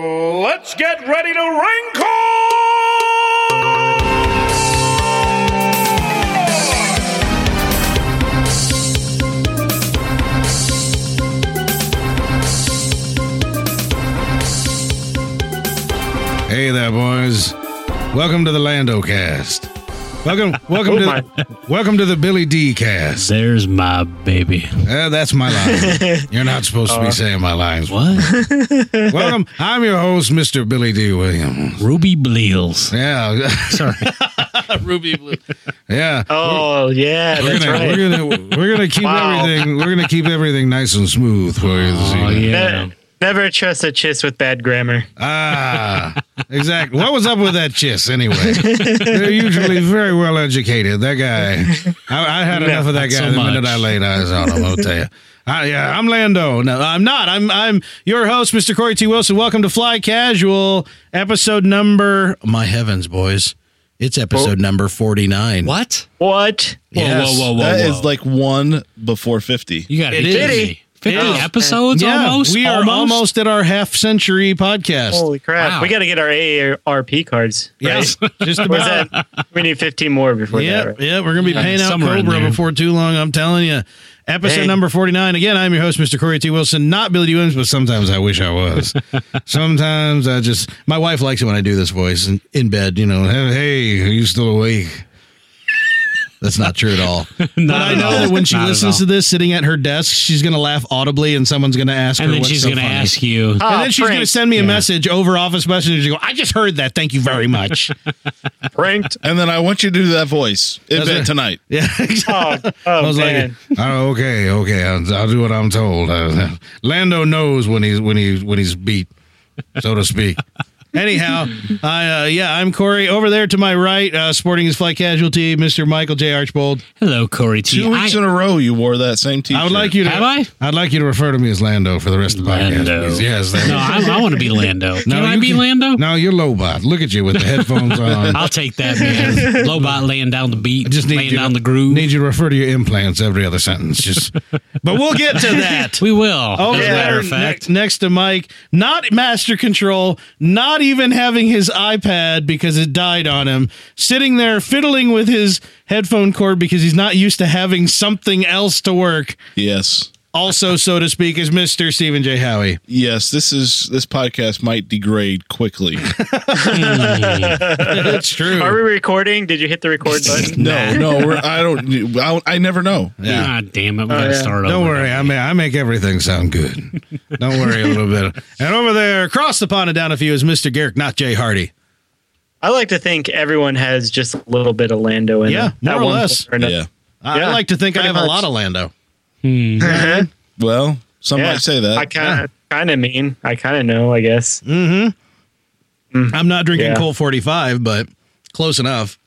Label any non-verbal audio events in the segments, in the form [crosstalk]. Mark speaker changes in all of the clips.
Speaker 1: Let's get ready to wrinkle!
Speaker 2: Hey there, boys. Welcome to the Lando cast.
Speaker 3: [laughs]
Speaker 2: Welcome, welcome
Speaker 3: Oh
Speaker 2: to,
Speaker 3: my.
Speaker 2: welcome to the Billy D cast.
Speaker 3: [laughs]
Speaker 4: There's my baby.
Speaker 2: Uh, that's my line. You're not supposed
Speaker 3: Uh,
Speaker 2: to be saying my lines.
Speaker 4: What?
Speaker 3: [laughs]
Speaker 2: Welcome. I'm your host, Mr. Billy D. Williams.
Speaker 4: [laughs] Ruby Bleels.
Speaker 2: Yeah, [laughs]
Speaker 4: Sorry.
Speaker 5: [laughs] Ruby Blue.
Speaker 2: yeah.
Speaker 3: Oh yeah,
Speaker 2: We're
Speaker 3: that's
Speaker 2: gonna,
Speaker 3: right.
Speaker 2: we're gonna we're gonna keep
Speaker 3: Wow.
Speaker 2: everything we're gonna keep everything nice and smooth for you this
Speaker 4: Oh
Speaker 2: evening.
Speaker 3: Ne-
Speaker 4: yeah.
Speaker 3: Never trust a chiss with bad grammar.
Speaker 2: Ah, exactly. What was up with that chiss anyway? They're usually very well educated. That guy, I, I had
Speaker 3: No,
Speaker 2: enough of that
Speaker 4: not
Speaker 2: guy
Speaker 4: so
Speaker 2: the minute
Speaker 4: much.
Speaker 2: I laid eyes on him. I'll tell you. Ah, yeah, I'm Lando. No, I'm not. I'm I'm your host, Mr. Corey T. Wilson. Welcome to Fly Casual, episode number. My heavens, boys! It's episode number forty nine.
Speaker 4: What?
Speaker 3: What?
Speaker 4: Whoa,
Speaker 2: Yes.
Speaker 4: whoa, whoa, whoa,
Speaker 5: That
Speaker 4: whoa.
Speaker 5: is like one before 50.
Speaker 4: you got
Speaker 2: It
Speaker 4: it.
Speaker 2: is.
Speaker 4: Fifty, 50
Speaker 3: Yeah.
Speaker 4: episodes
Speaker 2: Yeah,
Speaker 4: almost.
Speaker 2: we are almost? at our half century podcast.
Speaker 3: Holy crap!
Speaker 4: Wow.
Speaker 3: We got to get our AARP cards.
Speaker 2: yes,
Speaker 3: right?
Speaker 2: just
Speaker 3: Or is
Speaker 2: about.
Speaker 3: that- we need 15 more before
Speaker 2: Yeah,
Speaker 3: that. Right?
Speaker 2: yeah, we're gonna be
Speaker 4: Yeah,
Speaker 2: paying out
Speaker 4: somewhere in
Speaker 2: Cobra
Speaker 4: there.
Speaker 2: before too long. I'm telling you. Episode
Speaker 3: Dang.
Speaker 2: number 49. Again, I'm your host, Mr. Corey T. Wilson, not Billy D. Williams, but sometimes I wish I
Speaker 4: [laughs]
Speaker 2: was. sometimes I just, my wife likes it when I do this voice in, in bed, you know, hey, hey, are you still awake? That's not true at
Speaker 4: [laughs]
Speaker 2: all. but I
Speaker 4: at
Speaker 2: know
Speaker 4: all.
Speaker 2: that when she
Speaker 4: Not at
Speaker 2: listens
Speaker 4: all.
Speaker 2: to this sitting at her desk, she's going to laugh audibly and someone's going to ask
Speaker 4: and
Speaker 2: her
Speaker 4: then
Speaker 2: what's
Speaker 4: she's
Speaker 2: so
Speaker 4: gonna
Speaker 2: funny.
Speaker 4: ask you.
Speaker 3: Ah,
Speaker 2: And then she's
Speaker 3: pranked.
Speaker 2: going to send me a
Speaker 4: Yeah.
Speaker 2: message over office messenger. She go, I just heard that. Thank you very
Speaker 4: [laughs]
Speaker 2: much.
Speaker 3: pranked.
Speaker 5: And then I want you to do that voice in
Speaker 2: That's
Speaker 5: bed
Speaker 2: it.
Speaker 5: tonight.
Speaker 2: yeah, exactly.
Speaker 3: Oh,
Speaker 2: [laughs]
Speaker 3: oh
Speaker 2: I was
Speaker 3: man.
Speaker 2: like, oh, okay, okay, I'll, I'll do what I'm told. Uh, [laughs] Lando knows when he's when he's when he's beat, so to
Speaker 4: [laughs]
Speaker 2: speak. Anyhow, I uh, yeah, I'm Corey. Over there to my right, uh, sporting his flight casualty, Mr. Michael J. Archbold.
Speaker 4: Hello, Corey T.
Speaker 5: Two weeks
Speaker 4: I-
Speaker 5: in a row, you wore that same t shirt.
Speaker 2: I would like you to.
Speaker 4: Have I?
Speaker 2: would like you to refer to me as Lando for the rest of the podcast.
Speaker 4: Lando.
Speaker 2: please. Yes. that-
Speaker 4: no, I, I want to be Lando. Can
Speaker 2: [laughs] No,
Speaker 4: I
Speaker 2: you
Speaker 4: be Lando?
Speaker 2: No, you're Lobot. Look at you with the
Speaker 4: [laughs]
Speaker 2: headphones on.
Speaker 4: I'll take
Speaker 2: [laughs]
Speaker 4: that, man. Lobot laying down the beat,
Speaker 2: I just need
Speaker 4: laying
Speaker 2: you
Speaker 4: down
Speaker 2: to,
Speaker 4: the groove.
Speaker 2: Need you to refer to your implants every other sentence.
Speaker 4: [laughs]
Speaker 2: Just, but we'll get to that.
Speaker 4: we will.
Speaker 2: Oh,
Speaker 4: as
Speaker 2: yeah.
Speaker 4: a matter of
Speaker 2: Next,
Speaker 4: fact.
Speaker 2: next to Mike, not master control, not even having his iPad because it died on him, sitting there fiddling with his headphone cord because he's not used to having something else to work.
Speaker 5: Yes.
Speaker 2: Also, so to speak, is Mr. Stephen J.
Speaker 4: [laughs]
Speaker 2: Howie.
Speaker 5: Yes, this is this podcast might
Speaker 2: [laughs]
Speaker 5: degrade quickly.
Speaker 2: That's true.
Speaker 3: Are we recording? Did you hit
Speaker 2: [laughs]
Speaker 3: the record button?
Speaker 5: No, no, we're, I don't. I, I never know.
Speaker 2: yeah.
Speaker 4: Ah, damn it. We gotta
Speaker 3: yeah.
Speaker 4: start over.
Speaker 2: Don't worry, I mean I make everything sound good. Don't worry a little bit. And over there, across the pond and down a few is Mr. Garrick, not Jay Hardy.
Speaker 3: I like to think everyone has just a little bit of Lando in
Speaker 2: Yeah,
Speaker 3: them. At
Speaker 2: more or
Speaker 3: one
Speaker 2: less.
Speaker 3: point another.
Speaker 5: Yeah.
Speaker 2: I, I
Speaker 3: Yeah,
Speaker 2: like to think I
Speaker 3: pretty
Speaker 2: have a
Speaker 3: much.
Speaker 2: lot of Lando. Mm-hmm.
Speaker 5: Well, some
Speaker 3: Uh-huh. Yeah.
Speaker 5: might say that.
Speaker 3: I kind of kind of mean. I kind of know. I guess.
Speaker 2: Mm. I'm not drinking
Speaker 3: Yeah.
Speaker 2: Colt 45, but close enough.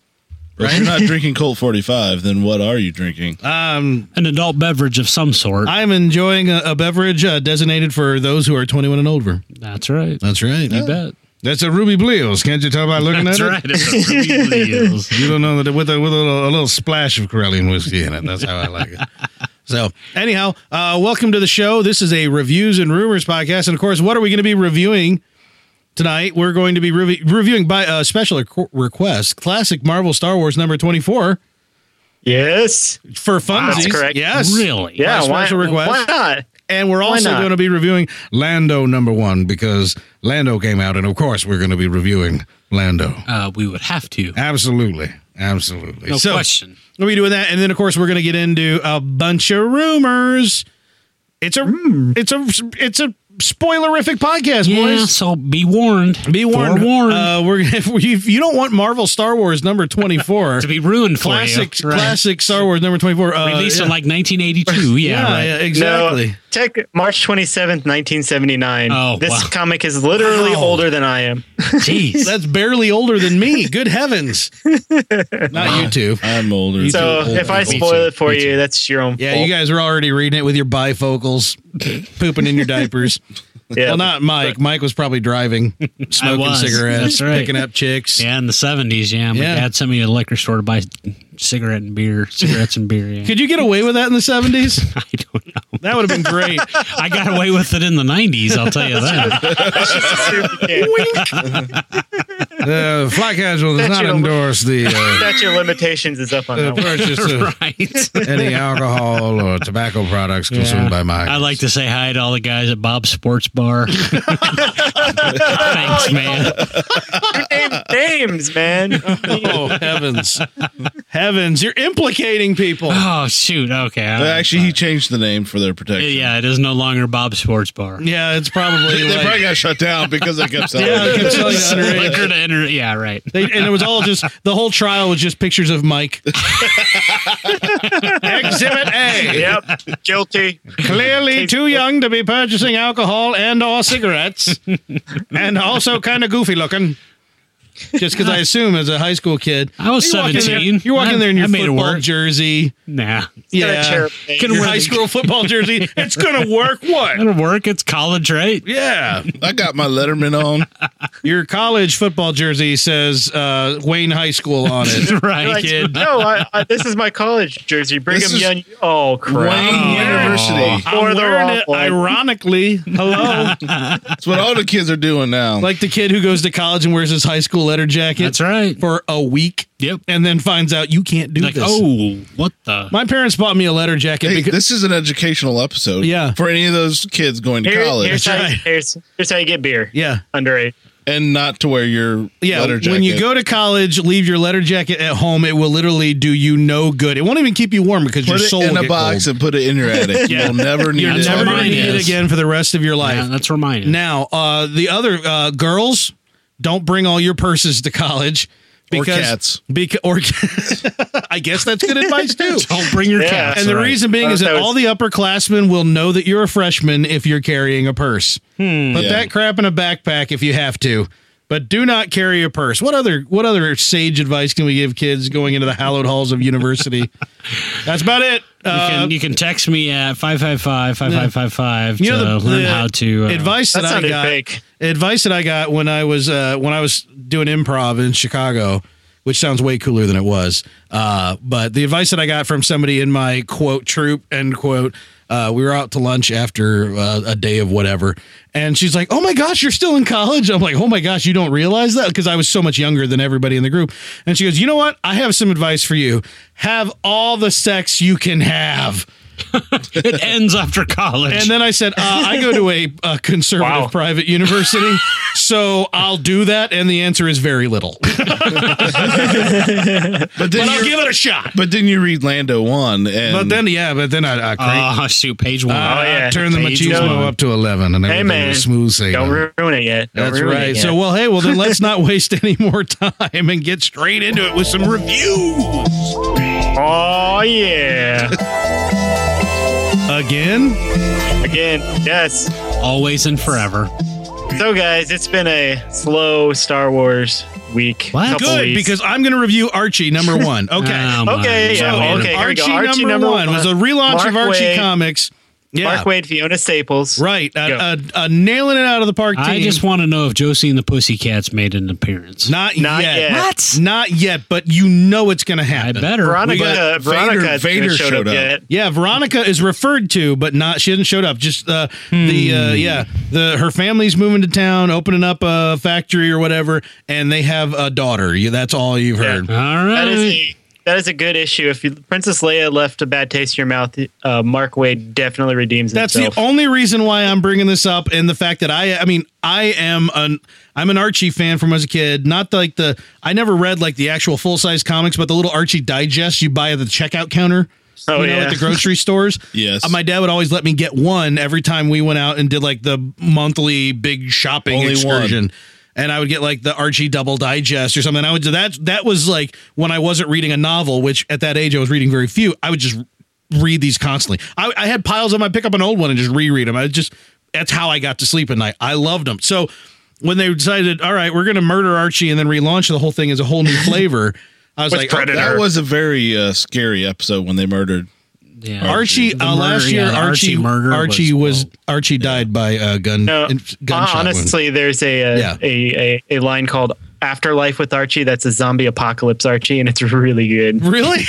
Speaker 5: If
Speaker 2: [laughs]
Speaker 5: you're not drinking Colt 45, then what are you drinking?
Speaker 2: Um,
Speaker 4: An adult beverage of some sort.
Speaker 2: I'm enjoying a, a beverage uh, designated for those who are 21 and older.
Speaker 4: That's right.
Speaker 2: That's right.
Speaker 4: You bet.
Speaker 2: That's a Ruby Bleels. Can't you tell by looking
Speaker 4: That's
Speaker 2: at
Speaker 4: right.
Speaker 2: it?
Speaker 4: It's a Ruby Bleels.
Speaker 2: You don't know that with a with a little, a little splash of Corellian whiskey in it. That's how I like it. So, anyhow, uh, welcome to the show. This is a reviews and rumors podcast, and of course, what are we going to be reviewing tonight? We're going to be revi- reviewing by uh, special requ- request classic Marvel Star Wars number twenty four
Speaker 3: Yes.
Speaker 2: for funsies.
Speaker 3: That's correct.
Speaker 2: [laughs] Yes,
Speaker 4: Really?
Speaker 3: Yeah.
Speaker 2: By
Speaker 3: Why,
Speaker 2: special request.
Speaker 3: why not?
Speaker 2: And we're also
Speaker 3: not?
Speaker 2: going to be reviewing Lando number one because Lando came out, and of course, we're going to be reviewing
Speaker 4: [laughs]
Speaker 2: Lando.
Speaker 4: Uh, we would have to.
Speaker 2: Absolutely. Absolutely.
Speaker 4: No
Speaker 2: so,
Speaker 4: question.
Speaker 2: We'll be doing that. And then, of course, we're going to get into a bunch of rumors. It's a,
Speaker 4: Hmm.
Speaker 2: it's a, it's a spoilerific podcast,
Speaker 4: Yeah,
Speaker 2: boys.
Speaker 4: so be warned.
Speaker 2: Be warned.
Speaker 4: Forewarned.
Speaker 2: Uh, we're, [laughs] if, we, if you don't want Marvel Star Wars
Speaker 4: [laughs]
Speaker 2: number 24,
Speaker 4: to be ruined for
Speaker 2: Uh, classic,
Speaker 4: you. Right.
Speaker 2: classic Star Wars number 24. Uh,
Speaker 4: Released
Speaker 2: yeah.
Speaker 4: in like 1982. Yeah,
Speaker 2: yeah,
Speaker 4: right.
Speaker 2: yeah, exactly.
Speaker 3: No, check March 27th, 1979.
Speaker 4: Oh,
Speaker 3: this
Speaker 4: wow.
Speaker 3: comic is literally
Speaker 4: Wow.
Speaker 3: older than I am.
Speaker 4: Jeez.
Speaker 2: That's barely older than me.
Speaker 4: [laughs]
Speaker 2: Good heavens. Not you two.
Speaker 5: I'm older.
Speaker 2: You too
Speaker 3: So
Speaker 2: old
Speaker 3: if I
Speaker 2: people.
Speaker 3: spoil it for
Speaker 2: Me too.
Speaker 3: you, that's your own
Speaker 2: Yeah,
Speaker 3: fault.
Speaker 2: you guys are already reading it with your bifocals, pooping in your
Speaker 4: [laughs]
Speaker 2: diapers.
Speaker 3: Yeah.
Speaker 2: Well, not Mike. Mike was probably driving, smoking
Speaker 4: was.
Speaker 2: cigarettes,
Speaker 4: That's right.
Speaker 2: picking up chicks.
Speaker 4: yeah, in the 70s. Yeah, my
Speaker 2: Yeah.
Speaker 4: dad sent me to the liquor store to buy cigarette and beer, cigarettes and beer.
Speaker 2: [laughs]
Speaker 4: Yeah.
Speaker 2: Could you get away with that in the
Speaker 4: [laughs]
Speaker 2: 70s?
Speaker 4: I don't know.
Speaker 2: That would have been
Speaker 4: [laughs]
Speaker 2: great.
Speaker 4: I got away with it in the '90s. I'll tell
Speaker 2: [laughs]
Speaker 4: you that.
Speaker 2: uh, fly casual does not
Speaker 3: Statute of-
Speaker 2: endorse the
Speaker 4: [laughs]
Speaker 2: uh,
Speaker 3: Statute of limitations is up on
Speaker 2: the
Speaker 3: that one.
Speaker 2: purchase of
Speaker 4: right.
Speaker 2: any alcohol or tobacco products consumed by my.
Speaker 4: I like to say hi to all the guys at Bob's Sports Bar. [laughs] Thanks, man.
Speaker 3: Name names, man.
Speaker 2: Oh
Speaker 4: [laughs]
Speaker 2: heavens, heavens! You're implicating people.
Speaker 4: Oh shoot. Okay. all
Speaker 5: Well,
Speaker 4: right.
Speaker 5: actually, he changed the name for their protection.
Speaker 4: yeah, it is no longer Bob's
Speaker 2: [laughs]
Speaker 4: Sports Bar.
Speaker 2: Yeah, it's
Speaker 4: [laughs]
Speaker 2: probably
Speaker 5: They
Speaker 2: like.
Speaker 5: probably got shut down because
Speaker 2: [laughs]
Speaker 5: they kept selling.
Speaker 2: Yeah, I
Speaker 5: it.
Speaker 2: kept selling it underage.
Speaker 4: Liquor to enter. Yeah, right.
Speaker 2: They, and it was all just the whole trial was just pictures of Mike. [laughs] Exhibit A:
Speaker 3: [laughs] yep. Guilty.
Speaker 2: clearly too young to be purchasing alcohol and/or cigarettes, and also kind of goofy looking. Just because I assume as a high school kid,
Speaker 4: I was
Speaker 2: you walk in there-
Speaker 4: 17.
Speaker 2: You're walking there in
Speaker 4: I-
Speaker 2: your
Speaker 4: I made it
Speaker 2: football
Speaker 4: work.
Speaker 2: jersey.
Speaker 4: Nah.
Speaker 3: Got a
Speaker 2: Yeah,
Speaker 3: chair. Hey,
Speaker 4: Can
Speaker 2: your
Speaker 4: wear
Speaker 2: high
Speaker 4: the-
Speaker 2: school football jersey. [laughs] It's gonna work. What?
Speaker 4: That'll work. It's college,
Speaker 2: [laughs]
Speaker 4: right?
Speaker 2: Yeah,
Speaker 5: I got my Letterman on.
Speaker 2: your college football jersey says uh, Wayne High School on
Speaker 4: [laughs]
Speaker 2: it.
Speaker 4: Right.
Speaker 3: Like,
Speaker 4: kid.
Speaker 3: no, I, I, this is my college jersey. Brigham
Speaker 5: is
Speaker 3: Young. Oh crap!
Speaker 5: Wayne University.
Speaker 2: I'm
Speaker 3: Or the
Speaker 2: wearing
Speaker 3: wrong
Speaker 2: it
Speaker 3: one.
Speaker 2: ironically. [laughs] Hello,
Speaker 5: That's what all the kids are doing now.
Speaker 2: like the kid who goes to college and wears his high school letter jacket.
Speaker 4: That's right.
Speaker 2: for a week.
Speaker 4: Yep.
Speaker 2: and then finds out you can't do
Speaker 4: Like,
Speaker 2: this.
Speaker 4: oh, what the?
Speaker 2: my parents bought me a letter jacket
Speaker 5: hey,
Speaker 2: because
Speaker 5: this is an educational episode.
Speaker 2: Yeah.
Speaker 5: For any of those kids going to
Speaker 3: Here-
Speaker 5: college
Speaker 3: here's, how,
Speaker 2: That's right.
Speaker 3: here's, here's how you get beer.
Speaker 2: yeah,
Speaker 3: Underage.
Speaker 5: and not to wear your
Speaker 2: yeah.
Speaker 5: letter jacket.
Speaker 2: When you go to college, leave your letter jacket at home. It will literally do you no good. It won't even keep you warm because your
Speaker 5: put it
Speaker 2: soul
Speaker 5: in
Speaker 2: will
Speaker 5: a
Speaker 2: get
Speaker 5: box
Speaker 2: cold.
Speaker 5: and put it in
Speaker 3: [laughs]
Speaker 5: your attic. You'll never need
Speaker 2: You're
Speaker 5: it.
Speaker 2: never going
Speaker 4: what
Speaker 2: to
Speaker 4: mine
Speaker 2: need it
Speaker 4: is.
Speaker 2: again for the rest of your life.
Speaker 4: Yeah, that's reminding.
Speaker 2: Now, uh, the other uh, girls, don't bring all your purses to college.
Speaker 5: Or
Speaker 2: Because,
Speaker 5: cats.
Speaker 2: Beca- or [laughs] I guess that's good advice too.
Speaker 4: Don't Oh, bring your
Speaker 3: Yeah.
Speaker 4: cats.
Speaker 2: and the
Speaker 4: right.
Speaker 2: reason being is
Speaker 3: Uh,
Speaker 2: that
Speaker 3: that
Speaker 2: all the upperclassmen will know that you're a freshman if you're carrying a purse. Put
Speaker 5: Yeah.
Speaker 2: that crap in a backpack if you have to, but do not carry a purse. What other what other sage advice can we give kids going into the hallowed halls of university? That's about it.
Speaker 4: you
Speaker 2: Uh,
Speaker 4: can, you can text me at 555-5555 to
Speaker 2: You know, the-
Speaker 4: learn
Speaker 2: the
Speaker 4: how to uh,
Speaker 2: advice that
Speaker 3: That
Speaker 2: I
Speaker 3: sounded
Speaker 2: got
Speaker 3: fake.
Speaker 2: advice that I got when I was uh, when I was doing improv in Chicago, which sounds way cooler than it was. Uh, but the advice that I got from somebody in my quote troop end quote. Uh, we were out to lunch after uh, a day of whatever, and she's like, "Oh my gosh, you're still in college!" I'm like, "Oh my gosh, you don't realize that because I was so much younger than everybody in the group." And she goes, "You know what? I have some advice for you. Have all the sex you can have."
Speaker 4: it ends after college.
Speaker 2: And then I said, uh, I go to a, a conservative
Speaker 3: Wow.
Speaker 2: private
Speaker 3: [laughs]
Speaker 2: university, so I'll do that. And the answer is very little.
Speaker 3: [laughs]
Speaker 2: But
Speaker 5: But then,
Speaker 2: I'll
Speaker 5: you
Speaker 2: give it a shot.
Speaker 5: but then you read Lando one, and
Speaker 2: But then, yeah, but then I, I, crank,
Speaker 4: oh, shoot, page one.
Speaker 2: Uh, I
Speaker 3: yeah.
Speaker 2: turn the
Speaker 4: Page
Speaker 2: machismo
Speaker 4: one.
Speaker 2: up to 11 and
Speaker 3: Hey
Speaker 2: everything
Speaker 3: man,
Speaker 2: was smooth
Speaker 3: Don't
Speaker 2: sailing.
Speaker 3: ruin it yet. Don't
Speaker 2: That's
Speaker 3: ruin it
Speaker 2: right.
Speaker 3: yet.
Speaker 2: So, well, hey, well, then let's
Speaker 3: [laughs]
Speaker 2: not waste any more time and get straight into it with some reviews.
Speaker 3: oh yeah.
Speaker 2: Again?
Speaker 3: Again, yes.
Speaker 4: Always and forever.
Speaker 3: So, guys, it's been a slow Star Wars week.
Speaker 4: What?
Speaker 3: couple
Speaker 2: Good,
Speaker 3: weeks.
Speaker 2: because I'm going to review Archie number
Speaker 3: [laughs]
Speaker 2: one. Okay.
Speaker 4: Oh, my
Speaker 3: Okay, Um, yeah,
Speaker 4: God.
Speaker 3: well, okay. here we
Speaker 2: Archie,
Speaker 3: go. Archie
Speaker 2: number,
Speaker 3: number
Speaker 2: one was a
Speaker 3: one.
Speaker 2: relaunch of
Speaker 3: Mark
Speaker 2: Archie
Speaker 3: Waid.
Speaker 2: comics. Yeah.
Speaker 3: Mark Wade, Fiona Staples.
Speaker 2: Right.
Speaker 3: Go.
Speaker 2: Uh, uh, uh, nailing it out of the park team.
Speaker 4: I just want to know if Josie and the Pussycats made an appearance.
Speaker 2: not,
Speaker 3: Not
Speaker 2: yet.
Speaker 3: yet.
Speaker 4: What?
Speaker 2: Not yet, but you know it's going to
Speaker 4: I
Speaker 2: happen.
Speaker 4: better.
Speaker 3: Veronica.
Speaker 5: got
Speaker 3: Veronica hasn't
Speaker 5: Vader-
Speaker 3: even
Speaker 5: Vader
Speaker 3: showed
Speaker 5: showed
Speaker 3: up
Speaker 5: up.
Speaker 3: yet.
Speaker 2: Yeah, Veronica is referred to, but not she hasn't showed up. Just uh, the uh, yeah, the her family's moving to town, opening up a factory or whatever, and they have a daughter. Yeah, that's all you've heard.
Speaker 4: All right.
Speaker 3: That is a, that is a good issue. If you, Princess Leia left a bad taste in your mouth, uh, Mark Wade definitely redeems
Speaker 2: That's
Speaker 3: himself.
Speaker 2: the only reason why I'm bringing this up, and the fact that I, I mean, I am an, I'm an Archie fan from as a kid. Not like the, I never read like the actual full size comics, but the little Archie digest you buy at the checkout counter.
Speaker 3: Oh,
Speaker 2: you know, at
Speaker 3: yeah.
Speaker 2: the
Speaker 3: [laughs]
Speaker 2: grocery stores.
Speaker 5: Yes.
Speaker 2: Uh, my dad would always let me get one every time we went out and did like the monthly big shopping
Speaker 5: Only one.
Speaker 2: excursion. And I would get like the Archie Double Digest or something. I would do that. That was like when I wasn't reading a novel, which at that age I was reading very few. I would just read these constantly. I, I had piles of them. I pick up an old one and just reread them. I just that's how I got to sleep at night. I loved them. So when they decided, all right, we're going to murder Archie and then relaunch the whole thing as a whole new flavor, I was
Speaker 3: With
Speaker 2: like,
Speaker 3: Predator.
Speaker 5: that was a very uh,
Speaker 6: scary episode when they murdered.
Speaker 4: yeah.
Speaker 2: Archie
Speaker 4: The
Speaker 2: uh,
Speaker 4: murder-
Speaker 2: last year
Speaker 4: yeah, the
Speaker 2: Archie
Speaker 4: murder
Speaker 2: Archie was,
Speaker 4: well,
Speaker 2: Archie died by a gun
Speaker 3: No,
Speaker 2: in- gunshot
Speaker 3: honestly, there's a, uh
Speaker 2: Yeah.
Speaker 3: a, a a line called Afterlife with Archie. That's a zombie apocalypse Archie, and it's [laughs] really good.
Speaker 2: [laughs] Really?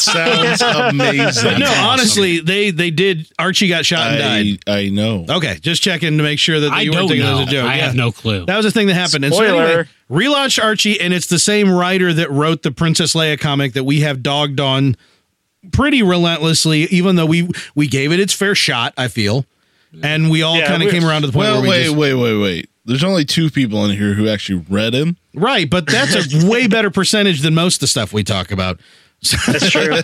Speaker 3: [laughs]
Speaker 5: sounds amazing.
Speaker 2: no, honestly, they they did. Archie got shot and died.
Speaker 5: I, I know.
Speaker 2: Okay, just checking to make sure that
Speaker 4: I
Speaker 2: you weren't
Speaker 4: don't
Speaker 2: thinking that
Speaker 4: know.
Speaker 2: was a joke.
Speaker 4: I
Speaker 2: Yeah.
Speaker 4: have no clue.
Speaker 2: That was a thing that happened. And so anyway,
Speaker 3: Spoiler.
Speaker 2: relaunched Archie, and it's the same writer that wrote the Princess Leia comic that we have dogged on pretty relentlessly, even though we we gave it its fair shot. I feel, and we all
Speaker 3: Yeah,
Speaker 2: kind of
Speaker 3: we-
Speaker 2: came around to the point
Speaker 5: Well,
Speaker 2: where we
Speaker 5: wait,
Speaker 2: just-
Speaker 5: wait, wait, wait. There's only two people in here who actually read him.
Speaker 2: right. But that's
Speaker 4: [laughs]
Speaker 2: a way better percentage than most of the stuff we talk about.
Speaker 3: That's true.
Speaker 2: [laughs]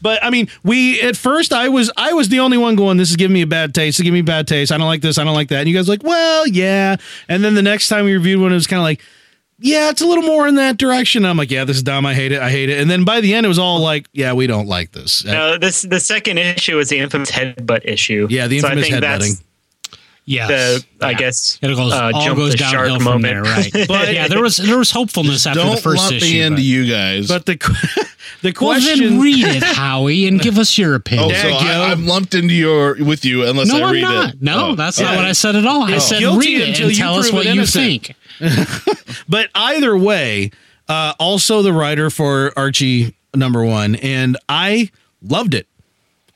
Speaker 2: But I mean, we at first I was I was the only one going. This is giving me a bad taste. This is giving me bad taste. I don't like this. I don't like that. And you guys were like, well, yeah. And then the next time we reviewed one, it was kind of like, yeah, it's a little more in that direction. I'm like, yeah, this is dumb. I hate it. I hate it. And then by the end, it was all like, yeah, we don't like this. Uh,
Speaker 3: no, this the second issue is the infamous headbutt issue.
Speaker 2: Yeah, the infamous headbutting.
Speaker 3: that's
Speaker 4: yes.
Speaker 3: the I
Speaker 4: Yeah.
Speaker 3: guess
Speaker 4: It goes,
Speaker 3: uh,
Speaker 4: all
Speaker 3: jump
Speaker 4: goes
Speaker 3: the shark
Speaker 4: downhill from
Speaker 3: moment.
Speaker 4: there, right? But yeah, there was there was hopefulness after the
Speaker 5: Don't
Speaker 4: first
Speaker 5: lump
Speaker 4: issue.
Speaker 5: me into
Speaker 4: but-
Speaker 5: you guys.
Speaker 2: But the [laughs] the
Speaker 4: well,
Speaker 2: question
Speaker 4: then read it, Howie, and give us your opinion.
Speaker 5: oh, so
Speaker 2: Dag yo.
Speaker 5: I, I'm lumped into your with you unless
Speaker 4: no,
Speaker 5: I
Speaker 4: I'm
Speaker 5: read
Speaker 4: not.
Speaker 5: it.
Speaker 4: No,
Speaker 5: Oh,
Speaker 4: that's
Speaker 5: all
Speaker 4: not what
Speaker 5: right.
Speaker 4: I said at all. I said
Speaker 2: guilty
Speaker 4: read it
Speaker 2: until
Speaker 4: and
Speaker 2: you
Speaker 4: tell us
Speaker 2: prove
Speaker 4: what
Speaker 2: it
Speaker 4: you
Speaker 2: innocent.
Speaker 4: think.
Speaker 2: But either way, uh, also the writer for Archie number one, and I loved it.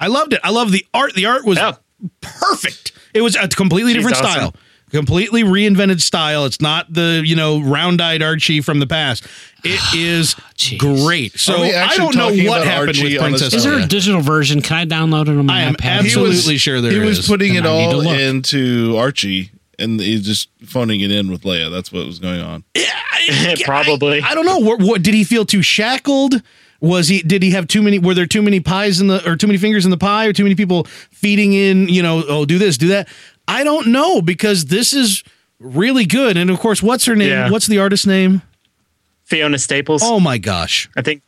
Speaker 2: I loved it. I love the art. The art was
Speaker 3: Yeah.
Speaker 2: perfect. It was a completely
Speaker 3: She's
Speaker 2: different
Speaker 3: awesome.
Speaker 2: style, completely reinvented style. It's not the you know round-eyed Archie from the past.
Speaker 4: [sighs]
Speaker 2: It is
Speaker 4: Jeez.
Speaker 2: great. So
Speaker 5: Are we
Speaker 2: I
Speaker 5: actually
Speaker 2: don't know
Speaker 5: talking
Speaker 2: what
Speaker 5: about
Speaker 2: happened
Speaker 5: Archie
Speaker 2: with
Speaker 5: on this
Speaker 2: Princess.
Speaker 4: Is there
Speaker 2: Leia.
Speaker 4: a digital version? Can I download it on my
Speaker 2: Oh, I am
Speaker 4: iPad?
Speaker 5: He was-
Speaker 2: absolutely sure there
Speaker 5: he was
Speaker 2: is.
Speaker 5: putting
Speaker 4: Then
Speaker 5: it
Speaker 4: I need to
Speaker 5: all
Speaker 4: look.
Speaker 5: into Archie, and he's just phoning it in with Leia. That's what was going on.
Speaker 3: [laughs] Probably.
Speaker 2: I, I don't know. What, what did he feel too shackled? Was he? Did he have too many? Were there too many pies in the or too many fingers in the pie or too many people feeding in? You know, oh, do this, do that. I don't know because this is really good. And of course, what's her name?
Speaker 3: Yeah.
Speaker 2: What's the artist's name?
Speaker 3: Fiona Staples.
Speaker 2: Oh my gosh,
Speaker 3: I think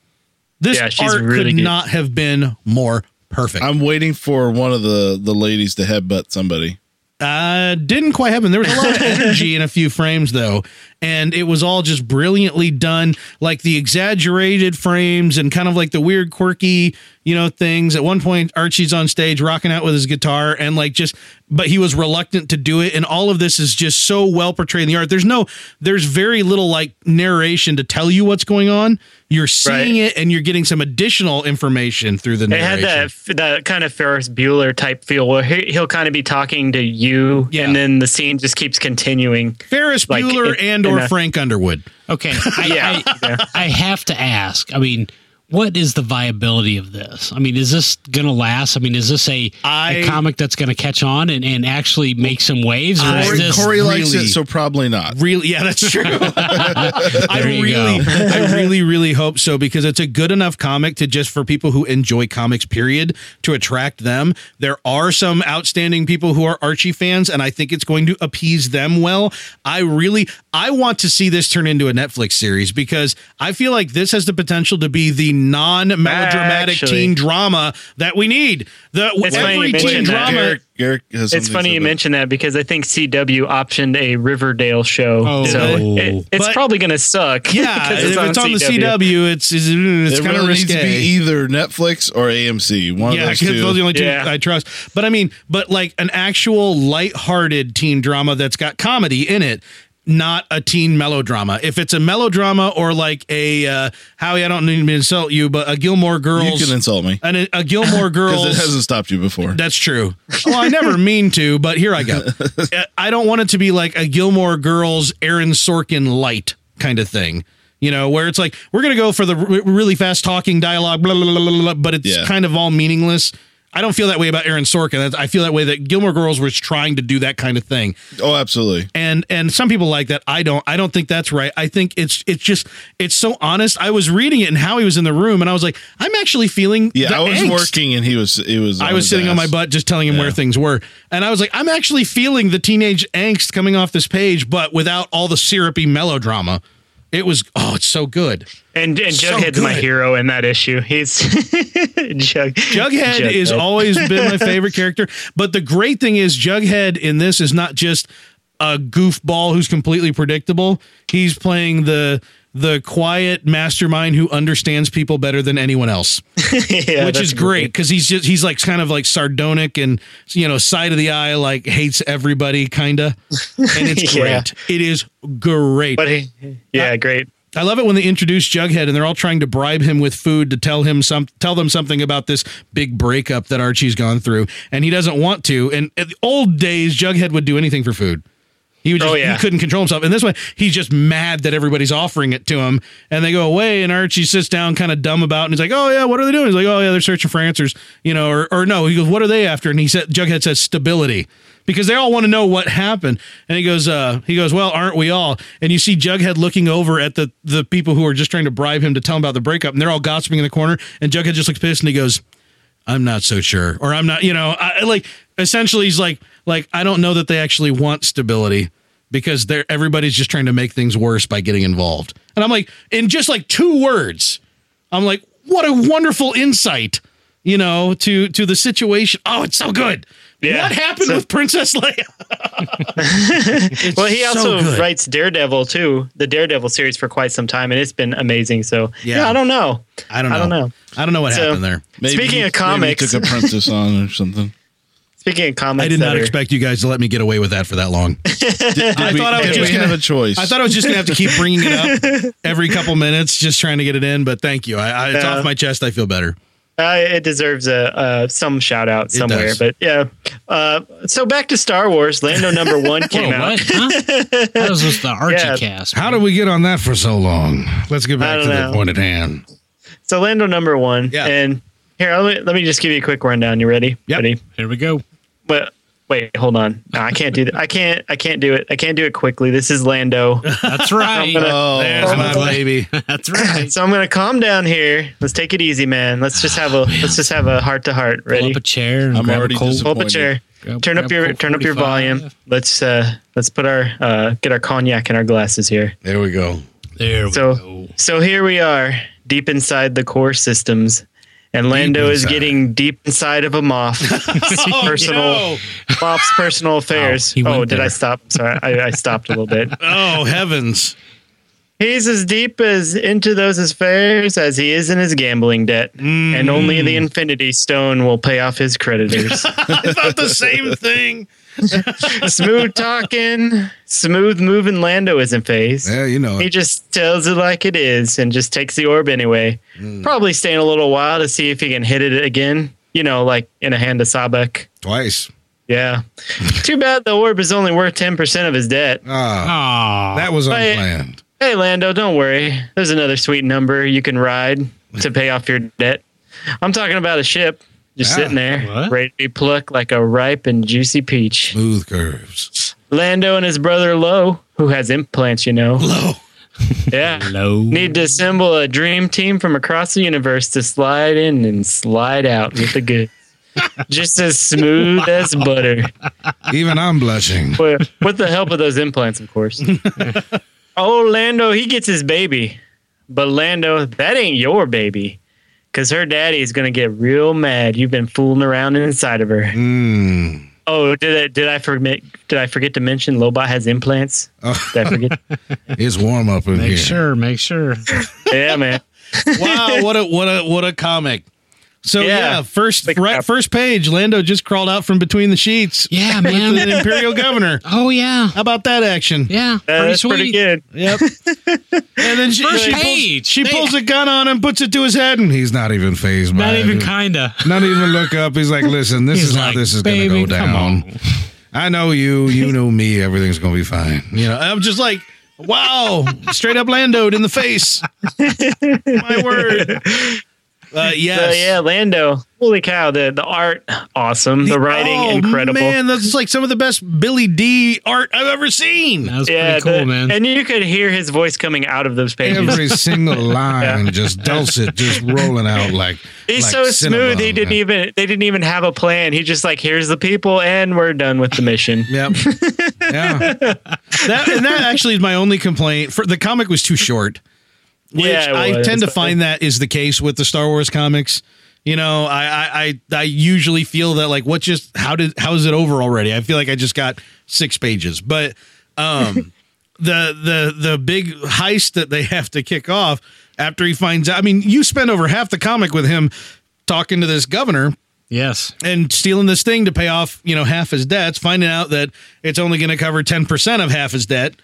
Speaker 2: this
Speaker 3: Yeah, she's
Speaker 2: art
Speaker 3: really
Speaker 2: could
Speaker 3: good.
Speaker 2: not have been more perfect.
Speaker 5: I'm waiting for one of the the ladies to headbutt somebody.
Speaker 2: Uh, didn't quite happen. There was a lot of energy in a few frames though, and it was all just brilliantly done. Like the exaggerated frames and kind of like the weird, quirky, you know, things. At one point, Archie's on stage rocking out with his guitar and like just, but he was reluctant to do it. And all of this is just so well portrayed in the art. There's no, there's very little like narration to tell you what's going on. You're seeing
Speaker 3: Right.
Speaker 2: it and you're getting some additional information through the
Speaker 3: It had
Speaker 2: narration.
Speaker 3: that that kind of Ferris Bueller type feel where he, he'll kind of be talking to you,
Speaker 2: Yeah.
Speaker 3: and then the scene just keeps continuing.
Speaker 2: Ferris
Speaker 3: like,
Speaker 2: Bueller
Speaker 3: it-
Speaker 2: and
Speaker 3: in
Speaker 2: or
Speaker 3: a-
Speaker 2: Frank Underwood.
Speaker 3: [laughs]
Speaker 4: Okay. I,
Speaker 3: Yeah.
Speaker 4: I, I have to ask. I mean, what is the viability of this? I mean, is this going to last? I mean, is this a,
Speaker 2: I-
Speaker 4: a comic that's going to catch on and, and actually make some waves? Or
Speaker 2: I-
Speaker 4: is
Speaker 5: Corey,
Speaker 4: this
Speaker 5: Corey likes
Speaker 2: really-
Speaker 5: it, so probably not.
Speaker 2: Really? Yeah, that's
Speaker 5: [laughs]
Speaker 2: true. I
Speaker 4: There you
Speaker 2: really,
Speaker 4: go.
Speaker 2: I really, really hope so because it's a good enough comic to just for people who enjoy comics. Period to attract them. There are some outstanding people who are Archie fans, and I think it's going to appease them well. I really, I want to see this turn into a Netflix series because I feel like this has the potential to be the non melodramatic
Speaker 3: Actually-
Speaker 2: teen drama that we need. The
Speaker 3: It's funny
Speaker 2: every
Speaker 3: you
Speaker 2: teen
Speaker 3: mentioned that.
Speaker 2: drama.
Speaker 5: Garrick, Garrick has
Speaker 3: It's
Speaker 5: something
Speaker 3: funny
Speaker 5: to
Speaker 3: you
Speaker 5: say.
Speaker 3: mention that because I think CW optioned a Riverdale show,
Speaker 4: Oh.
Speaker 3: so
Speaker 4: Oh.
Speaker 3: it, it's
Speaker 2: But-
Speaker 3: probably going to suck.
Speaker 2: Yeah,
Speaker 3: [laughs] 'cause
Speaker 2: if it's on, the CW, it's it's, it's
Speaker 5: it
Speaker 2: kind of
Speaker 5: really
Speaker 2: risque.
Speaker 5: needs to be either Netflix or AMC. One
Speaker 2: yeah,
Speaker 5: of Oh, those
Speaker 2: 'cause
Speaker 5: two.
Speaker 2: those are the only two
Speaker 3: Yeah.
Speaker 2: I trust. But I mean, but like an actual lighthearted teen drama that's got comedy in it, not a teen melodrama. If it's a melodrama or like a uh, Howie, I don't mean to insult you, but a Gilmore Girls,
Speaker 5: you can insult me
Speaker 2: an, a
Speaker 5: [laughs]
Speaker 2: Gilmore
Speaker 5: because
Speaker 2: Girls.
Speaker 5: it hasn't stopped you before.
Speaker 2: That's true. Well, I
Speaker 5: [laughs]
Speaker 2: never mean to, but here I go. Uh, I don't want it to be like a Gilmore Girls, Aaron Sorkin light kind of thing. You know, where it's like we're going to go for the r- really fast talking dialogue, blah, blah, blah, blah, blah, but it's
Speaker 5: Yeah.
Speaker 2: kind of all meaningless. I don't feel that way about Aaron Sorkin. That's- I feel that way that Gilmore Girls was trying to do that kind of thing
Speaker 5: Oh, absolutely.
Speaker 2: and and some people like that i don't i don't think that's right i think it's it's just it's so honest i was reading it and howie was in the room and i was like i'm actually feeling
Speaker 5: Yeah,
Speaker 2: the
Speaker 5: I was
Speaker 2: angst.
Speaker 5: working and he was. It was.
Speaker 2: i was
Speaker 5: his
Speaker 2: sitting on my
Speaker 5: ass.
Speaker 2: butt just telling him where
Speaker 5: Yeah.
Speaker 2: things were and i was like i'm actually feeling the teenage angst coming off this page but without all the syrupy melodrama it was oh it's so good
Speaker 3: And and
Speaker 2: So
Speaker 3: Jughead's my
Speaker 2: good.
Speaker 3: hero in that issue. He's [laughs] Jug,
Speaker 2: Jughead is always been my favorite character. But the great thing is, Jughead in this is not just a goofball who's completely predictable. He's playing the the quiet mastermind who understands people better than anyone else,
Speaker 3: [laughs] yeah,
Speaker 2: which
Speaker 3: that's
Speaker 2: is great because he's just he's like kind of like sardonic and you know side of the eye like hates everybody kinda, and it's
Speaker 3: [laughs] Yeah.
Speaker 2: great. It is great.
Speaker 3: But he, yeah, great.
Speaker 2: I love it when they introduce Jughead and they're all trying to bribe him with food to tell him some tell them something about this big breakup that Archie's gone through, and he doesn't want to. And in the old days, Jughead would do anything for food. He would just,
Speaker 3: Oh, yeah.
Speaker 2: he couldn't control himself, and this way he's just mad that everybody's offering it to him. And they go away, and Archie sits down, kind of dumb about, it, and he's like, "Oh yeah, what are they doing?" He's like, "Oh yeah, they're searching for answers," you know, or or no, he goes, "What are they after?" And he said, Jughead says, "Stability." Because they all want to know what happened, and he goes, uh, he goes, well, aren't we all? And you see Jughead looking over at the the people who are just trying to bribe him to tell him about the breakup, and they're all gossiping in the corner, and Jughead just looks pissed, and he goes, I'm not so sure, or I'm not, you know, I, I like essentially he's like, like I don't know that they actually want stability because they're everybody's just trying to make things worse by getting involved. And I'm like, in just like two words, I'm like, what a wonderful insight, you know, to to the situation. Oh, it's so good.
Speaker 3: Yeah.
Speaker 2: what happened
Speaker 3: So-
Speaker 2: with Princess Leia? It's
Speaker 3: Well, he
Speaker 2: so
Speaker 3: also
Speaker 2: good.
Speaker 3: writes Daredevil too, the Daredevil series for quite some time, and it's been amazing. So
Speaker 2: Yeah.
Speaker 3: yeah, I don't know.
Speaker 2: [laughs] I don't know.
Speaker 3: I don't know.
Speaker 2: I don't know what
Speaker 3: So-
Speaker 2: happened there.
Speaker 3: Speaking of
Speaker 5: maybe
Speaker 3: comics,
Speaker 5: he took a princess on or something.
Speaker 3: speaking of comics,
Speaker 2: I did not
Speaker 3: that are-
Speaker 2: expect you guys to let me get away with that for that [laughs] long. [laughs] I
Speaker 5: Did we-
Speaker 2: thought I was
Speaker 5: did
Speaker 2: just
Speaker 5: we
Speaker 2: gonna
Speaker 5: have a choice.
Speaker 2: I thought I was just gonna have to keep bringing it up every couple minutes, just trying to get it in. But thank you. I, I, it's
Speaker 3: Yeah.
Speaker 2: off my chest. I feel better.
Speaker 3: Uh, it deserves a uh, some shout out somewhere,
Speaker 2: does.
Speaker 3: but yeah. Uh, so back to Star Wars, Lando number
Speaker 2: [laughs]
Speaker 3: one
Speaker 4: Whoa,
Speaker 3: came out.
Speaker 4: what?
Speaker 3: [laughs]
Speaker 4: Huh? that was just the Archie
Speaker 3: Yeah.
Speaker 4: cast.
Speaker 2: How did we get on that for so long? Let's get
Speaker 3: I
Speaker 2: back to
Speaker 3: don't
Speaker 2: the
Speaker 3: know.
Speaker 2: point at hand.
Speaker 3: So Lando number one,
Speaker 2: Yeah.
Speaker 3: and here let me, let me just give you a quick rundown. You ready?
Speaker 2: Yep.
Speaker 3: Ready?
Speaker 4: Here we go.
Speaker 3: But wait, hold on. No, I can't do that. I can't. I can't do it. I can't do it quickly. This is
Speaker 2: [laughs]
Speaker 3: Lando.
Speaker 4: That's right.
Speaker 5: Oh,
Speaker 2: There's
Speaker 3: Oh,
Speaker 2: my [laughs] baby.
Speaker 4: That's right.
Speaker 3: so I'm gonna calm down here. Let's take it easy, man. Let's just
Speaker 4: [sighs]
Speaker 3: have a let's just have a heart to heart.
Speaker 4: Oh, Pull
Speaker 3: Ready?
Speaker 4: up a chair. And
Speaker 5: I'm
Speaker 4: grab
Speaker 5: already
Speaker 4: a cold.
Speaker 5: disappointed.
Speaker 3: Pull up a chair.
Speaker 4: Grab-
Speaker 3: turn up
Speaker 4: grab
Speaker 3: your
Speaker 4: Colt
Speaker 3: turn up your
Speaker 4: 45.
Speaker 3: volume. Let's uh let's put our uh get our cognac in our glasses here.
Speaker 2: There we go.
Speaker 4: There we
Speaker 3: So
Speaker 4: go.
Speaker 3: so here we are, deep inside the core systems. And Lando is
Speaker 2: inside.
Speaker 3: getting deep inside of
Speaker 4: [laughs]
Speaker 3: a moth. personal
Speaker 2: no.
Speaker 3: Moth's personal
Speaker 4: Oh,
Speaker 3: affairs.
Speaker 4: he went
Speaker 3: oh, did I
Speaker 4: there.
Speaker 3: stop? Sorry, I, I stopped a little bit.
Speaker 2: Oh heavens!
Speaker 3: He's as deep as into those affairs as he is in his gambling debt, and only the Infinity Stone will pay off his creditors.
Speaker 2: I thought the same thing.
Speaker 3: smooth talking, smooth moving Lando isn't phased.
Speaker 2: you know.
Speaker 3: He just tells it like it is and just takes the orb anyway. Probably staying a little while to see if he can hit it again. You know, like in a hand of Sabek.
Speaker 2: Twice.
Speaker 3: Yeah. Too bad the orb is only worth 10% of his debt.
Speaker 2: Ah,
Speaker 4: Aw.
Speaker 2: that was
Speaker 3: But-
Speaker 2: unplanned.
Speaker 3: Hey, Lando, don't worry. There's another sweet number you can ride to pay off your debt. I'm talking about a ship just
Speaker 2: Ah,
Speaker 3: sitting there,
Speaker 4: what?
Speaker 3: ready to be plucked like a ripe and juicy peach.
Speaker 2: Smooth curves.
Speaker 3: Lando and his brother Lo, who has implants,
Speaker 2: [laughs]
Speaker 3: you know.
Speaker 2: Low.
Speaker 3: Yeah.
Speaker 4: Hello.
Speaker 3: Need to assemble a dream team from across the universe to slide in and slide out with the goods. Just as smooth as butter.
Speaker 2: Even I'm blushing.
Speaker 3: With, with the help of those implants, of course. [laughs] oh, Lando, he gets his baby. But Lando, that ain't your baby. Because her daddy's going to get real mad. You've been fooling around inside of her.
Speaker 2: Mm.
Speaker 3: Oh, did I, did I forget did I forget to mention Lobot has implants? Did I forget?
Speaker 2: It's warm up in
Speaker 4: Make
Speaker 2: here.
Speaker 4: sure. Make sure.
Speaker 3: yeah, man. Uh,
Speaker 2: wow, what a what a what a comic. So yeah,
Speaker 3: Yeah.
Speaker 2: first
Speaker 3: Like-
Speaker 2: right, first page, Lando just crawled out from between the sheets
Speaker 4: Yeah,
Speaker 2: with an
Speaker 4: man.
Speaker 2: imperial governor.
Speaker 4: Oh yeah.
Speaker 2: How about that action?
Speaker 4: Yeah.
Speaker 3: Uh,
Speaker 4: pretty
Speaker 3: that's
Speaker 4: sweet.
Speaker 3: pretty good.
Speaker 2: Yep. and then she,
Speaker 4: First
Speaker 2: she pulls,
Speaker 4: page.
Speaker 2: she
Speaker 4: They-
Speaker 2: pulls a gun on him, puts it to his head, and he's not even phased by
Speaker 4: Not
Speaker 2: it.
Speaker 4: even kinda.
Speaker 2: Not even look up. He's like, "Listen, this
Speaker 4: He's
Speaker 2: is
Speaker 4: like,
Speaker 2: how this is going to
Speaker 4: "Baby,
Speaker 2: go
Speaker 4: come
Speaker 2: down.
Speaker 4: on."
Speaker 2: I know you. You know me. Everything's going to be fine." You know, I'm just like, "Wow!" Straight up Landoed in the
Speaker 3: [laughs]
Speaker 2: face. My word. Uh,
Speaker 3: So,
Speaker 2: yes.
Speaker 3: yeah, Lando. Holy cow, the the art awesome, the, writing
Speaker 2: Oh,
Speaker 3: incredible.
Speaker 2: Man, that's like some of the best Billy D art I've ever seen.
Speaker 4: That was
Speaker 3: yeah,
Speaker 4: pretty cool,
Speaker 3: the-
Speaker 4: man.
Speaker 3: And you could hear his voice coming out of those pages. [laughs]
Speaker 2: Every single line, just dulcet, just rolling out like
Speaker 3: He's
Speaker 2: like
Speaker 3: so smooth.
Speaker 2: Cinnabon,
Speaker 3: He didn't
Speaker 2: man.
Speaker 3: even they didn't even have a plan. He just like here's the people and we're done with the mission. [laughs]
Speaker 2: Yep. yeah. That and that actually is my only complaint. For the comic was too short. [laughs] Which
Speaker 3: Yeah, it
Speaker 2: I
Speaker 3: was.
Speaker 2: tend to find that is the case with the Star Wars comics. You know, I, I I I usually feel that like what just how did how is it over already? I feel like I just got six pages. But um the the the big heist that they have to kick off after he finds out. I mean, you spend over half the comic with him talking to this governor
Speaker 4: Yes.
Speaker 2: and stealing this thing to pay off, you know, half his debts, finding out that it's only going to cover 10% of half his debt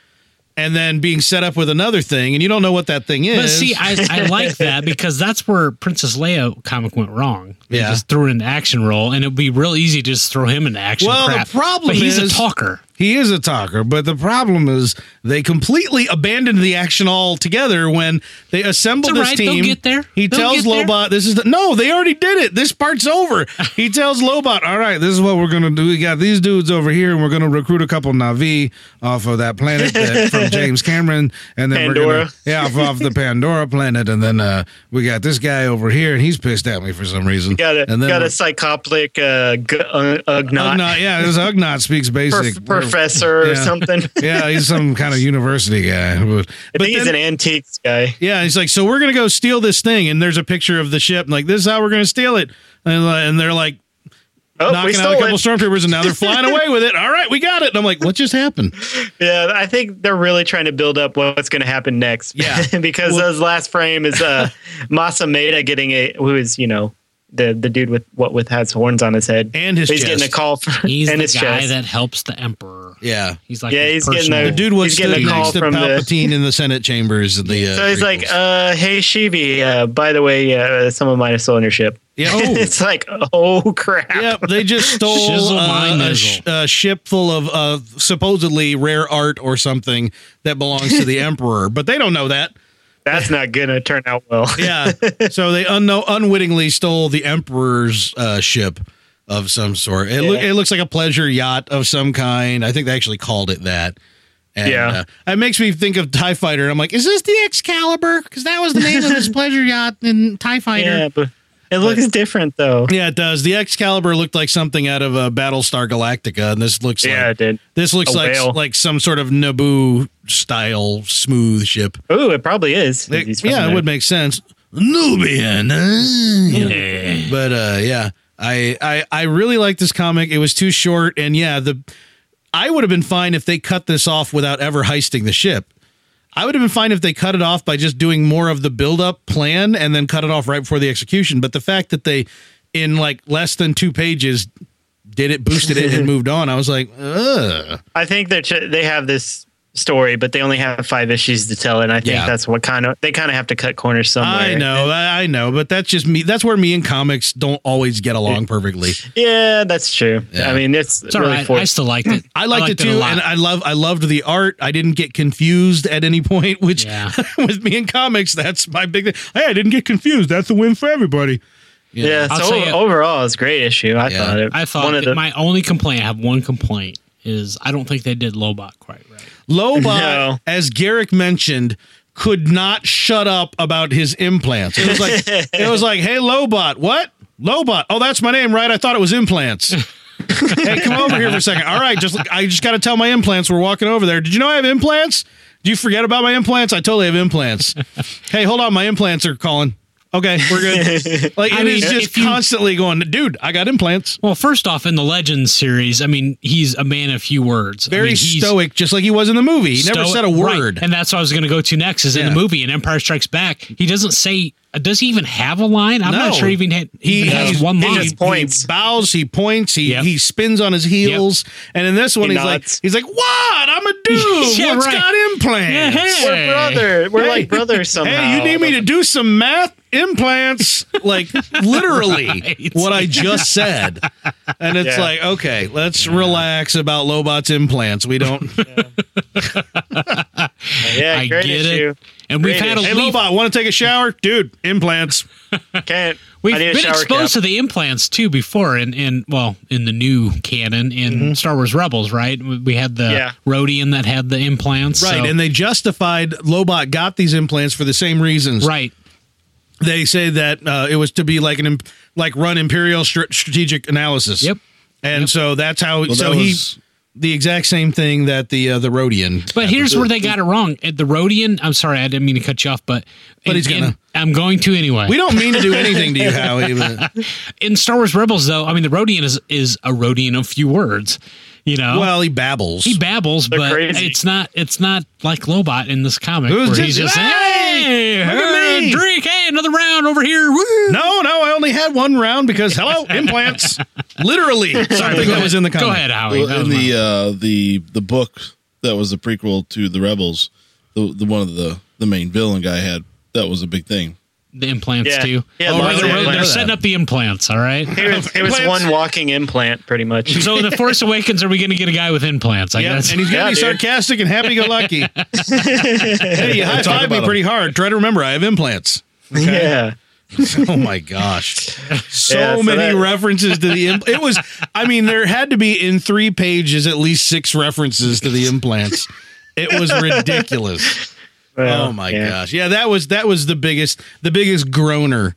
Speaker 2: and then being set up with another thing and you don't know what that thing is.
Speaker 4: But see, I,
Speaker 2: [laughs]
Speaker 4: I like that because that's where Princess Leia comic went wrong. They
Speaker 2: Yeah.
Speaker 4: just threw her in the action role, and it'd be real easy to just throw him in the action.
Speaker 2: Well, the
Speaker 4: crap.
Speaker 2: problem
Speaker 4: but he's
Speaker 2: is- [laughs]
Speaker 4: a talker.
Speaker 2: He is a talker, but the problem is they completely abandoned the action altogether when they assembled
Speaker 4: It's all
Speaker 2: this
Speaker 4: right, they'll
Speaker 2: team.
Speaker 4: get there.
Speaker 2: He
Speaker 4: They'll
Speaker 2: tells
Speaker 4: get there.
Speaker 2: Lobot, "This is the, no, they already did it. This part's
Speaker 4: [laughs]
Speaker 2: over." he tells Lobot, "All right, this is what we're gonna do. We got these dudes over here, and we're gonna recruit a couple Navi off of that planet
Speaker 4: [laughs]
Speaker 2: that, from James Cameron, and then we're
Speaker 3: Pandora.
Speaker 2: gonna yeah, off, off the Pandora planet, and then uh, we got this guy over here, and he's pissed at me for some reason.
Speaker 3: Got a
Speaker 2: and then
Speaker 3: got a
Speaker 2: we're-
Speaker 3: psychopic uh, g- uh, ugnot
Speaker 2: Ugnaught-
Speaker 3: [laughs]
Speaker 2: yeah, this Ugnaught speaks basic.
Speaker 3: prof- professor or
Speaker 2: Yeah. [laughs]
Speaker 3: something. I
Speaker 2: yeah, he's some kind of university guy. But, but
Speaker 3: think he's
Speaker 2: then-
Speaker 3: an antiques guy.
Speaker 2: yeah, he's like, so we're gonna go steal this thing, and there's a picture of the ship, and like this is how we're gonna steal it, and, uh, and they're like
Speaker 3: Oh,
Speaker 2: knocking out
Speaker 3: we
Speaker 2: a
Speaker 3: stole
Speaker 2: couple
Speaker 3: it.
Speaker 2: stormtroopers, and now they're flying away with it. All right, we got it. And I'm like, what just happened?
Speaker 3: Yeah, I think they're really trying to build up what's going to happen next.
Speaker 2: Yeah.
Speaker 3: [laughs] because
Speaker 2: Well-
Speaker 3: those last frame is uh,
Speaker 2: [laughs]
Speaker 3: Masameda getting a who is you know the the dude with what with has horns on his head
Speaker 2: And his
Speaker 3: he's
Speaker 2: chest.
Speaker 3: getting a call for
Speaker 4: He's
Speaker 3: [laughs] and
Speaker 4: the
Speaker 3: his
Speaker 4: guy
Speaker 3: chest.
Speaker 4: that helps the emperor.
Speaker 2: Yeah,
Speaker 4: He's like
Speaker 3: Yeah,
Speaker 4: his
Speaker 3: he's getting
Speaker 4: personal-
Speaker 3: the-
Speaker 2: the dude was
Speaker 3: He's getting
Speaker 2: stood
Speaker 3: a call
Speaker 2: next to
Speaker 3: from the-
Speaker 2: Palpatine in the Senate chambers. Of the uh,
Speaker 3: [laughs] so he's like,
Speaker 2: prequels.
Speaker 3: uh, "Hey Shivi, uh, by the way, uh, someone might have stolen your ship."
Speaker 2: yeah,
Speaker 3: [laughs] it's like, oh crap!
Speaker 2: Oh. [laughs] Yep, they just stole
Speaker 4: Shizzle my
Speaker 2: uh, a,
Speaker 4: nizzle.
Speaker 2: sh- a ship full of uh, supposedly rare art or something that belongs to
Speaker 3: [laughs]
Speaker 2: the emperor, but they don't know that.
Speaker 3: That's not gonna turn out well. [laughs]
Speaker 2: Yeah, [laughs] so they unknow- unwittingly stole the emperor's uh, ship of some sort. It, loo-
Speaker 3: Yeah.
Speaker 2: it looks like a pleasure yacht of some kind. I think they actually called it that. And,
Speaker 3: Yeah.
Speaker 2: uh, it makes me think of Tie Fighter. I'm like, is this the Excalibur? Because that was the name of this
Speaker 3: [laughs]
Speaker 2: pleasure yacht in Tie Fighter.
Speaker 3: Yeah, but it looks different though.
Speaker 2: Yeah, it does. The Excalibur looked like something out of uh, Battlestar Galactica, and this looks
Speaker 3: Yeah,
Speaker 2: like
Speaker 3: it did.
Speaker 2: this looks
Speaker 3: A
Speaker 2: like
Speaker 3: whale.
Speaker 2: like some sort of Naboo style smooth ship.
Speaker 3: Ooh, it probably is.
Speaker 2: It-
Speaker 3: He's from
Speaker 2: yeah, it
Speaker 3: there.
Speaker 2: would make sense. Nubian, uh, you know. but uh, yeah, I, I I really like this comic. It was too short, and yeah, the I would have been fine if they cut this off without ever heisting the ship. I would have been fine if they cut it off by just doing more of the build up plan and then cut it off right before the execution. But the fact that they, in like less than two pages, did it, boosted it,
Speaker 3: [laughs]
Speaker 2: and moved on, I was like, ugh.
Speaker 3: I think that they have this story, but they only have five issues to tell, and I think
Speaker 2: Yeah.
Speaker 3: that's what kind of they kind of have to cut corners somewhere.
Speaker 2: I know, I I know, but that's just me. That's where me and comics don't always get along perfectly.
Speaker 3: Yeah, that's true.
Speaker 2: Yeah.
Speaker 3: I mean, it's,
Speaker 4: It's all
Speaker 3: really
Speaker 4: right. I
Speaker 3: forced.
Speaker 4: still liked it.
Speaker 2: [clears throat] I liked, it
Speaker 4: a
Speaker 2: too,
Speaker 4: lot.
Speaker 2: and I love I loved the art. I didn't get confused at any point, which
Speaker 4: Yeah.
Speaker 2: [laughs] with me in comics, that's my big thing. Hey, I didn't get confused. That's a win for everybody. You know?
Speaker 3: yeah,
Speaker 4: I'll
Speaker 3: so
Speaker 4: tell you-
Speaker 3: overall, it's a great issue. I
Speaker 2: Yeah.
Speaker 3: thought it.
Speaker 4: I thought
Speaker 3: one of
Speaker 4: that
Speaker 3: the
Speaker 4: my only complaint. I have one complaint. Is I don't think they did Lobot quite right.
Speaker 2: Lobot,
Speaker 3: No.
Speaker 2: as Garrick mentioned, could not shut up about his implants. It was like it was like, hey Lobot, what? Lobot. Oh, that's my name, right? I thought it was implants. hey, come over here for a second. All right, just I just gotta tell my implants we're walking over there. Did you know I have implants? Do you forget about my implants? I totally have implants. hey, hold on, my implants are calling. Okay, we're good. Like it is
Speaker 4: I mean,
Speaker 2: just
Speaker 4: if you-
Speaker 2: constantly going, dude, I got implants.
Speaker 4: Well, first off, in the Legends series, I mean, he's a man of few words. I
Speaker 2: Very
Speaker 4: mean, he's
Speaker 2: stoic, just like he was in the movie. He never
Speaker 4: stoic-
Speaker 2: said a
Speaker 4: right,
Speaker 2: word.
Speaker 4: and that's what I was going to go to next. Is in
Speaker 2: Yeah.
Speaker 4: the movie in Empire Strikes Back, he doesn't say. Does he even have a line? I'm
Speaker 2: No.
Speaker 4: not sure. He even, had, he even
Speaker 2: he's-
Speaker 4: has one
Speaker 2: he
Speaker 4: line.
Speaker 2: just
Speaker 3: points.
Speaker 2: He bows. He points. He
Speaker 4: Yep.
Speaker 2: he spins on his heels. And in this one,
Speaker 3: He
Speaker 2: he's
Speaker 3: nods.
Speaker 2: like he's like, "What? I'm a [laughs] dude.
Speaker 4: Yeah,
Speaker 2: What's
Speaker 4: right.
Speaker 2: got implants?
Speaker 4: Yeah, hey.
Speaker 3: we're brother. We're like brothers somehow.
Speaker 2: [laughs] Hey, you need me to do some math [laughs] implants, like literally
Speaker 4: Right.
Speaker 2: what I just said. And it's
Speaker 3: Yeah.
Speaker 2: like, okay, let's relax about Lobot's implants. We don't. [laughs]
Speaker 3: Yeah,
Speaker 4: I get
Speaker 3: great
Speaker 4: it.
Speaker 3: issue.
Speaker 4: and we've
Speaker 3: Great
Speaker 4: had a
Speaker 2: hey,
Speaker 4: leaf.
Speaker 2: Lobot, want to take a shower, dude? Implants.
Speaker 3: [laughs] Can't.
Speaker 4: We've
Speaker 3: I need a
Speaker 4: been
Speaker 3: shower
Speaker 4: exposed
Speaker 3: cap.
Speaker 4: to the implants too before, in, in well, in the new canon in
Speaker 2: Mm-hmm.
Speaker 4: Star Wars Rebels, right? We we had the
Speaker 3: Yeah.
Speaker 4: Rodian that had the implants,
Speaker 2: Right,
Speaker 4: so-
Speaker 2: and they justified Lobot got these implants for the same reasons.
Speaker 4: right.
Speaker 2: they say that uh, it was to be like an im- like run imperial str- strategic analysis.
Speaker 4: Yep.
Speaker 2: And so that's how.
Speaker 5: Well,
Speaker 2: so
Speaker 5: that
Speaker 2: he
Speaker 5: was-
Speaker 2: the exact same thing that the uh, the Rhodian.
Speaker 4: But here's where they got it wrong. At the Rodian, I'm sorry, I didn't mean to cut you off, but
Speaker 2: But he's gonna.
Speaker 4: I'm going to anyway.
Speaker 2: we don't mean to do anything
Speaker 5: [laughs]
Speaker 2: to you, Howie. But
Speaker 4: in Star Wars Rebels, though, I mean the Rodian is is a Rodian of few words. You know,
Speaker 2: Well, he babbles.
Speaker 4: he babbles,
Speaker 3: They're
Speaker 4: but
Speaker 3: crazy.
Speaker 4: it's not it's not like Lobot in this comic
Speaker 2: Who's
Speaker 4: where
Speaker 2: just-
Speaker 4: he's just hey,
Speaker 2: Hey, look at
Speaker 4: hey,
Speaker 2: me."
Speaker 4: drink, hey, another round over here. Woo.
Speaker 2: no, no, I only had one round because
Speaker 4: [laughs]
Speaker 2: hello implants. Literally, something that was in the comic.
Speaker 4: Go ahead, Howie.
Speaker 5: Well,
Speaker 4: That
Speaker 5: in
Speaker 4: was my-
Speaker 5: the uh, the the book that was the prequel to the Rebels, the, the one of the the main villain guy had that was a big thing.
Speaker 4: the implants
Speaker 3: Yeah.
Speaker 4: too.
Speaker 3: Yeah,
Speaker 4: Oh,
Speaker 3: lots
Speaker 2: of
Speaker 4: they're,
Speaker 2: implants.
Speaker 4: they're setting up the implants. All right.
Speaker 3: It was, it was
Speaker 2: Implants.
Speaker 3: one walking implant, pretty much. [laughs]
Speaker 4: So in the Force Awakens, are we going to get a guy with implants? I
Speaker 2: Yeah, and
Speaker 4: guess.
Speaker 2: he's gonna
Speaker 3: Yeah,
Speaker 2: be
Speaker 3: dude.
Speaker 2: sarcastic and
Speaker 5: [laughs]
Speaker 2: happy-go-lucky. hey, you high five me
Speaker 5: about
Speaker 2: pretty hard. Try to remember, I have implants.
Speaker 3: Yeah.
Speaker 2: oh my
Speaker 3: [laughs]
Speaker 2: gosh so
Speaker 3: Yeah, so
Speaker 2: many
Speaker 3: that-
Speaker 2: references to the impl- it was i mean there had to be in three pages at least six references to the implants it was ridiculous
Speaker 3: Well,
Speaker 2: oh my
Speaker 3: [laughs] yeah.
Speaker 2: gosh yeah that was that was the biggest the biggest groaner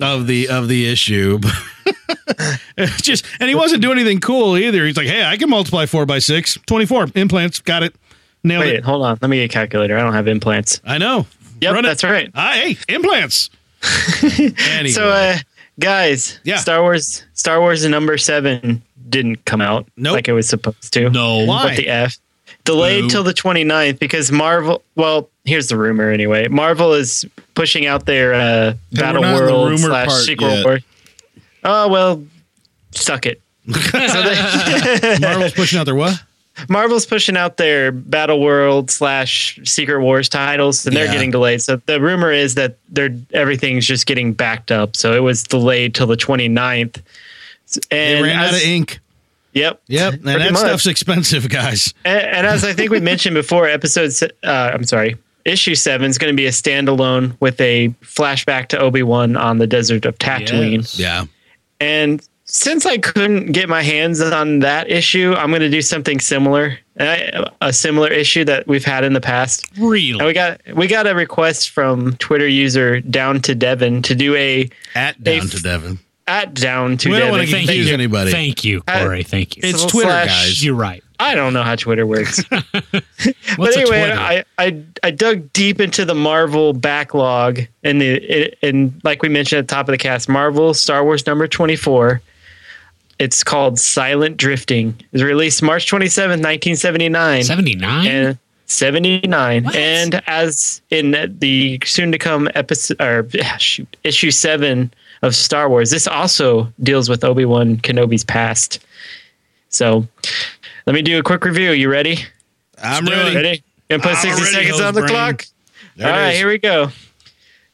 Speaker 2: of the of the issue [laughs] It's just and he wasn't doing anything cool either he's like hey i can multiply four by six 24 implants got it nailed
Speaker 3: Wait,
Speaker 2: it
Speaker 3: hold on. Let me get a calculator. I don't have implants.
Speaker 2: i know
Speaker 3: Yep,
Speaker 2: Run it.
Speaker 3: that's right.
Speaker 2: Ah, hey
Speaker 3: [laughs]
Speaker 2: implants anyway.
Speaker 3: So, uh, guys,
Speaker 2: Yeah.
Speaker 3: Star Wars, Star Wars number seven didn't come out
Speaker 2: Nope.
Speaker 3: like it was supposed to.
Speaker 4: no.
Speaker 2: Why?
Speaker 3: What the F? Delayed till the 29th because Marvel. Well, here's the rumor anyway. Marvel is pushing out their uh, Battle
Speaker 5: not in the
Speaker 3: World
Speaker 5: rumor
Speaker 3: slash
Speaker 5: part
Speaker 3: Secret
Speaker 5: yet.
Speaker 3: War. Oh, well, suck it. so
Speaker 2: [laughs]
Speaker 3: they, [laughs]
Speaker 2: marvel's pushing out their what
Speaker 3: Marvel's pushing out their Battle World slash Secret Wars titles, and they're
Speaker 2: Yeah.
Speaker 3: getting delayed. So the rumor is that they're everything's just getting backed up. So it was delayed till the 29th.
Speaker 2: they
Speaker 3: And
Speaker 2: ran out
Speaker 3: as-
Speaker 2: of ink
Speaker 3: Yep.
Speaker 2: Yep, and
Speaker 3: [laughs] Pretty
Speaker 2: that
Speaker 3: much.
Speaker 2: stuff's expensive, guys.
Speaker 3: And, and as I think we mentioned before, episode se- uh, I'm sorry, issue seven is going to be a standalone with a flashback to Obi Wan on the desert of Tatooine.
Speaker 4: Yes.
Speaker 2: Yeah,
Speaker 3: And since I couldn't get my hands on that issue, I'm going to do something similar, uh, a similar issue that we've had in the past.
Speaker 4: Really?
Speaker 3: And we got we got a request from Twitter user down to Devon to do a
Speaker 2: at
Speaker 3: They
Speaker 2: down to
Speaker 3: f-
Speaker 2: Devon.
Speaker 3: at down to
Speaker 2: We don't
Speaker 3: Devon.
Speaker 2: wanna get
Speaker 4: Thank
Speaker 2: Thank
Speaker 4: you,
Speaker 2: you, anybody.
Speaker 4: Thank you,
Speaker 3: Uh,
Speaker 4: Corey. Thank you.
Speaker 2: It's
Speaker 3: Slash-
Speaker 2: Twitter, guys.
Speaker 4: You're right.
Speaker 3: I don't know how Twitter works.
Speaker 4: What's
Speaker 3: but anyway,
Speaker 4: a Twitter?
Speaker 3: I, I I dug deep into the Marvel backlog and the and like we mentioned at the top of the cast, Marvel Star Wars number twenty four. It's called Silent Drifting. It was released March twenty seventh, nineteen seventy nine,
Speaker 4: 79?
Speaker 3: and seventy nine.
Speaker 4: What?
Speaker 3: And as in the soon to come episode or shoot, issue seven of Star Wars, this also deals with Obi Wan Kenobi's past. So, let me do a quick review. You ready?
Speaker 2: I'm
Speaker 4: do
Speaker 2: ready.
Speaker 4: it.
Speaker 3: Ready? Gonna put
Speaker 2: I'm
Speaker 3: 60
Speaker 2: ready,
Speaker 3: seconds on the
Speaker 2: Hillsbrand.
Speaker 3: clock?
Speaker 2: it
Speaker 3: All right,
Speaker 2: is.
Speaker 3: here we go.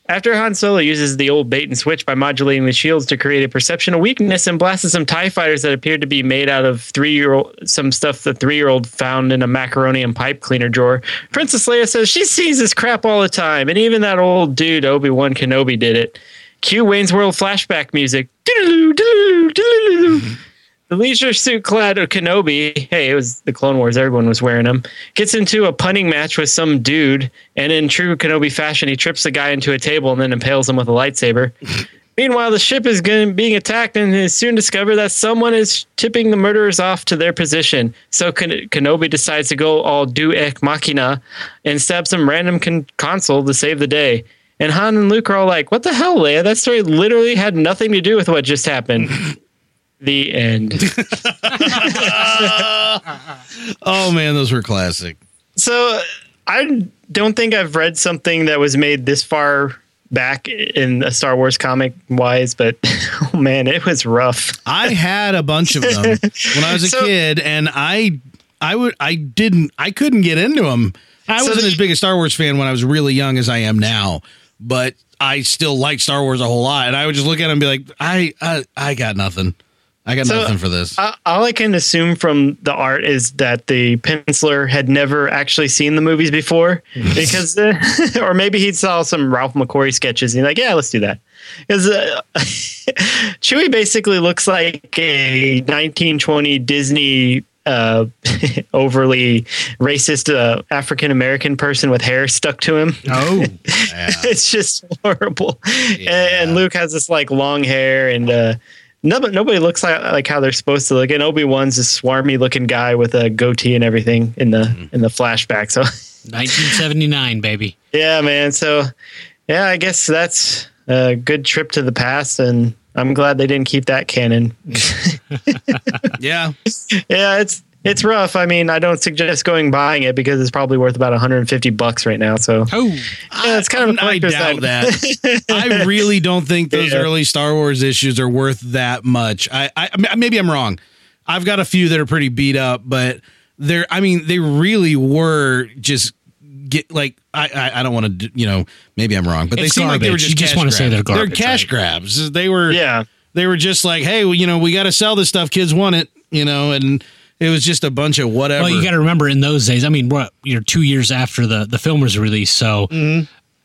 Speaker 3: After Han Solo uses the old bait and switch by modulating the shields to create a perception of weakness and blasted some TIE fighters that appeared to be made out of three year old some stuff the three year old found in a macaroni and pipe cleaner drawer, Princess Leia says she sees this crap all the time, and even that old dude, Obi Wan Kenobi, did it. Cue Wayne's World flashback music. Doodaloo, doodaloo, doodaloo. The leisure suit clad Kenobi, hey, it was the Clone Wars, everyone was wearing them, gets into a punning match with some dude, and in true Kenobi fashion, he trips the guy into a table and then impales him with a lightsaber. Meanwhile, the ship is going, being attacked and is soon discovered that someone is tipping the murderers off to their position. So Ken- Kenobi decides to go all do ek machina and stab some random con- console to save the day. And Han and Luke are all like, what the hell, Leia? That story literally had nothing to do with what just happened. the end.
Speaker 2: Oh man, those were classic.
Speaker 3: So I don't think I've read something that was made this far back in a Star Wars comic wise, but [laughs] oh man, it was rough.
Speaker 2: I had a bunch of
Speaker 3: [laughs]
Speaker 2: them when I was a
Speaker 3: So-
Speaker 2: kid, and I, I would, I didn't, I couldn't get into them. I
Speaker 3: So
Speaker 2: wasn't
Speaker 3: the-
Speaker 2: as big a Star Wars fan when I was really young as I am now, but I still liked Star Wars a whole lot, and I would just look at them and be like, I, I, I got nothing. I got
Speaker 3: So,
Speaker 2: nothing for this.
Speaker 3: Uh, all I can assume from the art is that the penciler had never actually seen the movies before, because, [laughs] uh, or maybe he saw some Ralph McQuarrie sketches and he's like, yeah, let's do that. Because uh, [laughs] Chewie basically looks like a 1920 Disney uh, [laughs] overly racist uh, African American person with hair stuck to him.
Speaker 4: oh,
Speaker 3: [laughs] it's just horrible.
Speaker 2: Yeah.
Speaker 3: And, and Luke has this like long hair, and uh, nobody nobody looks like like how they're supposed to look. And Obi Wan's this swarmy looking guy with a goatee and everything in the
Speaker 2: Mm-hmm.
Speaker 3: in the flashback. So [laughs]
Speaker 4: 1979, baby.
Speaker 3: yeah, man. So yeah, I guess that's a good trip to the past, and I'm glad they didn't keep that canon.
Speaker 2: [laughs] yeah,
Speaker 3: yeah, it's It's rough. I mean, I don't suggest going buying it because it's probably worth about 150 bucks right now. So
Speaker 4: Oh,
Speaker 3: yeah, it's kind of a
Speaker 2: I
Speaker 3: collector's
Speaker 2: doubt
Speaker 3: item. [laughs]
Speaker 2: that. I really don't think those
Speaker 3: Yeah.
Speaker 2: early Star Wars issues are worth that much. I, I I mean, maybe I'm wrong. I've got a few that are pretty beat up, but they're I mean they really were just get like I I, I don't want to you know maybe I'm wrong, but they
Speaker 4: It's
Speaker 2: seem like they were
Speaker 4: garbage.
Speaker 2: just
Speaker 4: You just
Speaker 2: cash
Speaker 4: wanna say
Speaker 2: grabs.
Speaker 4: they're garbage,
Speaker 2: They're cash
Speaker 4: right?
Speaker 2: grabs. They were
Speaker 3: Yeah.
Speaker 2: they were just like hey well, you know we got to sell this stuff. Kids want it you know and it was just a bunch of whatever.
Speaker 4: well, you got to remember in those days. I mean, what you're two years after the the film was released, so
Speaker 3: Mm-hmm.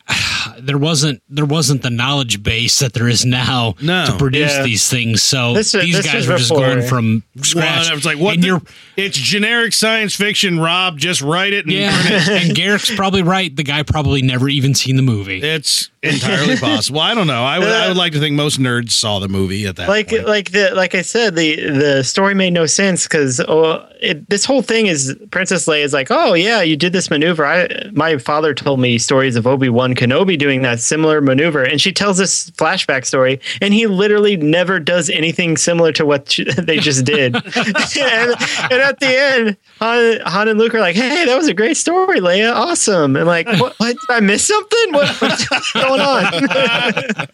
Speaker 4: [sighs] there wasn't there wasn't the knowledge base that there is now
Speaker 2: No.
Speaker 4: to produce
Speaker 3: Yeah.
Speaker 4: these things. So
Speaker 3: This is-
Speaker 4: these
Speaker 3: this
Speaker 4: guys
Speaker 3: is
Speaker 4: were just
Speaker 3: before-
Speaker 4: going from scratch.
Speaker 2: Well, I was like, what?
Speaker 4: And
Speaker 2: the-
Speaker 3: [laughs]
Speaker 4: you're
Speaker 2: it's generic science fiction, Rob. Just write it and print
Speaker 4: yeah, and Garrick's probably right. The guy probably never even seen the movie.
Speaker 2: It's entirely
Speaker 3: [laughs]
Speaker 2: possible. I don't know. I would, I would like to think most nerds saw the movie at that
Speaker 3: like
Speaker 2: point.
Speaker 3: like the like I said, the the story made no sense because oh, it- this whole thing is Princess Leia is like, oh yeah, you did this maneuver. I my father told me stories of Obi Wan Kenobi doing that similar maneuver, and she tells this flashback story, and he literally never does anything similar to what she, [laughs] they just
Speaker 2: [laughs]
Speaker 3: did. and, and at the end, Han, Han and Luke are like, hey, that was a great story, Leia, awesome. And like, what? what did I miss something? What, what's going on?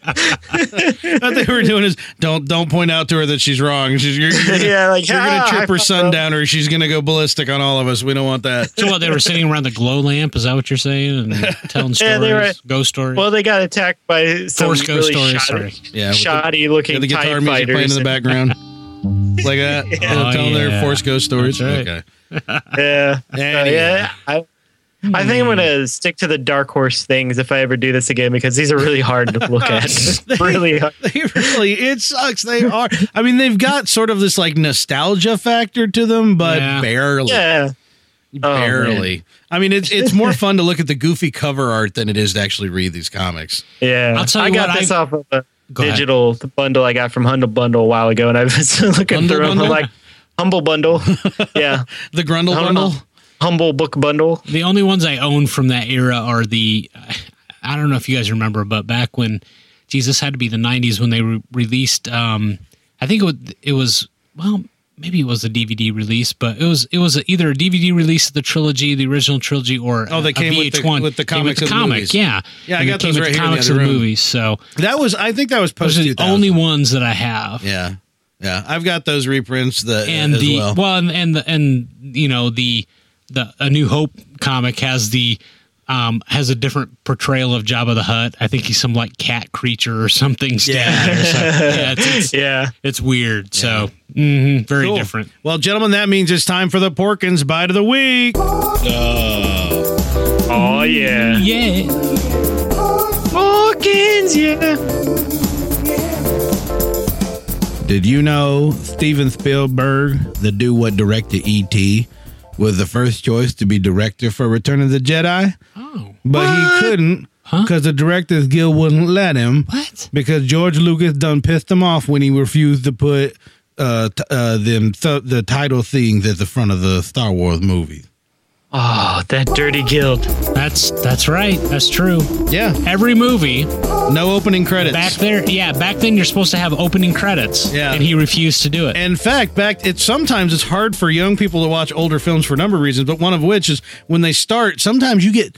Speaker 2: [laughs]
Speaker 3: [laughs]
Speaker 2: what they were doing is don't don't point out to her that she's wrong. She's, you're you're
Speaker 3: [laughs]
Speaker 2: gonna,
Speaker 3: yeah, like
Speaker 2: you're gonna
Speaker 3: "Ah, I
Speaker 2: trip her
Speaker 3: fucked
Speaker 2: son
Speaker 3: up."
Speaker 2: down, or she's gonna go ballistic on all of us. We don't want that.
Speaker 4: So what they were sitting around the glow lamp? Is that what you're saying? And
Speaker 3: [laughs]
Speaker 4: telling stories,
Speaker 3: Yeah, they were-
Speaker 4: ghost stories.
Speaker 3: Well, they got attacked by some
Speaker 4: Force ghost
Speaker 3: really
Speaker 4: stories,
Speaker 3: shoddy,
Speaker 4: sorry.
Speaker 2: Yeah, with the-
Speaker 3: shoddy
Speaker 2: Got
Speaker 3: looking
Speaker 2: the guitar
Speaker 3: TIE
Speaker 2: music playing in
Speaker 3: fighters.
Speaker 2: the background, like
Speaker 3: [laughs]
Speaker 2: that.
Speaker 4: Oh,
Speaker 2: Tell
Speaker 4: yeah.
Speaker 2: their Force Ghost stories.
Speaker 4: That's right.
Speaker 2: Okay.
Speaker 3: Yeah, So,
Speaker 2: Anyway.
Speaker 3: yeah. I, I think I'm gonna stick to the dark horse things if I ever do this again because these are really hard to look at. [laughs] really hard.
Speaker 2: [laughs] They really, it sucks. They are. I mean, they've got sort of this like nostalgia factor to them, but
Speaker 4: Yeah.
Speaker 2: barely.
Speaker 3: Yeah. Oh, man.
Speaker 2: barely. I mean, it's
Speaker 3: [laughs]
Speaker 2: it's more fun to look at the goofy cover art than it is to actually read these comics.
Speaker 3: Yeah.
Speaker 4: I'll tell
Speaker 3: I
Speaker 4: you
Speaker 3: got
Speaker 4: what,
Speaker 3: this
Speaker 4: I-
Speaker 3: off of a
Speaker 4: Go ahead.
Speaker 3: digital bundle I got from Hundle Bundle a while ago, and I've been [laughs] looking
Speaker 2: Hundle
Speaker 3: through them
Speaker 2: Bundle?
Speaker 3: like humble bundle. yeah,
Speaker 2: The Grundle
Speaker 3: Hold on.
Speaker 2: Bundle.
Speaker 3: humble book bundle.
Speaker 4: the only ones I own from that era are the. I don't know if you guys remember, but back when, Jesus had to be the '90s when they re- released. Um, I think it was, it was well, maybe it was the DVD release, but it was it was either a DVD release of the trilogy, the original trilogy, or
Speaker 2: Oh, they
Speaker 4: a
Speaker 2: came with the-
Speaker 4: VH1
Speaker 2: with the
Speaker 4: Came
Speaker 2: comics of the
Speaker 4: comic,
Speaker 2: movies.
Speaker 4: yeah,
Speaker 2: Yeah, I
Speaker 4: And
Speaker 2: got
Speaker 4: they came
Speaker 2: those
Speaker 4: with
Speaker 2: right here
Speaker 4: the
Speaker 2: in the
Speaker 4: comics
Speaker 2: other
Speaker 4: of the
Speaker 2: room.
Speaker 4: movies. So
Speaker 2: That was, I think, that was
Speaker 4: those
Speaker 2: post
Speaker 4: are the
Speaker 2: 2000.
Speaker 4: only ones that I have.
Speaker 2: Yeah, yeah. I've got those reprints. The
Speaker 4: and
Speaker 2: as
Speaker 4: the
Speaker 2: well.
Speaker 4: well, and, and the and you know the the a new hope comic has the um has a different portrayal of Jabba the Hutt. I think he's some like cat creature or something. Yeah, or something. yeah it's, it's,
Speaker 3: Yeah.
Speaker 4: it's weird. So mhm, very
Speaker 2: Cool.
Speaker 4: different.
Speaker 2: Well, gentlemen, that means it's time for the Porkins bite of the week.
Speaker 3: Oh yeah.
Speaker 4: Yeah,
Speaker 3: Hawkins. Yeah.
Speaker 2: Did you know Steven Spielberg, the do what directed E.T., was the first choice to be director for Return of the Jedi?
Speaker 4: Oh.
Speaker 2: But he couldn't
Speaker 4: Huh?
Speaker 2: because the Directors Guild wouldn't let him.
Speaker 4: what?
Speaker 2: because George Lucas done pissed him off when he refused to put uh, t- uh them th- the title things at the front of the Star Wars movie.
Speaker 3: Oh, that dirty guild.
Speaker 4: That's that's right. That's true.
Speaker 2: Yeah,
Speaker 4: Every movie
Speaker 2: no opening credits.
Speaker 4: back there, yeah, back then you're supposed to have opening credits.
Speaker 2: Yeah.
Speaker 4: and he refused to do it.
Speaker 2: in fact, back it's sometimes it's hard for young people to watch older films for a number of reasons, but one of which is when they start, sometimes you get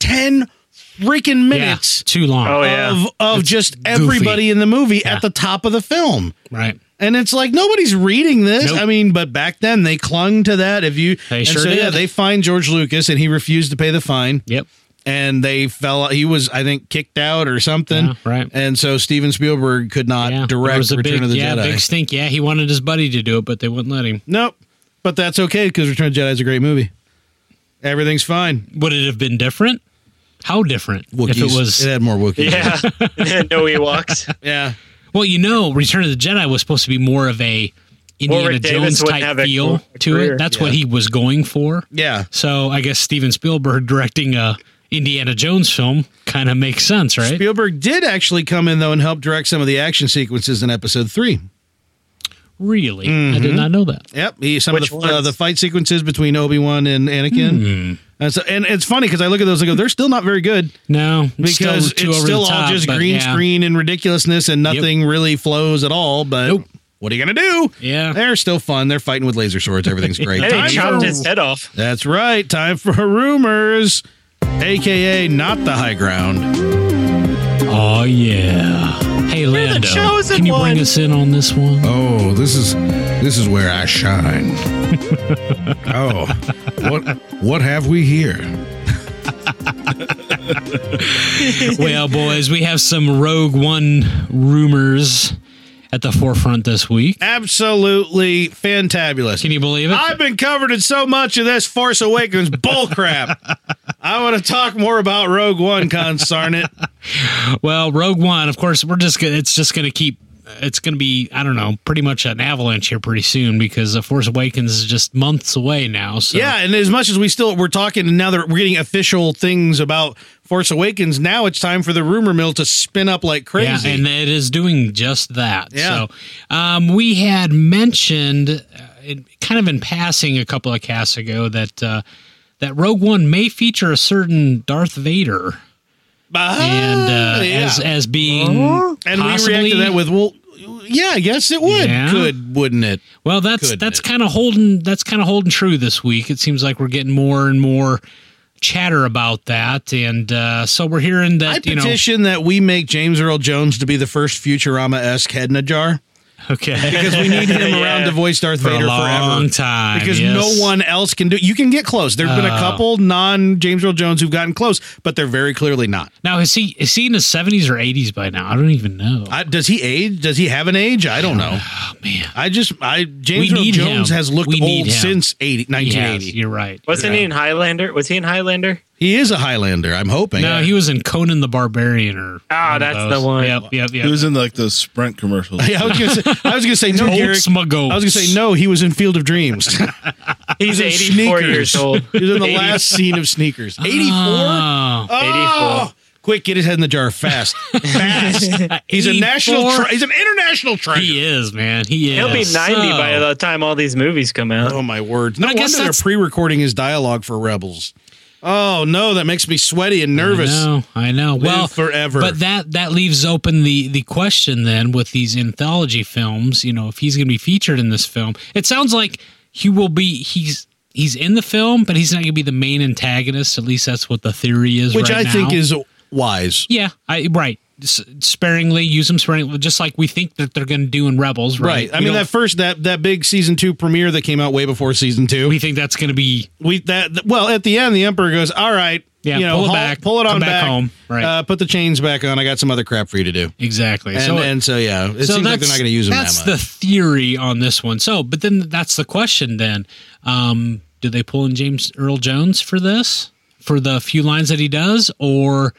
Speaker 2: ten freaking
Speaker 4: Yeah,
Speaker 2: minutes
Speaker 4: too long.
Speaker 3: Oh, yeah.
Speaker 2: of of just everybody in the movie
Speaker 4: Yeah.
Speaker 2: at the top of the film.
Speaker 4: right.
Speaker 2: And it's like nobody's reading this.
Speaker 4: Nope.
Speaker 2: I mean, but back then they clung to that. If you,
Speaker 4: They
Speaker 2: and
Speaker 4: sure
Speaker 2: so, yeah,
Speaker 4: did.
Speaker 2: they fined George Lucas, and he refused to pay the fine,
Speaker 4: Yep.
Speaker 2: and they fell. He was, I think, kicked out or something,
Speaker 4: Yeah, right.
Speaker 2: And so Steven Spielberg could not
Speaker 4: There
Speaker 2: Uh, direct
Speaker 4: was a
Speaker 2: Return
Speaker 4: big,
Speaker 2: of the
Speaker 4: yeah,
Speaker 2: Jedi.
Speaker 4: big stink. Yeah, he wanted his buddy to do it, but they wouldn't let him.
Speaker 2: nope, but that's okay because Return of the Jedi is a great movie. Everything's fine.
Speaker 4: Would it have been different? How different if it
Speaker 2: Wookiees.
Speaker 4: was?
Speaker 2: it had more Wookiees.
Speaker 3: [laughs] Yeah. no [laughs] Ewoks.
Speaker 2: yeah.
Speaker 4: Well, you know, Return of the Jedi was supposed to be more of a Indiana
Speaker 3: Warwick Davis
Speaker 4: Jones
Speaker 3: wouldn't
Speaker 4: type
Speaker 3: have a
Speaker 4: feel
Speaker 3: cool
Speaker 4: to
Speaker 3: career.
Speaker 4: it. That's what he was going for.
Speaker 2: Yeah.
Speaker 4: So I guess Steven Spielberg directing a Indiana Jones film kind of makes sense, right?
Speaker 2: Spielberg did actually come in though and help direct some of the action sequences in Episode Three.
Speaker 4: really, I
Speaker 2: Mm-hmm.
Speaker 4: did not know that.
Speaker 2: Yep, he, some
Speaker 3: Which
Speaker 2: of the, uh,
Speaker 3: ones?
Speaker 2: the fight sequences between Obi Wan and
Speaker 4: Hmm.
Speaker 2: Anakin. And, so, and it's funny because I look at those and go, they're still not very good
Speaker 4: No, it's still
Speaker 2: because
Speaker 4: too
Speaker 2: it's
Speaker 4: over
Speaker 2: still
Speaker 4: the top,
Speaker 2: all just
Speaker 4: but
Speaker 2: green
Speaker 4: yeah.
Speaker 2: screen and ridiculousness and nothing really flows at all. But
Speaker 4: Nope.
Speaker 2: What are you gonna do?
Speaker 4: Yeah.
Speaker 2: They're still fun. They're fighting with laser swords.
Speaker 4: [laughs]
Speaker 2: Everything's great.
Speaker 3: And
Speaker 2: Time
Speaker 3: they chopped
Speaker 2: for-
Speaker 3: his head off.
Speaker 2: that's right. Time for [laughs] rumors, aka not the high ground.
Speaker 4: Oh yeah. Hey Lando,
Speaker 3: chosen
Speaker 4: can you
Speaker 3: one.
Speaker 4: bring us in on this one?
Speaker 2: Oh, this is this is where I [laughs] shine. oh, what what have we here?
Speaker 4: well, boys, we have some Rogue One rumors at the forefront this week.
Speaker 2: Absolutely fantabulous.
Speaker 4: Can you believe it?
Speaker 2: I've been covered in so much of this Force Awakens
Speaker 4: [laughs]
Speaker 2: bullcrap. I want to talk more about Rogue One, consarn it.
Speaker 4: Well, Rogue One, of course, we're just gonna, it's just going to keep it's going to be I don't know, pretty much an avalanche here pretty soon because The Force Awakens is just months away now. So
Speaker 2: Yeah, and as much as we still we're talking and now that we're getting official things about Force Awakens, now it's time for the rumor mill to spin up like
Speaker 4: Yeah,
Speaker 2: crazy.
Speaker 4: and it is doing just that.
Speaker 2: Yeah.
Speaker 4: So, um, we had mentioned, uh, in, kind of in passing, a couple of casts ago that uh, that Rogue One may feature a certain Darth Vader, and
Speaker 2: Ah,
Speaker 4: uh,
Speaker 2: yeah. Hmm?
Speaker 4: as as being,
Speaker 2: and
Speaker 4: possibly,
Speaker 2: we react to that with well, yeah, I guess it would,
Speaker 4: Yeah.
Speaker 2: could, wouldn't it?
Speaker 4: Well, that's
Speaker 2: Couldn't
Speaker 4: that's
Speaker 2: it?
Speaker 4: kind of holding that's kind of holding true this week. It seems like we're getting more and more chatter about that, and uh, so we're hearing
Speaker 2: I
Speaker 4: that you know.
Speaker 2: petition that we make James Earl Jones to be the first Futurama esque head in a jar
Speaker 4: [laughs] Okay.
Speaker 2: because we need
Speaker 4: [laughs]
Speaker 2: him around to voice Darth
Speaker 4: For
Speaker 2: Vader
Speaker 4: a long
Speaker 2: forever.
Speaker 4: time,
Speaker 2: Because
Speaker 4: yes. Uh.
Speaker 2: no one else can do. You can get close. There've been a couple non James Earl Jones who've gotten close, but they're very clearly not.
Speaker 4: Now is he is he in his seventies or eighties by now? I don't even know.
Speaker 2: I, does he age? Does he have an age? I don't know.
Speaker 4: oh man,
Speaker 2: I just I James
Speaker 4: We
Speaker 2: Earl
Speaker 4: need
Speaker 2: Jones
Speaker 4: him.
Speaker 2: has looked
Speaker 4: We need
Speaker 2: old
Speaker 4: him.
Speaker 2: since 80,
Speaker 4: he has.
Speaker 2: 1980.
Speaker 4: You're right.
Speaker 3: Wasn't
Speaker 4: You're
Speaker 3: he
Speaker 4: right.
Speaker 3: in Highlander? Was he in Highlander?
Speaker 2: He is a Highlander. I'm hoping.
Speaker 4: No, he was in Conan the Barbarian or. one
Speaker 3: Ah,
Speaker 4: of
Speaker 3: that's
Speaker 4: those.
Speaker 3: the one.
Speaker 4: Yep, yep, yep.
Speaker 5: He was in like the Sprint commercials.
Speaker 2: [laughs] Yeah, I was gonna say. I was gonna say no,
Speaker 4: Old
Speaker 2: Garrick.
Speaker 4: Smuggles.
Speaker 2: I was gonna say no. He was in Field of
Speaker 4: [laughs]
Speaker 2: Dreams.
Speaker 3: He's
Speaker 2: in
Speaker 3: 84
Speaker 2: Sneakers.
Speaker 3: years old.
Speaker 2: he was in the
Speaker 3: 80.
Speaker 2: last scene of Sneakers.
Speaker 4: Ah.
Speaker 2: Eighty four.
Speaker 4: Oh,
Speaker 2: Oh, quick, get his head in the jar fast,
Speaker 4: [laughs]
Speaker 2: fast. He's a national.
Speaker 4: 84?
Speaker 2: Tra- he's an international treasure.
Speaker 4: he is man. He is.
Speaker 3: He'll be 90
Speaker 4: So-
Speaker 3: by the time all these movies come out.
Speaker 2: Oh my words! No
Speaker 4: I guess
Speaker 2: wonder they're
Speaker 4: that's-
Speaker 2: pre-recording his dialogue for Rebels. Oh no, that makes me sweaty and nervous.
Speaker 4: I know. I know. well,
Speaker 2: forever.
Speaker 4: But that that leaves open the the question then with these anthology films. You know, if he's going to be featured in this film, it sounds like he will be. He's he's in the film, but he's not going to be the main antagonist. At least that's what the theory is.
Speaker 2: Which
Speaker 4: right
Speaker 2: I think
Speaker 4: now.
Speaker 2: is wise.
Speaker 4: Yeah, I right. S- sparingly use them sparingly, just like we think that they're going to do in Rebels. Right.
Speaker 2: Right. I
Speaker 4: We
Speaker 2: mean
Speaker 4: don't-
Speaker 2: that first that that big season two premiere that came out way before season two.
Speaker 4: we think that's going to be
Speaker 2: we that th- well at the end the emperor goes all right
Speaker 4: Yeah,
Speaker 2: you know
Speaker 4: pull it
Speaker 2: haul-
Speaker 4: back,
Speaker 2: pull it on
Speaker 4: come back home." Right.
Speaker 2: uh, put the chains back on i got some other crap for you to do
Speaker 4: exactly.
Speaker 2: and,
Speaker 4: so it-
Speaker 2: and so yeah it seems like they're not going to use them
Speaker 4: That's
Speaker 2: that much
Speaker 4: the theory on this one. So, but then that's the question. Then, um, do they pull in James Earl Jones for this for the few lines that he does, or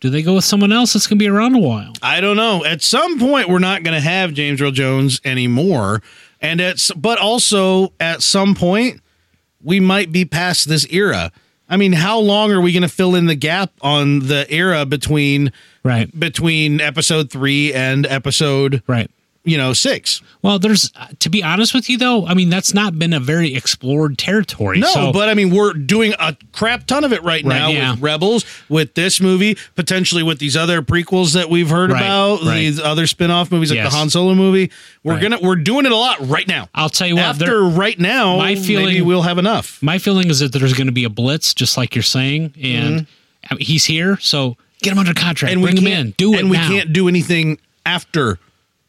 Speaker 4: do they go with someone else that's going to be around a while?
Speaker 2: i don't know at some point we're not going to have james earl jones anymore and it's but also at some point we might be past this era i mean how long are we going to fill in the gap on the era between
Speaker 4: Right.
Speaker 2: between episode three and episode
Speaker 4: Right.
Speaker 2: you know six
Speaker 4: Well, there's to be honest with you though. I mean, that's not been a very explored territory.
Speaker 2: No,
Speaker 4: so,
Speaker 2: but I mean, we're doing a crap ton of it right,
Speaker 4: Right,
Speaker 2: now
Speaker 4: yeah.
Speaker 2: with Rebels, with this movie, potentially with these other prequels that we've heard
Speaker 4: Right,
Speaker 2: about,
Speaker 4: right.
Speaker 2: these other spin-off movies like
Speaker 4: Yes.
Speaker 2: the Han Solo movie. We're
Speaker 4: Right.
Speaker 2: gonna we're doing it a lot right now.
Speaker 4: I'll tell you what.
Speaker 2: After
Speaker 4: there-
Speaker 2: right now,
Speaker 4: my
Speaker 2: maybe
Speaker 4: feeling-
Speaker 2: we'll have enough.
Speaker 4: my feeling is that there's going to be a blitz, just like you're saying, and I mean, he's here, so get him under
Speaker 2: Mm-hmm.
Speaker 4: contract,
Speaker 2: And we
Speaker 4: bring him
Speaker 2: can't-
Speaker 4: in, do it
Speaker 2: And we
Speaker 4: now.
Speaker 2: can't do anything after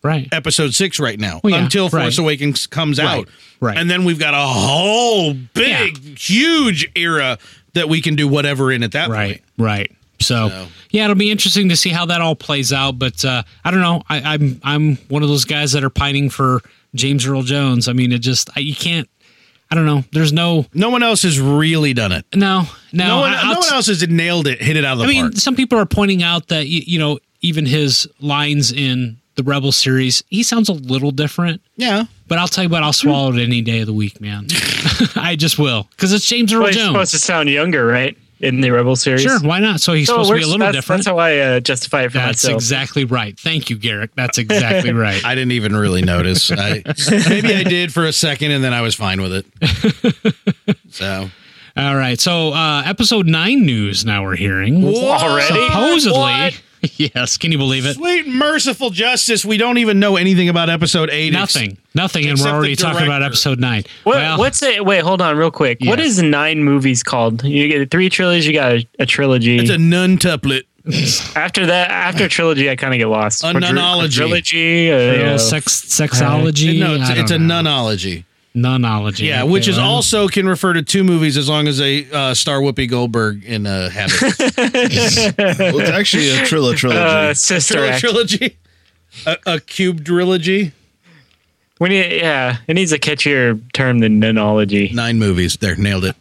Speaker 4: right.
Speaker 2: episode six right now
Speaker 4: Well, yeah,
Speaker 2: until Force
Speaker 4: right.
Speaker 2: Awakens comes
Speaker 4: Right,
Speaker 2: out.
Speaker 4: right.
Speaker 2: And then we've got a whole big, huge era that we can do whatever in at that
Speaker 4: right
Speaker 2: point.
Speaker 4: right so,
Speaker 2: So.
Speaker 4: yeah it'll be interesting to see how that all plays out but uh i don't know I, i'm i'm one of those guys that are pining for james earl jones i mean it just I, you can't i don't know there's no
Speaker 2: No one else has really done it.
Speaker 4: no no,
Speaker 2: No one,
Speaker 4: I, I'll
Speaker 2: no one
Speaker 4: t-
Speaker 2: else has nailed it, hit it out of the
Speaker 4: I mean
Speaker 2: park.
Speaker 4: some people are pointing out that you, you know even his lines in the rebel series he sounds a little different
Speaker 2: Yeah.
Speaker 4: but I'll tell you what, I'll swallow it any day of the week, man. [laughs] I just will. Because it's James Earl
Speaker 3: Well, he's supposed
Speaker 4: Jones.
Speaker 3: to sound younger, right? In the Rebel series.
Speaker 4: Sure, why not? So he's
Speaker 3: So it
Speaker 4: supposed to be
Speaker 3: works.
Speaker 4: a little
Speaker 3: that's,
Speaker 4: different.
Speaker 3: That's how I uh, justify it for
Speaker 4: That's
Speaker 3: myself.
Speaker 4: exactly right. Thank you, Garrick.
Speaker 2: [laughs]
Speaker 4: That's exactly right.
Speaker 2: I didn't even really [laughs] notice. I, maybe I did for a second and then I was fine with it. [laughs] So,
Speaker 4: All right. So, uh, episode nine news now we're hearing.
Speaker 3: Already?
Speaker 4: Supposedly.
Speaker 3: What?
Speaker 4: [laughs] yes. Can you believe it?
Speaker 2: Sweet merciful justice. We don't even know anything about episode eight. ex-
Speaker 4: Nothing. Nothing. And
Speaker 2: Except
Speaker 4: we're
Speaker 2: the
Speaker 4: already talking about
Speaker 2: director.
Speaker 4: episode nine.
Speaker 3: What,
Speaker 4: well,
Speaker 3: what's it? Wait, hold on, real quick. What
Speaker 4: Yeah.
Speaker 3: is nine movies called? You get three trilogies. You got a, a trilogy.
Speaker 2: It's a nuntuplet.
Speaker 3: after that, after trilogy, I kind of get lost.
Speaker 2: A
Speaker 3: Quadri-
Speaker 2: nonology.
Speaker 3: Trilogy. Uh,
Speaker 4: uh,
Speaker 3: yeah.
Speaker 4: sex, sexology?
Speaker 2: No, it's,
Speaker 4: I
Speaker 2: it's a
Speaker 4: don't know.
Speaker 2: nunology.
Speaker 4: Nonology.
Speaker 2: Yeah,
Speaker 4: Okay,
Speaker 2: which is
Speaker 4: well,
Speaker 2: also can refer to two movies as long as they uh, star Whoopi Goldberg in a [laughs] habit.
Speaker 5: Well, it's actually a Trilla trilogy.
Speaker 3: uh, sister
Speaker 2: Tril-
Speaker 3: act.
Speaker 2: trilogy, a, a cube trilogy,
Speaker 3: We need, yeah, it needs a catchier term than
Speaker 2: [laughs]
Speaker 3: nonology.
Speaker 2: nine movies. There, nailed [laughs] it.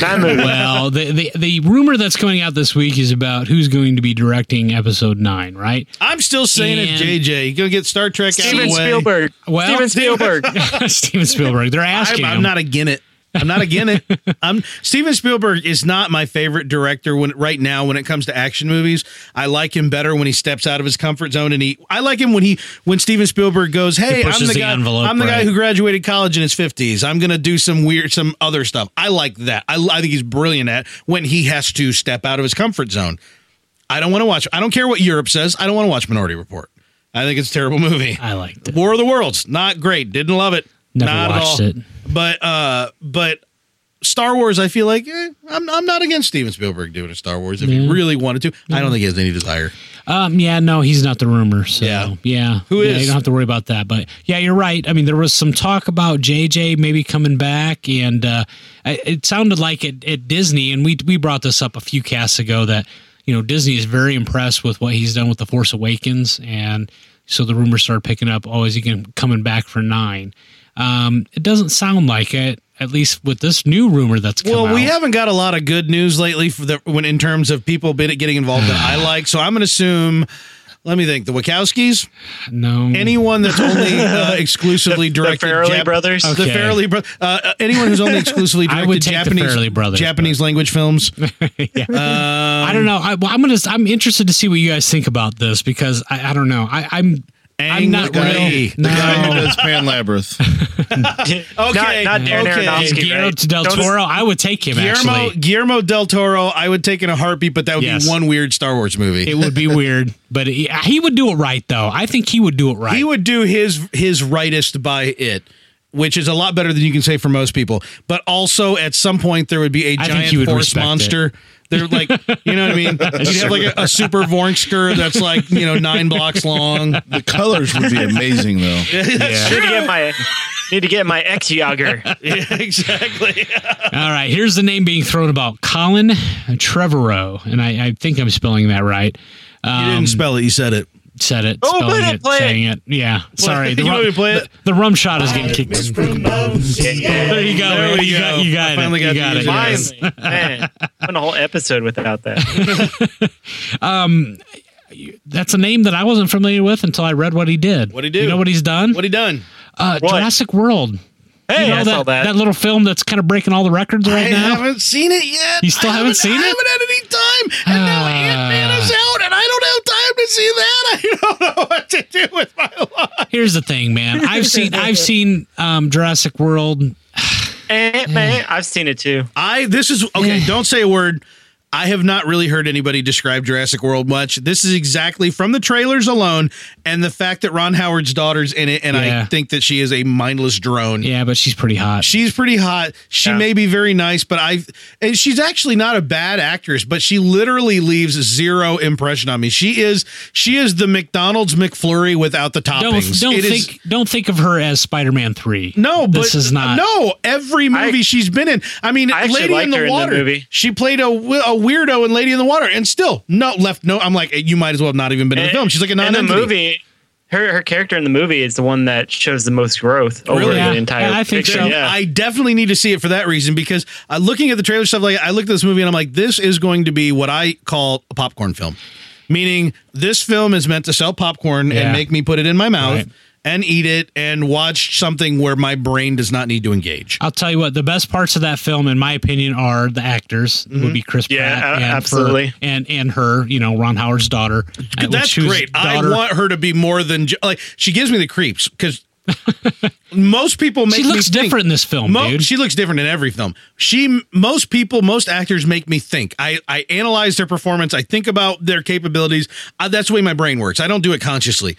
Speaker 3: Nine
Speaker 4: [laughs]
Speaker 3: movies.
Speaker 4: Well, the, the the rumor that's going out this week is about who's going to be directing episode
Speaker 2: [laughs]
Speaker 4: nine, right? [laughs]
Speaker 2: I'm still saying
Speaker 4: And-
Speaker 2: it, JJ. You gonna get Star Trek out of
Speaker 3: Steven
Speaker 2: the way.
Speaker 3: Spielberg.
Speaker 4: Well- [laughs]
Speaker 3: Steven Spielberg.
Speaker 4: Steven Spielberg. They're asking
Speaker 2: I'm, I'm
Speaker 4: him.
Speaker 2: not again it. I'm not again it.
Speaker 4: [laughs]
Speaker 2: I'm Steven Spielberg is not my favorite director when right now when it comes to action movies. I like him better when he steps out of his comfort zone and he. I like him when he when Steven Spielberg goes, "Hey, I'm
Speaker 4: pushes
Speaker 2: the
Speaker 4: the
Speaker 2: guy.
Speaker 4: envelope,
Speaker 2: I'm the guy
Speaker 4: right.
Speaker 2: who graduated college in his 50s. I'm gonna do some weird, some other stuff. I like that. I, I think he's brilliant at when he has to step out of his comfort zone. I don't want to watch. I don't care what Europe says. I don't want to watch Minority Report. I think it's a terrible movie.
Speaker 4: I liked it.
Speaker 2: War of the Worlds, not great. Didn't love it.
Speaker 4: Never
Speaker 2: not at
Speaker 4: watched
Speaker 2: all.
Speaker 4: it.
Speaker 2: But uh, but Star Wars, I feel like eh, I'm I'm not against Steven Spielberg doing a Star Wars if he really wanted to. I don't think he has any desire.
Speaker 4: Um, yeah, no, he's not the rumor. So
Speaker 2: Yeah.
Speaker 4: yeah,
Speaker 2: Who
Speaker 4: Yeah,
Speaker 2: is?
Speaker 4: You don't have to worry about that. But yeah, you're right. I mean, there was some talk about JJ maybe coming back, and uh, I- it sounded like at, at Disney, and we we brought this up a few casts ago that you know Disney is very impressed with what he's done with the Force Awakens, and so the rumors started picking up. Oh, is he gonna- coming back for nine? Um, it doesn't sound like it. At least with this new rumor that's come
Speaker 2: Well, we
Speaker 4: out.
Speaker 2: haven't got a lot of good news lately for the when in terms of people bit- getting involved that
Speaker 4: [sighs]
Speaker 2: I like. So I'm going to assume. Let me think. The Wachowskis,
Speaker 4: no
Speaker 2: anyone that's
Speaker 4: [laughs]
Speaker 2: only uh, exclusively directed
Speaker 3: Farrelly
Speaker 2: Jap-
Speaker 3: brothers?
Speaker 2: the
Speaker 4: Okay.
Speaker 2: Farrelly brothers, uh, uh, anyone who's
Speaker 4: [laughs]
Speaker 2: only exclusively
Speaker 4: I
Speaker 2: directed
Speaker 4: would take the
Speaker 2: Japanese
Speaker 4: Farrelly brothers, but-
Speaker 2: Japanese language films.
Speaker 4: I don't know. I, well, I'm gonna. I'm interested to see what you guys think about this because I, I don't know. I, I'm.
Speaker 2: Ang
Speaker 4: I'm not
Speaker 2: the guy.
Speaker 4: real.
Speaker 2: The [laughs]
Speaker 4: No.
Speaker 5: Guy who does Pan Labyrinth.
Speaker 2: Okay,
Speaker 3: not Darren
Speaker 2: okay.
Speaker 3: Aronofsky.
Speaker 4: Guillermo
Speaker 3: Right.
Speaker 4: del
Speaker 3: Don't-
Speaker 4: Toro. I would take him.
Speaker 2: Guillermo
Speaker 4: Actually,
Speaker 2: Guillermo del Toro, I would take in a heartbeat, but that would
Speaker 4: Yes.
Speaker 2: be one weird Star Wars movie.
Speaker 4: it would be weird, but he, he would do it right, though. I think he would do it right.
Speaker 2: he would do his his rightest by it, which is a lot better than you can say for most people. But also, at some point, there would be a
Speaker 4: think he
Speaker 2: giant
Speaker 4: would
Speaker 2: force
Speaker 4: respect
Speaker 2: monster. They're like, you know what I
Speaker 4: [laughs]
Speaker 2: mean? You'd have like a, a super Vornster that's like you know nine blocks
Speaker 4: [laughs]
Speaker 2: long.
Speaker 5: The colors would be amazing, though.
Speaker 3: [laughs] Need to get my need to get my
Speaker 4: [laughs]
Speaker 3: ex yager.
Speaker 2: Yeah, exactly.
Speaker 4: All right, here's the name being thrown about: Colin Trevorrow, and I, I think I'm spelling that right.
Speaker 2: You
Speaker 4: Um,
Speaker 2: didn't spell it. You said it.
Speaker 4: said it,
Speaker 3: Oh,
Speaker 4: spelling
Speaker 3: play it,
Speaker 4: it,
Speaker 3: play it.
Speaker 4: saying it. Yeah,
Speaker 2: [laughs]
Speaker 4: sorry.
Speaker 2: You
Speaker 4: rum-
Speaker 2: want me to play it?
Speaker 4: The, the rum shot is getting kicked. There you go.
Speaker 2: There
Speaker 4: man.
Speaker 2: we
Speaker 4: you
Speaker 2: go.
Speaker 4: got, you got
Speaker 2: I
Speaker 4: it.
Speaker 2: finally got
Speaker 4: you
Speaker 2: to
Speaker 4: got it.
Speaker 2: use it.
Speaker 4: yes.
Speaker 3: Finally, man, went a whole episode without that.
Speaker 4: that's a name that I wasn't familiar with until I read what he did.
Speaker 2: What'd he do?
Speaker 4: You know what he's done?
Speaker 2: What he done?
Speaker 4: uh,
Speaker 3: What?
Speaker 4: Jurassic World.
Speaker 3: Hey,
Speaker 4: you know
Speaker 3: I
Speaker 4: that,
Speaker 3: saw that.
Speaker 4: little film that's kind of breaking all the records right
Speaker 2: I [laughs]
Speaker 4: now.
Speaker 2: haven't seen it yet.
Speaker 4: You still
Speaker 2: I
Speaker 4: haven't seen
Speaker 2: I
Speaker 4: it?
Speaker 2: haven't had any time. And now
Speaker 4: Ah.
Speaker 2: Ant Man is out, and I don't have time to see that. [laughs] I don't know what to do with my life.
Speaker 4: Here's the thing, man. I've
Speaker 2: [laughs]
Speaker 4: seen I've seen um, Jurassic World.
Speaker 3: Eh, man, I've seen it too.
Speaker 2: I this is okay. don't say a word. I have not really heard anybody describe Jurassic World much. This is exactly from the trailers alone, and the fact that Ron Howard's daughter's in it, and I
Speaker 4: Yeah.
Speaker 2: think that she is a mindless drone.
Speaker 4: Yeah, but she's pretty hot.
Speaker 2: She's pretty hot. She
Speaker 3: Yeah.
Speaker 2: may be very nice, but I and she's actually not a bad actress, but she literally leaves zero impression on me. She is she is the McDonald's McFlurry without the
Speaker 4: don't
Speaker 2: toppings.
Speaker 4: don't
Speaker 2: It is-
Speaker 4: think don't think of her as Spider Man three.
Speaker 2: no, but
Speaker 4: this is not.
Speaker 2: no. Every movie
Speaker 3: I-
Speaker 2: she's been in. I mean,
Speaker 3: I actually
Speaker 2: Lady in
Speaker 3: liked her
Speaker 2: the
Speaker 3: in the
Speaker 2: Water.
Speaker 3: movie.
Speaker 2: She played a, wi- a weirdo in Lady in the Water, and still no left. No, I'm like, you might as well have not even been in the
Speaker 3: Eh,
Speaker 2: film. She's like a
Speaker 3: in
Speaker 2: non
Speaker 3: the movie. Her her character in the movie is the one that shows the most growth over
Speaker 2: Really?
Speaker 3: the
Speaker 4: Yeah,
Speaker 3: entire.
Speaker 4: I think
Speaker 3: picture.
Speaker 4: so.
Speaker 3: Yeah.
Speaker 2: I definitely need to see it for that reason because uh, looking at the trailer stuff, like I looked at this movie and I'm like, this is going to be what I call a popcorn film, meaning this film is meant to sell popcorn and
Speaker 4: Yeah.
Speaker 2: make me put it in my mouth
Speaker 4: Right.
Speaker 2: and eat it and watch something where my brain does not need to engage.
Speaker 4: I'll tell you what, the best parts of that film, in my opinion, are the actors. Would
Speaker 2: Mm-hmm.
Speaker 4: be Chris
Speaker 3: Yeah,
Speaker 4: Pratt,
Speaker 3: a-
Speaker 4: and her-
Speaker 3: absolutely.
Speaker 4: and and her, you know, Ron Howard's daughter. uh,
Speaker 2: That's
Speaker 4: which- whose
Speaker 2: great. I
Speaker 4: daughter- [laughs]
Speaker 2: want her to be more than ju- like she gives me the creeps because Most people make
Speaker 4: She
Speaker 2: me
Speaker 4: looks
Speaker 2: think-
Speaker 4: different in this film,
Speaker 2: Mo-
Speaker 4: dude.
Speaker 2: She looks different in every film. She, most people, most actors make me think. I, I analyze their performance. I think about their capabilities. Uh, that's the way my brain works. I don't do it consciously.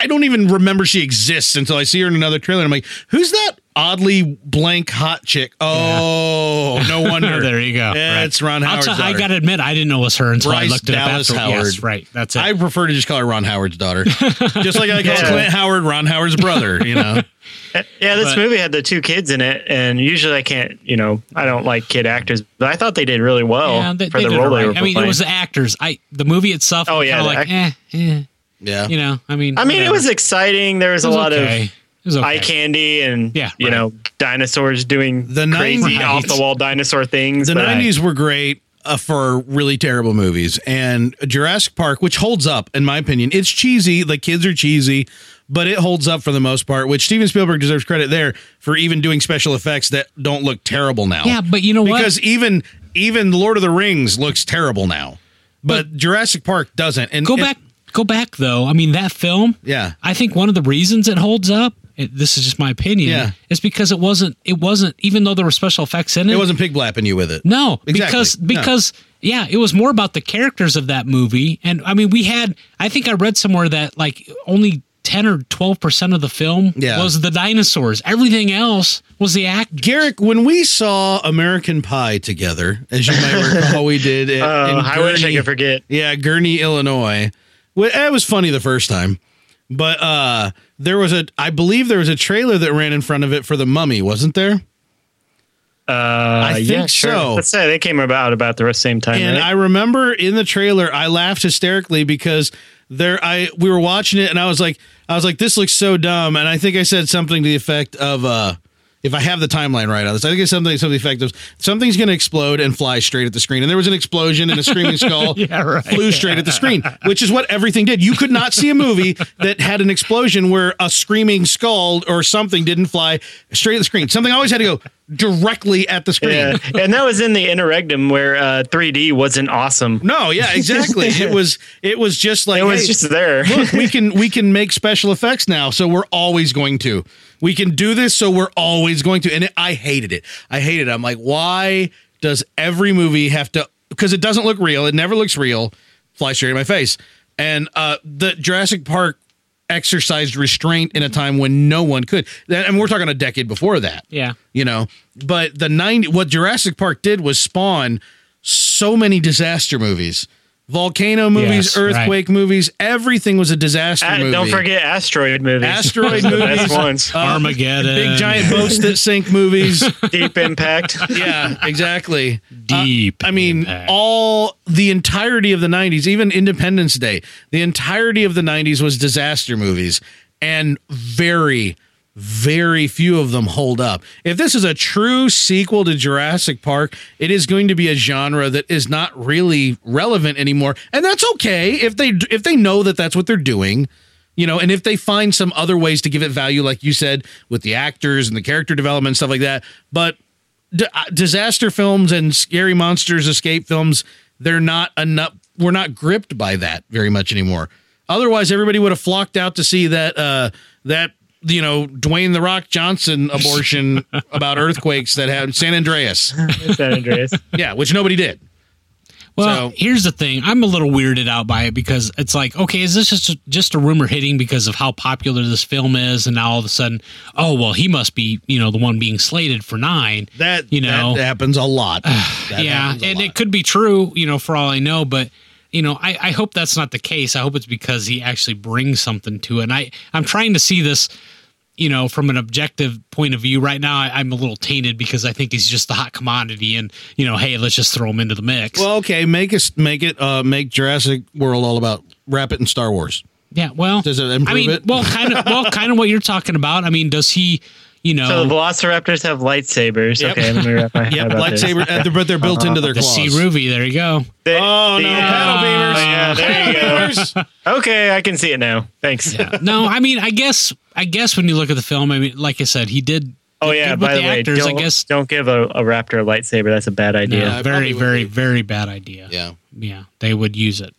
Speaker 2: I don't even remember she exists until I see her in another trailer. I'm like, who's that oddly blank hot chick? Oh,
Speaker 4: [laughs]
Speaker 2: no wonder.
Speaker 4: there you go.
Speaker 2: Yeah,
Speaker 4: Right.
Speaker 2: It's Ron
Speaker 4: I'll
Speaker 2: Howard's
Speaker 4: tell- I
Speaker 2: daughter.
Speaker 4: got to admit, I didn't know it was her until
Speaker 2: Bryce
Speaker 4: I looked it
Speaker 2: Dallas
Speaker 4: up. after- yes,
Speaker 2: Howard.
Speaker 4: right. That's it.
Speaker 2: I prefer to just call her Ron Howard's
Speaker 4: [laughs]
Speaker 2: daughter, just like I call
Speaker 3: Yeah.
Speaker 2: Clint Howard Ron Howard's brother. You
Speaker 4: [laughs]
Speaker 2: know,
Speaker 3: Yeah, this
Speaker 4: But-
Speaker 3: movie had the two kids in it, and usually I can't, you know, I don't like kid actors, but I thought they did really well
Speaker 4: yeah, they,
Speaker 3: Oh, for
Speaker 4: they
Speaker 3: the
Speaker 4: did it
Speaker 3: role they
Speaker 4: right.
Speaker 3: were
Speaker 4: I mean,
Speaker 3: playing.
Speaker 4: it was the actors. I the movie itself.
Speaker 3: Oh,
Speaker 4: I'm
Speaker 3: yeah,
Speaker 4: kinda
Speaker 3: the
Speaker 4: like eh, eh,
Speaker 2: yeah.
Speaker 4: you know. I mean,
Speaker 3: I mean, it
Speaker 4: whatever.
Speaker 3: was exciting. There was,
Speaker 4: It was
Speaker 3: a lot
Speaker 4: okay.
Speaker 3: of
Speaker 4: It was okay.
Speaker 3: eye candy and
Speaker 4: Yeah,
Speaker 3: you
Speaker 4: right.
Speaker 3: know dinosaurs doing
Speaker 2: The
Speaker 3: the crazy
Speaker 2: 90s
Speaker 3: off the wall dinosaur things.
Speaker 2: The
Speaker 3: but I-
Speaker 2: nineties were great uh, for really terrible movies, and Jurassic Park, which holds up in my opinion, it's cheesy. The kids are cheesy, but it holds up for the most part. Which Steven Spielberg deserves credit there for even doing special effects that don't look terrible now.
Speaker 4: Yeah, but you know what?
Speaker 2: because even even Lord of the Rings looks terrible now, but, Jurassic Park doesn't. And
Speaker 4: go
Speaker 2: it-
Speaker 4: back go back though i mean that film
Speaker 2: Yeah.
Speaker 4: i think one of the reasons it holds up it, this is just my opinion
Speaker 2: Yeah.
Speaker 4: is because it wasn't it wasn't even though there were special effects in it
Speaker 2: It wasn't pig blapping you with it.
Speaker 4: no
Speaker 2: Exactly.
Speaker 4: because
Speaker 2: No.
Speaker 4: because yeah it was more about the characters of that movie and i mean we had i think i read somewhere that like only 10 or 12% of the film
Speaker 2: Yeah.
Speaker 4: was the dinosaurs everything else was the act
Speaker 2: Garrick, when we saw American Pie together, as you
Speaker 4: [laughs]
Speaker 2: might recall, we did. At,
Speaker 3: Oh,
Speaker 2: in
Speaker 3: I wish I
Speaker 2: Gurnee-
Speaker 3: could forget.
Speaker 2: Yeah, Gurney, Illinois. Well, It was funny the first time, but uh, there was a, I believe there was a trailer that ran in front of it for the Mummy, wasn't there?
Speaker 3: Uh,
Speaker 2: I
Speaker 3: yeah,
Speaker 2: think
Speaker 3: sure.
Speaker 4: Oh.
Speaker 2: so.
Speaker 3: Let's say they came about about the same time.
Speaker 2: And I
Speaker 3: right?
Speaker 2: remember in the trailer, I laughed hysterically because there, I we were watching it, and I was like, I was like, this looks so dumb, and I think I said something to the effect of, uh, if I have the timeline right on this, I think it's something something effective. Something's going to explode and fly straight at the screen, and there was an explosion and a screaming
Speaker 3: [laughs]
Speaker 2: skull flew straight at the screen, which is what everything did. You could not see a movie that had an explosion where a screaming skull or something didn't fly straight at the screen. Something always had to go directly at the screen.
Speaker 3: yeah.
Speaker 4: [laughs]
Speaker 3: and that was in the interregnum where uh, 3D wasn't awesome.
Speaker 2: No, yeah, exactly. it was it was just like
Speaker 3: it was
Speaker 2: hey,
Speaker 3: just there. [laughs]
Speaker 2: look, we can we can make special effects now, so we're always going to. We can do this, so we're always going to. And it, I hated it. I hated it. I'm like, why does every movie have to? Because it doesn't look real. It never looks real. Fly straight in my face. And uh, the Jurassic Park exercised restraint in a time when no one could. That- And we're talking a decade before that
Speaker 4: yeah
Speaker 2: you know but the 90 what jurassic park did was spawn so many disaster movies volcano movies
Speaker 4: Yes, right.
Speaker 2: earthquake movies everything was a disaster
Speaker 3: Ah,
Speaker 2: movie
Speaker 3: don't forget asteroid movies.
Speaker 2: Asteroid
Speaker 3: Those are the
Speaker 2: movies.
Speaker 4: [laughs]
Speaker 3: best ones.
Speaker 4: armageddon
Speaker 2: Uh, big giant boats that sink movies
Speaker 4: [laughs]
Speaker 3: Deep Impact.
Speaker 2: yeah exactly
Speaker 4: deep
Speaker 2: uh, I mean, uh,
Speaker 4: impact.
Speaker 2: all the entirety of the 90s, even Independence Day, the entirety of the 90s was disaster movies, and very, very few of them hold up. If this is a true sequel to Jurassic Park, it is going to be a genre that is not really relevant anymore, and that's okay if they if they know that that's what they're doing. You know, and if they find some other ways to give it value, like you said, with the actors and the character development and stuff like that. But d- uh, disaster films and scary monsters escape films they're not enough we're not gripped by that very much anymore otherwise everybody would have flocked out to see that uh that you know dwayne the rock
Speaker 4: [laughs]
Speaker 2: johnson abortion about earthquakes that happened in san andreas [laughs]
Speaker 3: San Andreas.
Speaker 2: yeah which nobody did
Speaker 4: Well,
Speaker 2: So-
Speaker 4: here's the thing. I'm a little weirded out by it because it's like, okay, is this just just a rumor hitting because of how popular this film is, and now all of a sudden, oh well, he must be, you know, the one being slated for nine.
Speaker 2: that
Speaker 4: you know,
Speaker 2: that happens a
Speaker 4: [sighs]
Speaker 2: lot That
Speaker 4: yeah,
Speaker 2: happens a
Speaker 4: and
Speaker 2: lot.
Speaker 4: it could be true, you know, for all I know, but. You know, I, I hope that's not the case. I hope it's because he actually brings something to it. And I, I'm trying to see this, you know, from an objective point of view. Right now, I, I'm a little tainted because I think he's just the hot commodity and, you know, hey, let's just throw him into the mix.
Speaker 2: well okay make us make it uh make jurassic world all about wrap it in star wars
Speaker 4: Yeah, well,
Speaker 2: Does it improve
Speaker 4: I mean,
Speaker 2: it?
Speaker 4: well, kind of, well, kind of what you're talking about. I mean, does he, you
Speaker 3: So
Speaker 4: know,
Speaker 3: the Velociraptors have lightsabers.
Speaker 2: Yep.
Speaker 3: Okay, let me wrap my head
Speaker 2: [laughs] yep
Speaker 3: about this.
Speaker 2: lightsaber uh, but they're built into their
Speaker 4: the
Speaker 2: claws
Speaker 4: sea
Speaker 2: [laughs]
Speaker 4: ruby? There you go.
Speaker 3: They-
Speaker 2: oh no
Speaker 3: the-
Speaker 2: paddle beamers
Speaker 3: Oh, yeah, there you go.
Speaker 2: Beamers.
Speaker 3: Okay, I can see it now. Thanks.
Speaker 4: No, I mean, I guess, I guess when you look at the film, I mean, like I said, he did.
Speaker 3: [laughs] Oh
Speaker 4: did
Speaker 3: yeah.
Speaker 4: good with
Speaker 3: By the, way,
Speaker 4: actors,
Speaker 3: don't,
Speaker 4: I guess.
Speaker 3: don't give a, a raptor a lightsaber. That's a
Speaker 2: [laughs]
Speaker 3: bad
Speaker 4: No,
Speaker 3: idea. [laughs]
Speaker 2: it probably
Speaker 4: very,
Speaker 2: would
Speaker 4: very,
Speaker 2: be.
Speaker 4: very bad idea.
Speaker 2: yeah
Speaker 4: yeah, they would use it.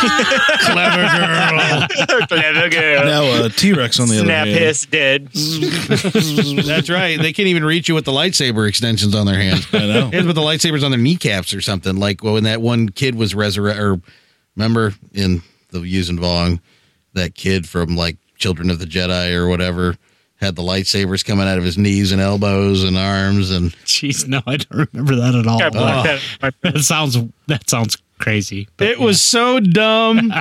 Speaker 2: Clever girl.
Speaker 3: Clever girl.
Speaker 5: Now uh, T Rex on the other
Speaker 3: Snap
Speaker 5: hand.
Speaker 3: his dead.
Speaker 2: Mm. That's right. They can't even reach you with the lightsaber extensions on their [laughs] hands.
Speaker 5: I know.
Speaker 2: Kids with the lightsabers on their kneecaps or something. Like when that one kid was resurrected, or remember in the using Vong, that kid from like Children of the Jedi or whatever had the lightsabers coming out of his knees and elbows and arms and
Speaker 4: Jeez, no, I don't remember that at all.
Speaker 3: I blocked
Speaker 2: Oh.
Speaker 3: that. My
Speaker 4: [laughs] That sounds that sounds crazy. but
Speaker 2: It was so [laughs] dumb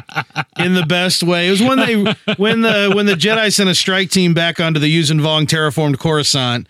Speaker 2: in the best way. It was when they when the when the Jedi sent a strike team back onto the Yuuzhan Vong terraformed Coruscant,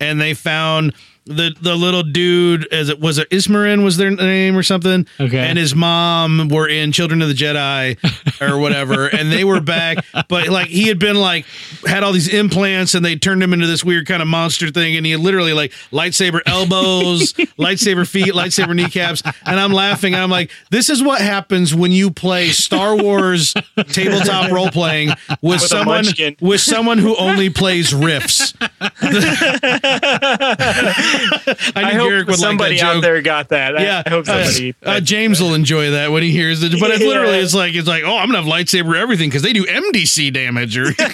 Speaker 2: and they found the the little dude as it was it Ismarin was their name or something.
Speaker 4: Okay.
Speaker 2: and his mom were in Children of the Jedi or whatever, and they were back, but like he had been like had all these implants, and they turned him into this weird kind of monster thing, and he had literally like lightsaber elbows, lightsaber feet, lightsaber kneecaps, and I'm laughing. I'm like, this is what happens when you play Star Wars tabletop role playing with,
Speaker 3: a
Speaker 2: someone
Speaker 3: munchkin.
Speaker 2: with someone who only plays riffs. I,
Speaker 3: I
Speaker 2: knew
Speaker 3: hope
Speaker 2: Garrick would like that
Speaker 3: somebody
Speaker 2: joke.
Speaker 3: out there got that. I-
Speaker 2: Yeah,
Speaker 3: I hope
Speaker 2: uh,
Speaker 3: somebody.
Speaker 2: Uh, James will enjoy that when he hears it. But it's literally,
Speaker 3: Yeah.
Speaker 2: it's like it's like, oh, I'm gonna have lightsaber everything because they do MDC damage. Or [laughs]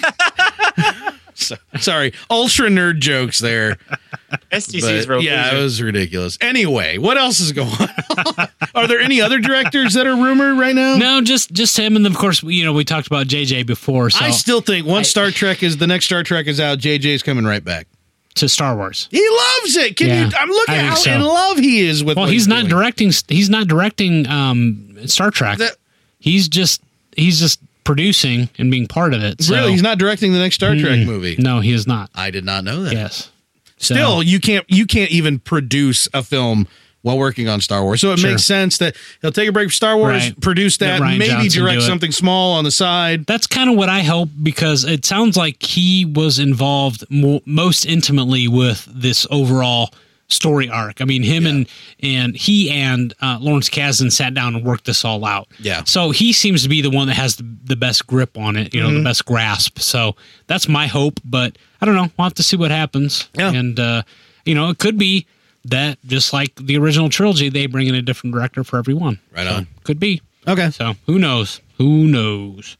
Speaker 2: So- sorry, ultra nerd jokes
Speaker 3: [laughs]
Speaker 2: there. uh,
Speaker 3: SDC's
Speaker 2: But
Speaker 3: real.
Speaker 2: yeah, uh,
Speaker 3: loser.
Speaker 2: it was ridiculous. Anyway, what else is going on? [laughs] are there any other directors that are rumored right now?
Speaker 4: No, just just him, and then, of course, you know we talked about JJ before. So
Speaker 2: I still think once Star Trek is the next Star Trek is out, JJ's coming right back.
Speaker 4: to Star Wars.
Speaker 2: He loves it. Can
Speaker 4: Yeah,
Speaker 2: you? I'm looking
Speaker 4: I
Speaker 2: how
Speaker 4: think so.
Speaker 2: in love he is with.
Speaker 4: Well,
Speaker 2: what
Speaker 4: he's not
Speaker 2: doing.
Speaker 4: directing. He's not directing um, Star Trek.
Speaker 2: That-
Speaker 4: he's just he's just producing and being part of it. So. Hmm.
Speaker 2: Really, he's not directing the next Star Trek movie.
Speaker 4: No, he is not.
Speaker 2: I did not know that.
Speaker 4: Yes. So-
Speaker 2: still you can't you can't even produce a film while working on Star Wars. So it
Speaker 4: Sure.
Speaker 2: makes sense that he'll take a break from Star Wars,
Speaker 4: Right.
Speaker 2: produce that,
Speaker 4: Let Ryan
Speaker 2: maybe
Speaker 4: Johnson
Speaker 2: direct
Speaker 4: do it.
Speaker 2: something small on the side.
Speaker 4: That's kind of what I hope because it sounds like he was involved mo- most intimately with this overall story arc. I mean, him and and he and uh, Lawrence Kasdan sat down and worked this all out.
Speaker 2: Yeah.
Speaker 4: So he seems to be the one that has the, the best grip on it. You
Speaker 2: Mm-hmm.
Speaker 4: know, the best grasp. So that's my hope. But I don't know. We'll have to see what happens.
Speaker 2: Yeah.
Speaker 4: And uh, you know, it could be that just like the original trilogy, they bring in a different director for every one.
Speaker 2: Right
Speaker 4: So,
Speaker 2: on.
Speaker 4: Could be.
Speaker 2: Okay.
Speaker 4: So who knows? Who knows?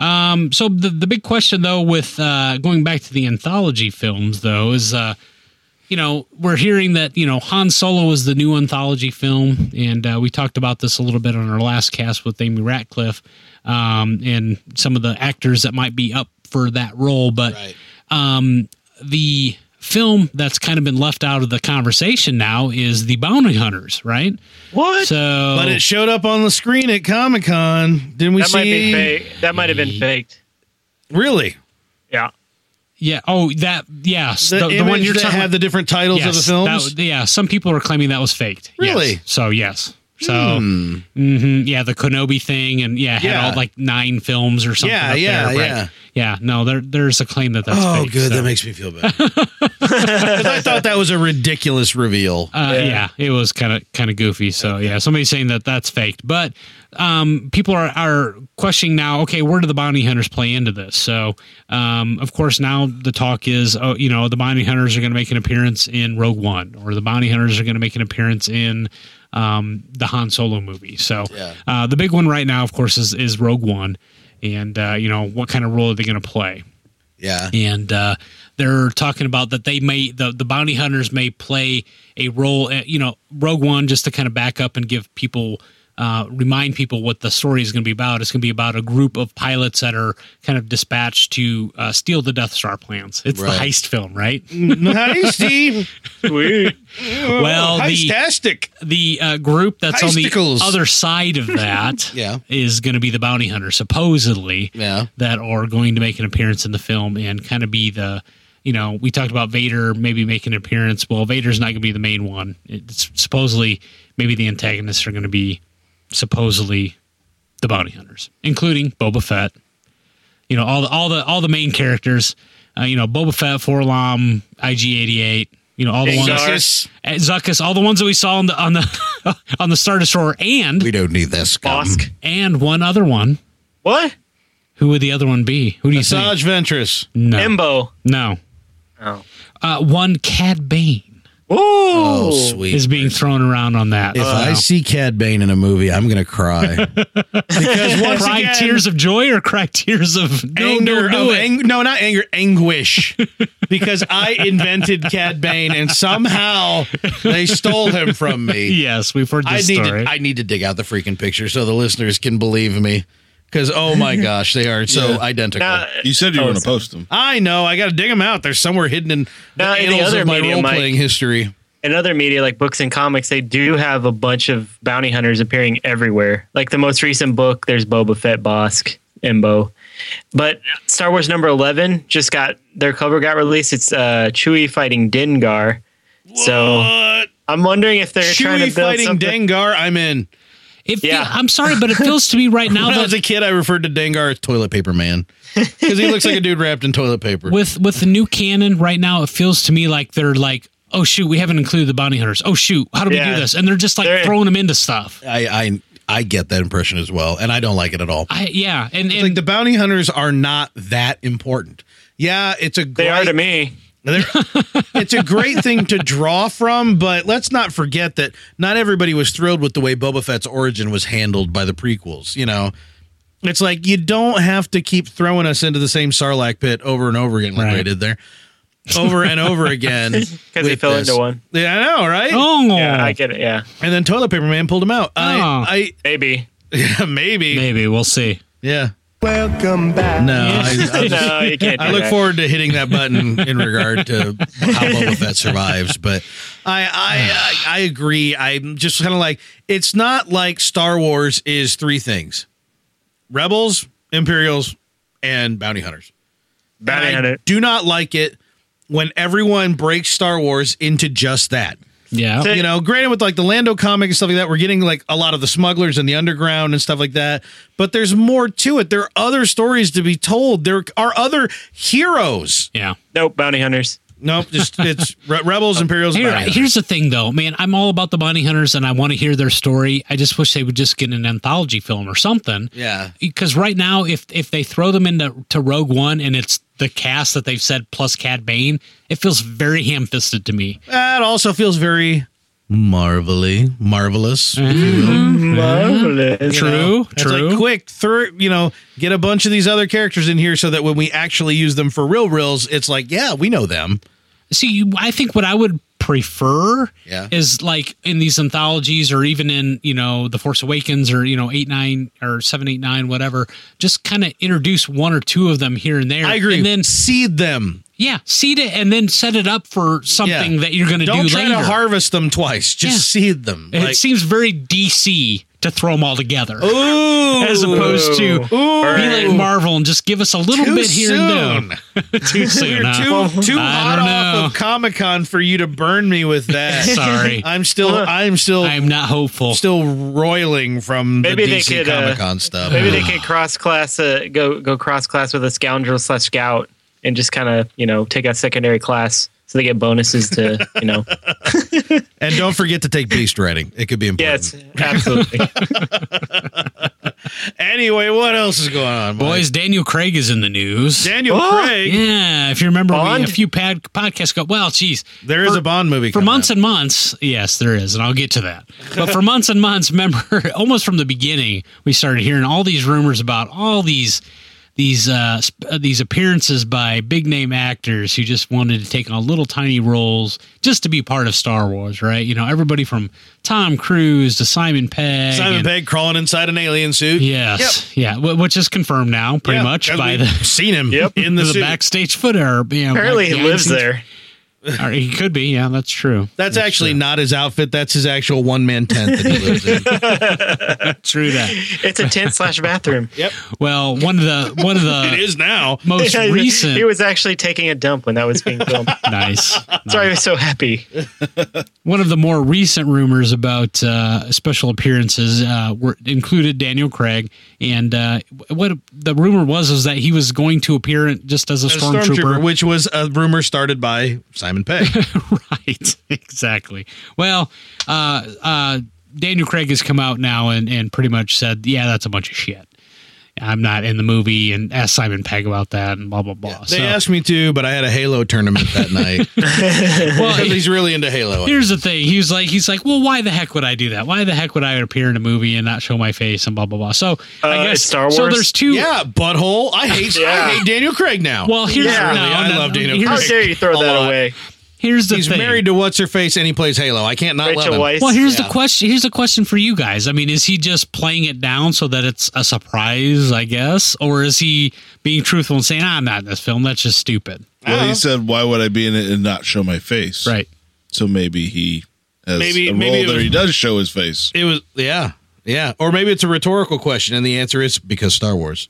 Speaker 4: Um, so the the big question though, with uh, going back to the anthology films though, is uh, you know we're hearing that you know Han Solo is the new anthology film, and uh, we talked about this a little bit on our last cast with Amy Ratcliffe um, and some of the actors that might be up for that role, but um, the film that's kind of been left out of the conversation now is the Bounty Hunters, right?
Speaker 3: What?
Speaker 4: So,
Speaker 2: But it showed up on the screen at Comic Con. Didn't we
Speaker 3: that
Speaker 2: see? Mm.
Speaker 3: might be fake. That might have been faked.
Speaker 2: Really,
Speaker 3: Yeah.
Speaker 4: Yeah. Oh, that. Yes.
Speaker 2: the,
Speaker 4: The, the,
Speaker 2: image
Speaker 4: one you're
Speaker 2: that
Speaker 4: talking
Speaker 2: had the different titles
Speaker 4: yes,
Speaker 2: of the films.
Speaker 4: that- yeah. Some people are claiming that was faked. Yes.
Speaker 2: Really? Hmm.
Speaker 4: So yes. So mhm, yeah, the Kenobi thing, and yeah, had
Speaker 2: Yeah.
Speaker 4: all like nine films or something.
Speaker 2: Yeah,
Speaker 4: up
Speaker 2: yeah,
Speaker 4: there, right?
Speaker 2: yeah.
Speaker 4: yeah. No, there, there's a claim that that's.
Speaker 2: oh,
Speaker 4: fake,
Speaker 2: good.
Speaker 4: so.
Speaker 2: That makes me feel
Speaker 4: [laughs]
Speaker 2: bad. 'Cause I thought that was a ridiculous reveal.
Speaker 4: Uh, yeah. it was kind of kind of goofy. So yeah, somebody's saying that that's faked, but um, people are are questioning now. Okay, where do the bounty hunters play into this? So um, of course now the talk is, oh, you know, the bounty hunters are going to make an appearance in Rogue One, or the bounty hunters are going to make an appearance in um, the Han Solo movie. So uh, the big one right now, of course, is is Rogue One, and uh, you know what kind of role are they going to play? [laughs]
Speaker 2: yeah.
Speaker 4: and uh, they're talking about that they may the, the bounty hunters may play a role uh, you know rogue one just to kind of back up and give people uh, remind people what the story is going to be about it's going to be about a group of pilots that are kind of dispatched to uh, steal the death star plans it's the
Speaker 2: Right.
Speaker 4: heist film right
Speaker 2: Heisty.
Speaker 3: Sweet.
Speaker 4: well the,
Speaker 2: Heistastic.
Speaker 4: the uh, group that's on the
Speaker 2: Heisticles.
Speaker 4: other
Speaker 2: [laughs]
Speaker 4: side of that
Speaker 2: Yeah.
Speaker 4: is going to be the bounty hunter supposedly
Speaker 2: Yeah.
Speaker 4: that are going to make an appearance in the film and kind of be the you know we talked about vader maybe making an appearance well vader's not going to be the main one it's supposedly maybe the antagonists are going to be supposedly the bounty hunters including boba fett you know all the all the all the main characters uh, you know boba fett forlom ig88 you know all the ones
Speaker 2: Zuckus.
Speaker 4: Eh, Zuckus, all the ones that we saw on the on the [laughs] on the Star Destroyer, and
Speaker 2: We don't need this. scum.
Speaker 3: Bosk.
Speaker 4: and one other one.
Speaker 3: What?
Speaker 4: Who would the other one be? Who do you think?
Speaker 2: Asajj Ventress.
Speaker 4: No,
Speaker 3: Embo.
Speaker 4: no.
Speaker 3: Oh.
Speaker 4: Uh, one Cad Bane.
Speaker 3: Ooh,
Speaker 2: Oh, sweet.
Speaker 4: is being thrown around on that. Uh,
Speaker 2: if
Speaker 4: So,
Speaker 2: I see Cad Bane in a movie, I'm gonna cry. [laughs] because once
Speaker 4: cry
Speaker 2: again,
Speaker 4: tears of joy or cry tears of no,
Speaker 2: anger,
Speaker 4: don't do
Speaker 2: of
Speaker 4: it.
Speaker 2: ang- no, not anger, anguish, because I invented Cad Bane, and somehow they stole him from me.
Speaker 4: Yes, we've heard
Speaker 2: I
Speaker 4: this
Speaker 2: need
Speaker 4: story.
Speaker 2: to, I need to dig out the freaking picture so the listeners can believe me. Because oh [laughs] my gosh, they are so
Speaker 5: Yeah.
Speaker 2: identical.
Speaker 3: Now,
Speaker 5: You said you were going to post them.
Speaker 2: I know. I got to dig them out. They're somewhere hidden in the
Speaker 3: Now, in the
Speaker 2: annals
Speaker 3: other
Speaker 2: of my
Speaker 3: media,
Speaker 2: role playing
Speaker 3: Mike-
Speaker 2: history.
Speaker 3: in other media like books and comics, they do have a bunch of bounty hunters appearing everywhere. Like the most recent book, there's Boba Fett, Bosk, Imbo. But Star Wars number eleven just got their cover got released. It's uh, Chewie fighting Dengar. So
Speaker 2: What?
Speaker 3: I'm wondering if they're trying to
Speaker 2: Chewie
Speaker 3: build
Speaker 2: fighting
Speaker 3: something.
Speaker 2: Dengar. I'm in.
Speaker 4: It fe-
Speaker 3: Yeah.
Speaker 4: I'm sorry, but it feels to me right now
Speaker 2: When [laughs] I was
Speaker 4: that
Speaker 2: a kid, I referred to Dengar as toilet paper
Speaker 4: [laughs]
Speaker 2: man because he looks like a dude wrapped in toilet paper.
Speaker 4: with with the new canon right now, it feels to me like they're like, oh shoot, we haven't included the bounty hunters. Oh shoot, how do we
Speaker 3: Yeah.
Speaker 4: do this? And they're just like
Speaker 3: They're-
Speaker 4: throwing them into stuff.
Speaker 2: I, I I get that impression as well, and I don't like it at all.
Speaker 4: I, yeah, and,
Speaker 2: It's
Speaker 4: and
Speaker 2: like the bounty hunters are not that important. Yeah, it's a
Speaker 3: they
Speaker 2: great,
Speaker 3: are to me.
Speaker 2: They're-
Speaker 4: [laughs]
Speaker 2: it's a great thing to draw from, but let's not forget that not everybody was thrilled with the way Boba Fett's origin was handled by the prequels. You know, it's like you don't have to keep throwing us into the same sarlacc pit over and over again like
Speaker 4: Right.
Speaker 2: they did there, over and over
Speaker 3: [laughs]
Speaker 2: again. Because
Speaker 3: he fell into one.
Speaker 2: Yeah, I know, right?
Speaker 4: oh,
Speaker 3: Yeah, I get it. Yeah,
Speaker 2: And then Toilet Paper Man pulled him out.
Speaker 4: Oh.
Speaker 2: I, [laughs]
Speaker 3: maybe.
Speaker 2: I yeah, maybe.
Speaker 4: maybe we'll see.
Speaker 2: Yeah. Welcome back. No, I, I, just-
Speaker 3: No, you can't. Do
Speaker 2: I look
Speaker 3: that.
Speaker 2: forward to hitting that button in regard to how Boba Fett survives. But I, I, I, I agree. I'm just kind of like it's not like Star Wars is three things: rebels, Imperials, and bounty hunters.
Speaker 3: Bounty
Speaker 2: And I
Speaker 3: hunter.
Speaker 2: do not like it when everyone breaks Star Wars into just that.
Speaker 4: Yeah,
Speaker 3: So-
Speaker 2: Uh, You know, granted, with like the Lando comic and stuff like that, we're getting like a lot of the smugglers and the underground and stuff like that. But there's more to it. There are other stories to be told. There are other heroes.
Speaker 4: yeah.
Speaker 3: Nope, bounty hunters.
Speaker 2: Nope, just [laughs] it's Re- rebels, Imperials.
Speaker 4: Here,
Speaker 2: Bounty
Speaker 4: here's the thing, though, man. I'm all about the bounty hunters, and I want to hear their story. I just wish they would just get an anthology film or something.
Speaker 2: Hunters. yeah.
Speaker 4: because right now, if if they throw them into to Rogue One and it's the cast that they've said plus Cad Bane, it feels very ham fisted to me.
Speaker 2: That also feels very marvelly marvelous.
Speaker 3: Marvelous.
Speaker 4: True,
Speaker 2: It's like,
Speaker 4: true.
Speaker 2: quick, thir- you know, get a bunch of these other characters in here so that when we actually use them for real reels, it's like, yeah, we know them.
Speaker 4: See, you, I think what I would prefer
Speaker 2: Yeah.
Speaker 4: is like in these anthologies or even in you know the Force Awakens or you know eight nine or seven eight nine whatever. Just kind of introduce one or two of them here and there.
Speaker 2: I agree.
Speaker 4: And then
Speaker 2: seed them.
Speaker 4: yeah, seed it and then set it up for something
Speaker 2: Yeah.
Speaker 4: that you're going to do
Speaker 2: Don't try
Speaker 4: later.
Speaker 2: to harvest them twice. Just seed them.
Speaker 4: it
Speaker 2: Like-
Speaker 4: seems very DC to throw them all together.
Speaker 2: Ooh,
Speaker 4: as opposed to be like Marvel and just give us a little
Speaker 2: too
Speaker 4: bit here
Speaker 2: soon.
Speaker 4: and
Speaker 2: [laughs]
Speaker 4: there. too soon.
Speaker 2: You're
Speaker 4: huh?
Speaker 2: too, too
Speaker 4: I
Speaker 2: hot
Speaker 4: don't
Speaker 2: off
Speaker 4: know.
Speaker 2: of Comic Con for you to burn me with that. [laughs]
Speaker 4: [laughs] Sorry.
Speaker 2: I'm still, I'm still,
Speaker 4: I am not hopeful.
Speaker 2: still roiling from
Speaker 3: Maybe
Speaker 2: the
Speaker 3: they
Speaker 2: DC
Speaker 3: could, uh,
Speaker 2: Comic Con stuff.
Speaker 3: Maybe
Speaker 4: Um,
Speaker 3: they could cross class, uh, go go cross class with a scoundrel slash scout, and just kind of you know take a secondary class so they get bonuses to
Speaker 4: [laughs]
Speaker 3: you know.
Speaker 2: and don't forget to take beast riding. It could be important.
Speaker 4: [laughs]
Speaker 3: yes, absolutely.
Speaker 2: Anyway, what else is going on, Mike?
Speaker 4: Boys, Daniel Craig is in the news.
Speaker 2: Daniel
Speaker 3: Oh,
Speaker 2: Craig.
Speaker 4: yeah, if you remember, we,
Speaker 3: Bond?
Speaker 4: a few pad, podcasts ago. Well, geez,
Speaker 2: There is a Bond movie
Speaker 4: for
Speaker 2: coming
Speaker 4: months
Speaker 2: out.
Speaker 4: and months. Yes, there is, and I'll get to that. But for months and months, [laughs] remember, almost from the beginning, we started hearing all these rumors about all these these uh, sp- uh, these appearances by big name actors who just wanted to take on little tiny roles just to be part of Star Wars, right? You know, everybody from Tom Cruise to Simon Pegg.
Speaker 2: Simon
Speaker 4: and-
Speaker 2: Pegg crawling inside an alien suit.
Speaker 4: Yes. Yeah. wh- Which is confirmed now, pretty
Speaker 2: Yeah,
Speaker 4: much
Speaker 2: 'cause
Speaker 4: by
Speaker 2: we've
Speaker 4: the
Speaker 2: seen him
Speaker 3: Yep.
Speaker 2: [laughs] in the,
Speaker 4: the
Speaker 2: suit.
Speaker 4: backstage footer. You know,
Speaker 3: Apparently,
Speaker 4: like
Speaker 3: he
Speaker 4: behind
Speaker 3: lives
Speaker 4: scenes-
Speaker 3: there.
Speaker 4: [laughs] Or he could be. Yeah, that's true.
Speaker 2: That's actually not his outfit. That's his actual one man tent that he lives
Speaker 4: [laughs]
Speaker 2: in.
Speaker 4: True that.
Speaker 3: It's a tent
Speaker 4: [laughs]
Speaker 3: slash bathroom.
Speaker 4: Well, one of the one of the
Speaker 2: [laughs] it is now.
Speaker 3: [laughs]
Speaker 4: most recent.
Speaker 3: He was actually taking a dump when that was being filmed.
Speaker 4: [laughs] nice.
Speaker 3: Sorry, I was so happy.
Speaker 4: One of the more recent rumors about uh, special appearances uh, were included Daniel Craig, and uh, what the rumor was is that he was going to appear in- just as a
Speaker 2: A
Speaker 4: stormtrooper.
Speaker 2: which was a rumor started by Simon Pegg.
Speaker 4: [laughs] right, exactly. Well, uh, uh, Daniel Craig has come out now and, and pretty much said, yeah, that's a bunch of shit. I'm not in the movie and asked Simon Pegg about that and blah blah blah.
Speaker 2: They
Speaker 4: so
Speaker 2: asked me to, but I had a Halo tournament that night. well, he's really into Halo.
Speaker 4: here's the thing. He was like he's like, Well, why the heck would I do that? Why the heck would I appear in a movie and not show my face and blah blah blah. So I
Speaker 3: Uh,
Speaker 4: guess
Speaker 3: it's Star
Speaker 4: So
Speaker 3: Wars?
Speaker 4: there's two
Speaker 2: yeah, butthole. I hate.
Speaker 3: Yeah.
Speaker 2: I hate Daniel Craig now.
Speaker 4: Well, here's
Speaker 3: Yeah.
Speaker 4: no,
Speaker 2: Really, I
Speaker 4: no,
Speaker 2: love
Speaker 4: no,
Speaker 2: Daniel
Speaker 3: How
Speaker 4: here's,
Speaker 2: Craig.
Speaker 3: dare you throw
Speaker 2: A
Speaker 3: that
Speaker 2: lot.
Speaker 3: away?
Speaker 4: here's the
Speaker 2: he's
Speaker 4: thing.
Speaker 2: married to what's her face, and he plays Halo. I can't not love
Speaker 3: Rachel
Speaker 2: him.
Speaker 3: Weisz.
Speaker 4: Well, here's
Speaker 2: Yeah.
Speaker 4: the question. Here's the question for you guys. I mean, is he just playing it down so that it's a surprise, I guess, or is he being truthful and saying, "Ah, "I'm not in this film. That's just stupid."
Speaker 5: Well, he said, "Why would I be in it and not show my face?"
Speaker 4: Right.
Speaker 5: So maybe he has
Speaker 2: Maybe-
Speaker 5: a
Speaker 2: maybe
Speaker 5: role
Speaker 2: it
Speaker 5: that
Speaker 2: was-
Speaker 5: he does show his face.
Speaker 2: It was yeah, yeah. Or maybe it's a rhetorical question, and the answer is because Star Wars.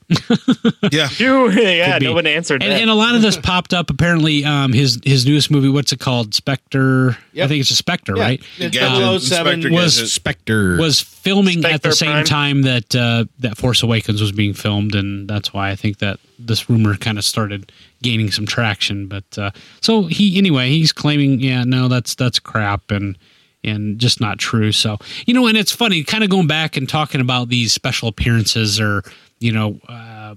Speaker 5: yeah,
Speaker 3: [laughs] You, yeah,
Speaker 4: be.
Speaker 3: no one answered
Speaker 4: And,
Speaker 3: that.
Speaker 4: and a lot of this popped up. Apparently, um, his his newest movie, what's it called? Spectre. I
Speaker 2: Yep.
Speaker 4: think it's a Spectre, right?
Speaker 5: Gadget,
Speaker 2: Double O seven
Speaker 5: Inspector
Speaker 4: was-
Speaker 5: Gadget.
Speaker 2: Spectre.
Speaker 4: Was filming at
Speaker 3: Spectre
Speaker 4: the same
Speaker 3: Prime.
Speaker 4: time that uh, that Force Awakens was being filmed, and that's why I think that this rumor kind of started gaining some traction. But uh, so he anyway, he's claiming, yeah, no, that's that's crap, and and just not true. So you know, and it's funny, kind of going back and talking about these special appearances or you know. Uh,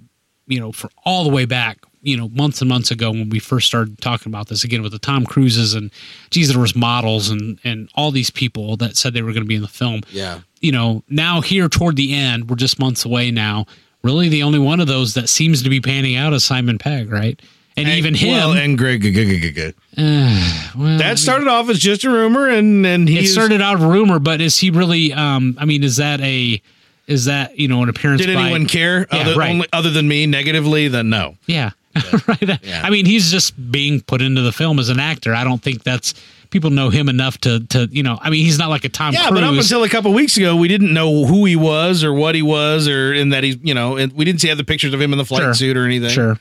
Speaker 4: you know, for all the way back, you know, months and months ago when we first started talking about this again with the Tom Cruises and geez, there was models and and all these people that said they were going to be in the film.
Speaker 2: Yeah.
Speaker 4: You know, now here toward the end, we're just months away now. Really, the only one of those that seems to be panning out is Simon Pegg, right? And, even him.
Speaker 2: Well, and Greg. g- g- g- g-
Speaker 4: well,
Speaker 2: That started off as just a rumor, and and he
Speaker 4: it
Speaker 2: is-
Speaker 4: started out a rumor, but is he really? um I mean, is that a is that you know an appearance?
Speaker 2: Did
Speaker 4: by-
Speaker 2: anyone care
Speaker 4: Yeah,
Speaker 2: other,
Speaker 4: right.
Speaker 2: only, other than me negatively? Then no.
Speaker 4: Yeah. [laughs] right. I mean, he's just being put into the film as an actor. I don't think that's people know him enough to to you know. I mean, he's not like a Tom
Speaker 2: Yeah,
Speaker 4: Cruise.
Speaker 2: but up until a couple weeks ago, we didn't know who he was or what he was, or and that he's you know, and we didn't see have the pictures of him in the flight
Speaker 4: Sure.
Speaker 2: suit or anything.
Speaker 4: sure.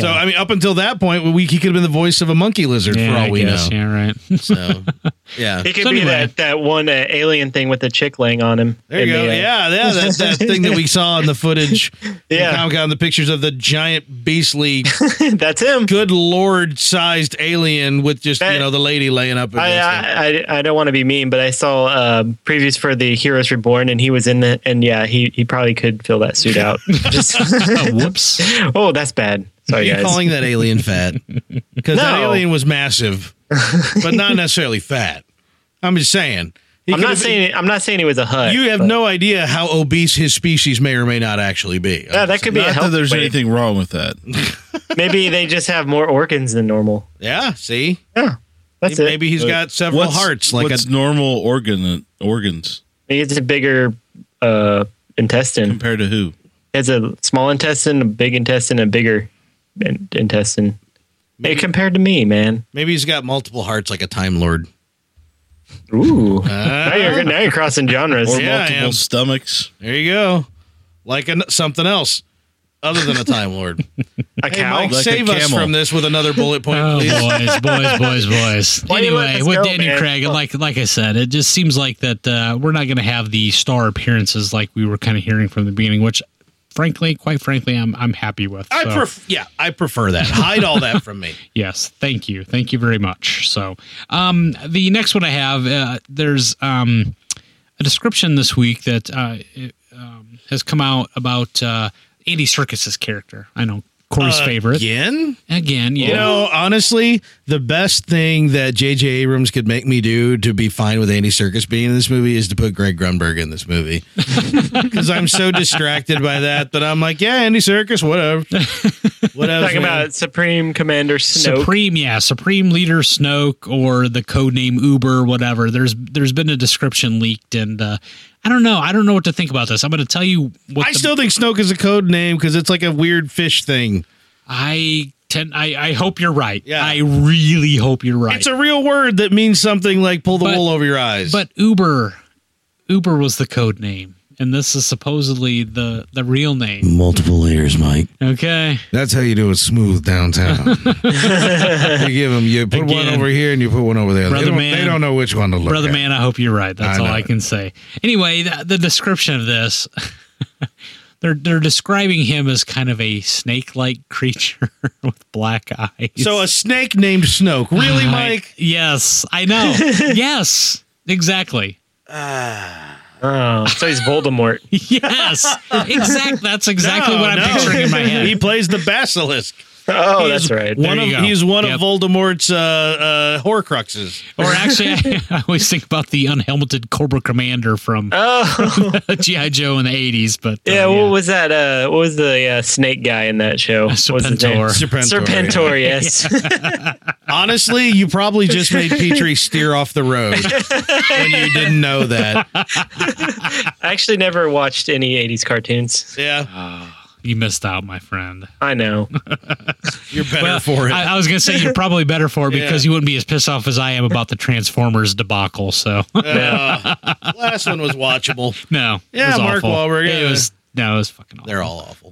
Speaker 2: So I mean, up until that point, we, he could have been the voice of a monkey lizard
Speaker 4: Yeah,
Speaker 2: for all
Speaker 4: I
Speaker 2: we
Speaker 4: guess.
Speaker 2: know.
Speaker 4: Yeah, right.
Speaker 2: So
Speaker 3: [laughs]
Speaker 2: yeah,
Speaker 3: it could
Speaker 4: so
Speaker 3: be
Speaker 4: anyway.
Speaker 3: that, that one uh, alien thing with the chick laying on him.
Speaker 2: There you
Speaker 3: in
Speaker 2: go.
Speaker 3: the, uh,
Speaker 2: yeah, yeah, that's that thing that we saw in the
Speaker 3: [laughs]
Speaker 2: footage.
Speaker 3: Yeah.
Speaker 2: Comic Con, the pictures of the giant, beastly,
Speaker 3: [laughs] that's him.
Speaker 2: good lord sized alien with just, you
Speaker 3: That-
Speaker 2: know, the lady laying up against
Speaker 3: I,
Speaker 2: him.
Speaker 3: I, I, I don't want to be mean, but I saw uh, previews for the Heroes Reborn, and he was in it. And yeah, he, he probably could fill that
Speaker 2: [laughs]
Speaker 3: suit out. Just-
Speaker 4: Oh, [laughs] whoops.
Speaker 3: oh, that's bad.
Speaker 2: Are
Speaker 3: Sorry,
Speaker 2: you
Speaker 3: guys.
Speaker 2: calling that
Speaker 3: [laughs]
Speaker 2: alien fat? Because that
Speaker 3: No.
Speaker 2: alien was massive, but not necessarily fat. I'm just saying. He
Speaker 3: I'm
Speaker 2: could
Speaker 3: not
Speaker 2: have-
Speaker 3: saying I'm not saying he was a hut.
Speaker 2: You have
Speaker 3: but-
Speaker 2: no idea how obese his species may or may not actually be.
Speaker 3: Yeah, that could be a
Speaker 5: Not that
Speaker 3: health.
Speaker 5: there's
Speaker 3: weight.
Speaker 5: anything wrong with that.
Speaker 3: Maybe they just have more organs than normal.
Speaker 2: Yeah, see?
Speaker 3: That's it.
Speaker 2: Maybe he's got several
Speaker 5: What's-
Speaker 2: hearts. Like a,
Speaker 5: what's normal organ organs
Speaker 3: Maybe it's a bigger uh, intestine.
Speaker 5: compared to who?
Speaker 3: It's a small intestine, a big intestine, a bigger in- intestine. Hey, compared to me, man.
Speaker 2: maybe he's got multiple hearts like a Time Lord.
Speaker 3: Ooh.
Speaker 2: Ah.
Speaker 3: now, you're, now you're crossing genres.
Speaker 5: Or
Speaker 2: Yeah, I am.
Speaker 5: multiple stomachs?
Speaker 2: There you go. Like an, something else other than a Time Lord.
Speaker 3: [laughs] A
Speaker 2: Hey,
Speaker 3: cow.
Speaker 2: Mike,
Speaker 5: Like a
Speaker 2: save us
Speaker 5: camel.
Speaker 2: from this with another bullet
Speaker 3: [laughs]
Speaker 2: point,
Speaker 4: Oh
Speaker 2: please.
Speaker 4: boys, boys, boys, boys.
Speaker 2: [laughs]
Speaker 3: Why you let
Speaker 4: anyway,
Speaker 3: this
Speaker 4: with
Speaker 3: go,
Speaker 4: Daniel
Speaker 3: man?
Speaker 4: Craig, and like like I said, it just seems like that uh, we're not going to have the star appearances like we were kind of hearing from the beginning, which, frankly, quite frankly, I'm I'm happy with.
Speaker 2: I
Speaker 4: so.
Speaker 2: pref- yeah, I prefer that. Hide all that
Speaker 3: [laughs]
Speaker 2: from me.
Speaker 4: Yes, thank you, thank you very much. So, um, the next one I have, uh, there's um, a description this week that uh, it, um, has come out about uh, Andy Circus's character. I know Corey's favorite
Speaker 2: Again?
Speaker 4: again. Yeah,
Speaker 2: Uh, You know, honestly, the best thing that J.J. Abrams could make me do to be fine with Andy Circus being in this movie is to put Greg Grunberg in this
Speaker 4: [laughs]
Speaker 2: movie. Because I'm so distracted by that that I'm like, yeah, Andy Circus,
Speaker 4: [laughs]
Speaker 2: whatever. Whatever.
Speaker 3: Talking about Supreme Commander Snoke.
Speaker 4: Supreme, yeah, Supreme Leader Snoke or the codename Uber, whatever. There's there's been a description leaked, and uh, I don't know. I don't know what to think about this. I'm going to tell you what
Speaker 2: I
Speaker 4: the-
Speaker 2: still think Snoke is a code name because it's like a weird fish thing.
Speaker 4: I tend. I, I hope you're right.
Speaker 2: Yeah.
Speaker 4: I really hope you're right.
Speaker 2: It's a real word that means something like pull the
Speaker 4: But-
Speaker 2: wool over your eyes.
Speaker 4: But Uber, Uber was the code name, and this is supposedly the the real name.
Speaker 2: multiple layers, Mike.
Speaker 4: Okay,
Speaker 2: That's how you do it smooth downtown.
Speaker 4: [laughs]
Speaker 2: [laughs] you give them, you put one
Speaker 4: Again.
Speaker 2: over here and you put one over there.
Speaker 4: Brother
Speaker 2: they, don't,
Speaker 4: man.
Speaker 2: they don't know which one to look
Speaker 4: brother
Speaker 2: at.
Speaker 4: man. I hope you're right. That's
Speaker 2: I
Speaker 4: all
Speaker 2: know
Speaker 4: I
Speaker 2: it.
Speaker 4: can say. Anyway, the, the description of this. [laughs] They're, they're describing him as kind of a snake-like [laughs] creature with black eyes.
Speaker 2: So a snake named Snoke. Really,
Speaker 4: I-
Speaker 2: Mike? [laughs]
Speaker 4: yes, I know. yes, exactly.
Speaker 3: Oh, so
Speaker 4: [laughs]
Speaker 3: he's Voldemort.
Speaker 2: [laughs]
Speaker 4: Yes, exactly. That's exactly
Speaker 2: No,
Speaker 4: what I'm
Speaker 2: Oh, no.
Speaker 4: picturing in my
Speaker 2: [laughs] He
Speaker 4: head.
Speaker 2: plays the basilisk.
Speaker 3: Oh,
Speaker 2: He's
Speaker 3: that's right.
Speaker 2: One
Speaker 4: There
Speaker 2: of
Speaker 4: [laughs] you go.
Speaker 2: he's one
Speaker 4: Yep.
Speaker 2: of Voldemort's uh, uh, Horcruxes.
Speaker 4: Or actually, [laughs] I, I always think about the unhelmeted Cobra Commander from [laughs]
Speaker 3: Oh,
Speaker 4: GI Joe in the '80s. But uh,
Speaker 3: [laughs] yeah. What was that? Uh, what was the uh, snake guy in that show? What was his name?
Speaker 4: Serpentor.
Speaker 2: Serpentor.
Speaker 3: Serpentor. Yes.
Speaker 4: [laughs]
Speaker 3: [laughs]
Speaker 2: Honestly, you probably just made Petrie steer off the road when you didn't know that.
Speaker 3: I actually never watched any '80s cartoons.
Speaker 2: Yeah,
Speaker 4: you missed out, my friend.
Speaker 3: I know.
Speaker 2: you're better
Speaker 4: Well,
Speaker 2: for it.
Speaker 4: I, I was gonna say you're probably better for it
Speaker 2: [laughs]
Speaker 4: because
Speaker 2: Yeah.
Speaker 4: you wouldn't be as pissed off as I am about the Transformers debacle. So [laughs]
Speaker 3: [laughs]
Speaker 2: Uh, last one was watchable.
Speaker 4: no,
Speaker 2: Yeah,
Speaker 4: it was
Speaker 2: Mark
Speaker 4: awful.
Speaker 2: Wahlberg,
Speaker 4: It
Speaker 2: yeah.
Speaker 4: was no, it was fucking awful.
Speaker 2: They're all
Speaker 3: [laughs]
Speaker 2: awful.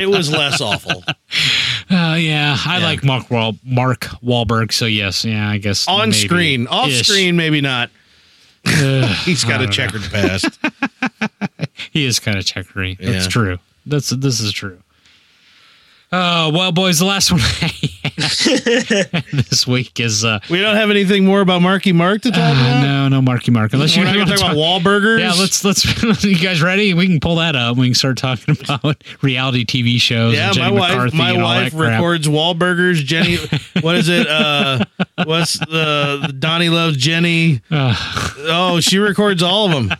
Speaker 2: it was less awful.
Speaker 4: Uh, yeah,
Speaker 2: Yeah.
Speaker 4: I like Mark Wahl- Mark Wahlberg. So yes, yeah, I guess
Speaker 2: On
Speaker 4: maybe.
Speaker 2: screen, off
Speaker 4: Ish.
Speaker 2: screen, maybe not.
Speaker 4: Ugh,
Speaker 2: [laughs] He's got
Speaker 4: I
Speaker 2: a
Speaker 4: don't
Speaker 2: checkered past.
Speaker 4: He is kind of checkering. That's
Speaker 2: Yeah.
Speaker 4: true. That's this is true. Uh, well, boys, the last one [laughs] I
Speaker 2: [laughs]
Speaker 4: had this week is uh,
Speaker 2: We don't have anything more about Marky Mark to talk
Speaker 4: uh,
Speaker 2: about.
Speaker 4: no, no, Marky Mark. Unless you
Speaker 2: We're not
Speaker 4: wanna
Speaker 2: going to talk
Speaker 4: talk-
Speaker 2: about Wahlburgers.
Speaker 4: Yeah, let's let's. [laughs] you guys ready? We can pull that up. We can start talking [laughs] about reality TV shows.
Speaker 2: Yeah,
Speaker 4: and Jenny
Speaker 2: my wife.
Speaker 4: McCarthy
Speaker 2: my
Speaker 4: and all
Speaker 2: wife
Speaker 4: that crap.
Speaker 2: records Wahlburgers. Jenny, [laughs] what is it? Uh, what's the, the Donnie loves Jenny? Oh, she records all of them,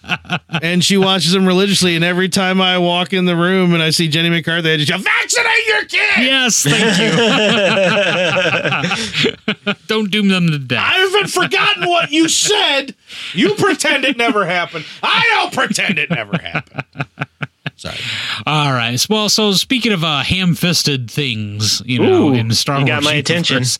Speaker 2: and she watches them religiously. And every time I walk in the room and I see Jenny McCarthy, I just yell, "Vaccinate your kid!"
Speaker 4: Yes, thank
Speaker 2: [laughs]
Speaker 4: you. Don't doom them to death.
Speaker 2: I haven't forgotten what you said. You pretend it never happened. I don't pretend it never happened. Sorry.
Speaker 4: All right. Well, so speaking of uh, ham-fisted things, you know,
Speaker 3: Ooh,
Speaker 4: in Star
Speaker 3: you
Speaker 4: Wars,
Speaker 3: got my attention.
Speaker 4: universe.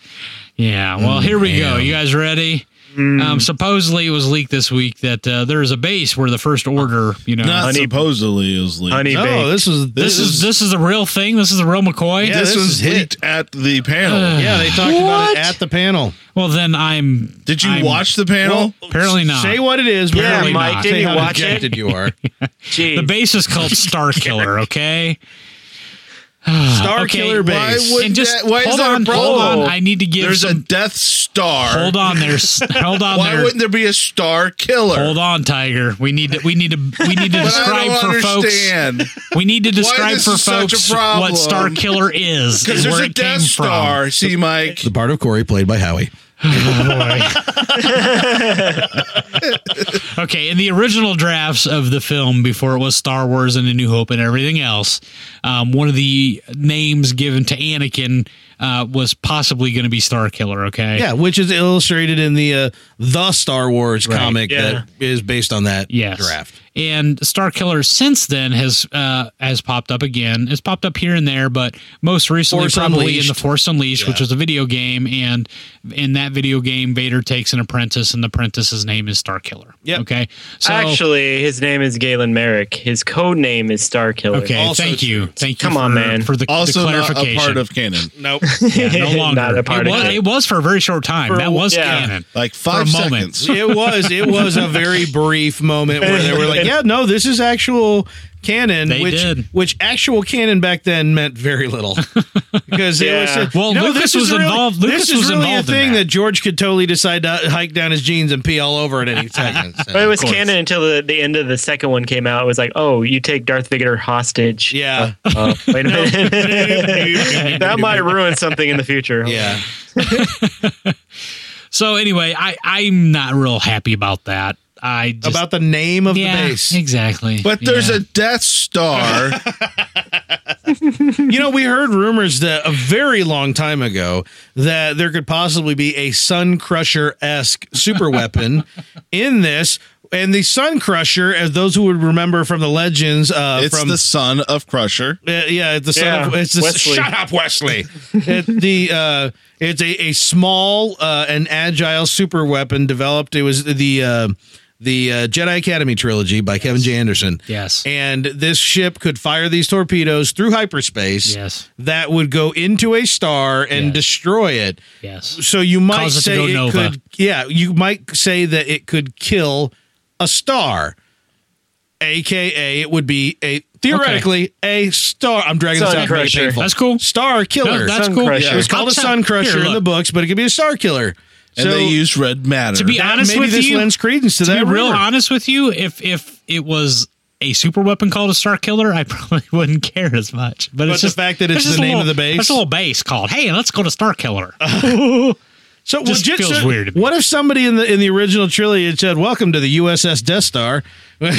Speaker 4: Yeah. Well, here we
Speaker 2: Mm,
Speaker 4: go. You guys ready? Um, supposedly, it was leaked this week that uh, there is a base where the First Order, you know,
Speaker 5: Not
Speaker 3: Honey-
Speaker 5: supposedly it was leaked.
Speaker 3: Honey
Speaker 2: No,
Speaker 3: Baked.
Speaker 2: this was
Speaker 4: Oh, this, is this is the real thing. This is the real McCoy.
Speaker 2: Yeah,
Speaker 5: this,
Speaker 2: this is
Speaker 5: was
Speaker 2: hit.
Speaker 5: leaked at the panel.
Speaker 2: [sighs] yeah. They talked about it
Speaker 3: What?
Speaker 2: at the panel.
Speaker 4: Well, then I'm.
Speaker 5: Did you
Speaker 4: I'm-
Speaker 5: watch the panel?
Speaker 4: Apparently not.
Speaker 2: Say what it is. but
Speaker 3: Yeah,
Speaker 2: really
Speaker 3: Mike,
Speaker 2: not.
Speaker 3: didn't
Speaker 2: Say
Speaker 3: you
Speaker 2: how
Speaker 3: watch it?
Speaker 2: dejected you
Speaker 4: [laughs]
Speaker 2: are.
Speaker 3: Jeez.
Speaker 4: the base is
Speaker 5: [laughs]
Speaker 4: called Star Killer. Okay.
Speaker 2: Star
Speaker 4: Okay.
Speaker 2: Killer Base.
Speaker 5: Why would
Speaker 4: And just
Speaker 5: that, why
Speaker 4: hold
Speaker 5: is that
Speaker 4: on,
Speaker 5: a
Speaker 4: hold
Speaker 5: problem?
Speaker 4: on. I need to give
Speaker 5: There's a
Speaker 4: some.
Speaker 5: Death Star.
Speaker 4: hold on,
Speaker 5: [laughs]
Speaker 4: there's. [laughs] Hold on,
Speaker 5: Why
Speaker 4: there.
Speaker 5: wouldn't there be a Star Killer?
Speaker 4: Hold on, Tiger. We need to. We need to. We need to
Speaker 5: [laughs] But I
Speaker 4: describe
Speaker 5: don't
Speaker 4: for folks. [laughs]
Speaker 5: understand.
Speaker 4: We need to describe
Speaker 5: this
Speaker 4: for
Speaker 5: is such a
Speaker 4: folks
Speaker 5: problem?
Speaker 4: what Star Killer
Speaker 5: [laughs]
Speaker 4: is
Speaker 5: Because
Speaker 4: and
Speaker 5: there's
Speaker 4: where
Speaker 5: a
Speaker 4: it came
Speaker 5: Death Star. See, Mike.
Speaker 2: The part of Corey played by Howie.
Speaker 4: from. Okay, in the original drafts of the film before it was Star Wars and A New Hope and everything else, um, one of the names given to Anakin uh, was possibly going to be Star Killer.
Speaker 2: [laughs]
Speaker 4: Okay,
Speaker 2: Yeah, which is illustrated in the uh, the Star Wars comic
Speaker 3: yeah.
Speaker 2: that is based on that
Speaker 4: yes. [laughs]
Speaker 2: draft.
Speaker 4: And Star Killer since then has uh, has popped up again. It's popped up here and there, but most recently
Speaker 2: Force
Speaker 4: probably in
Speaker 2: Unleashed.
Speaker 4: the Force Unleashed, which
Speaker 2: Yeah.
Speaker 4: was a video game, and in that video game, Vader takes an apprentice, and the apprentice's name is Star Killer.
Speaker 2: Yep.
Speaker 4: Okay. So
Speaker 3: Actually, his name is Galen Merrick. His code name is Star Killer.
Speaker 4: Okay.
Speaker 3: [laughs]
Speaker 2: also
Speaker 4: thank you. Thank you.
Speaker 3: Come on,
Speaker 4: for-
Speaker 3: man.
Speaker 4: For the, the
Speaker 5: Also not a
Speaker 4: clarification.
Speaker 5: part of canon.
Speaker 2: [laughs] Nope.
Speaker 4: Yeah, no longer.
Speaker 3: [laughs] Not a part
Speaker 4: it,
Speaker 3: of
Speaker 4: was,
Speaker 3: it.
Speaker 4: it was for a very short time. that was
Speaker 3: yeah.
Speaker 4: canon.
Speaker 5: Like
Speaker 4: a
Speaker 5: five
Speaker 4: moment.
Speaker 5: seconds.
Speaker 2: it was it was a very brief moment where they were like, yeah, no, this is actual canon,
Speaker 4: They
Speaker 2: which
Speaker 4: did.
Speaker 2: which actual canon back then meant very
Speaker 4: [laughs]
Speaker 2: little because they
Speaker 3: Yeah.
Speaker 2: always said,
Speaker 4: Well,
Speaker 2: no,
Speaker 4: Lucas
Speaker 2: this is
Speaker 4: was
Speaker 2: really-
Speaker 4: involved- Lucas
Speaker 2: this is
Speaker 4: was
Speaker 2: really
Speaker 4: involved
Speaker 2: a
Speaker 4: in
Speaker 2: thing
Speaker 4: that.
Speaker 2: that. George could totally decide to hike down his jeans and pee all over at
Speaker 4: [laughs]
Speaker 2: any second. so.
Speaker 3: But it was
Speaker 4: course.
Speaker 3: canon until the, the end of the second one came out. It was like, oh, you take Darth Vader hostage. [laughs]
Speaker 2: yeah,
Speaker 3: Oh, wait a minute. [laughs] that might ruin something in the future.
Speaker 2: yeah.
Speaker 4: So anyway, I I'm not real happy about that. I just,
Speaker 2: About the name of
Speaker 4: yeah,
Speaker 2: the base.
Speaker 4: exactly.
Speaker 5: But there's
Speaker 4: Yeah.
Speaker 5: a
Speaker 4: [laughs]
Speaker 5: Death Star.
Speaker 2: You know, we heard rumors that a very long time ago that there could possibly be a Sun Crusher esque super weapon in this. And the Sun Crusher, as those who would remember from the legends, uh,
Speaker 5: it's
Speaker 2: from
Speaker 5: the son of Crusher.
Speaker 2: uh, yeah, it's the son
Speaker 3: Yeah,
Speaker 2: of it's the
Speaker 3: Wesley.
Speaker 2: shut up Wesley. it, the uh, it's a, a small uh, and agile super weapon developed. It was the uh, the uh, Jedi Academy trilogy by Kevin J. Anderson.
Speaker 4: Yes.
Speaker 2: and this ship could fire these torpedoes through hyperspace.
Speaker 4: Yes.
Speaker 2: that would go into a star and
Speaker 4: Yes.
Speaker 2: destroy it.
Speaker 4: Yes.
Speaker 2: So you might
Speaker 4: Cause it to
Speaker 2: say
Speaker 4: go
Speaker 2: it
Speaker 4: nova.
Speaker 2: could, yeah, you might say that it could kill a star, aka it would be a theoretically a star. I'm dragging
Speaker 3: Sun
Speaker 2: this out. to make it
Speaker 3: crusher.
Speaker 2: painful.
Speaker 4: That's cool.
Speaker 2: star killer.
Speaker 4: No, that's
Speaker 3: Sun
Speaker 4: cool.
Speaker 3: crusher.
Speaker 4: Yeah.
Speaker 2: it was called a
Speaker 4: I'll
Speaker 2: sun
Speaker 4: tell-
Speaker 2: crusher
Speaker 4: here,
Speaker 2: in the
Speaker 4: look.
Speaker 2: books, but it could be a star killer. So-
Speaker 5: and they used red matter.
Speaker 4: To be honest
Speaker 2: Maybe
Speaker 4: with
Speaker 2: this
Speaker 4: you,
Speaker 2: lends credence to,
Speaker 4: to
Speaker 2: that.
Speaker 4: be real
Speaker 2: rumor.
Speaker 4: honest with you, if if it was a super weapon called a Star Killer, I [laughs] probably wouldn't care as much. But, it's
Speaker 2: the
Speaker 4: just
Speaker 2: fact that it's
Speaker 4: just
Speaker 2: the
Speaker 4: a
Speaker 2: name of
Speaker 4: little-
Speaker 2: the base?
Speaker 4: That's a little base called. Hey, let's go to
Speaker 2: [laughs]
Speaker 4: Star Killer.
Speaker 2: So
Speaker 4: Just
Speaker 2: legit,
Speaker 4: feels
Speaker 2: so
Speaker 4: weird to me.
Speaker 2: What if somebody in the in the original trilogy had said, "Welcome to the USS Death Star"? well,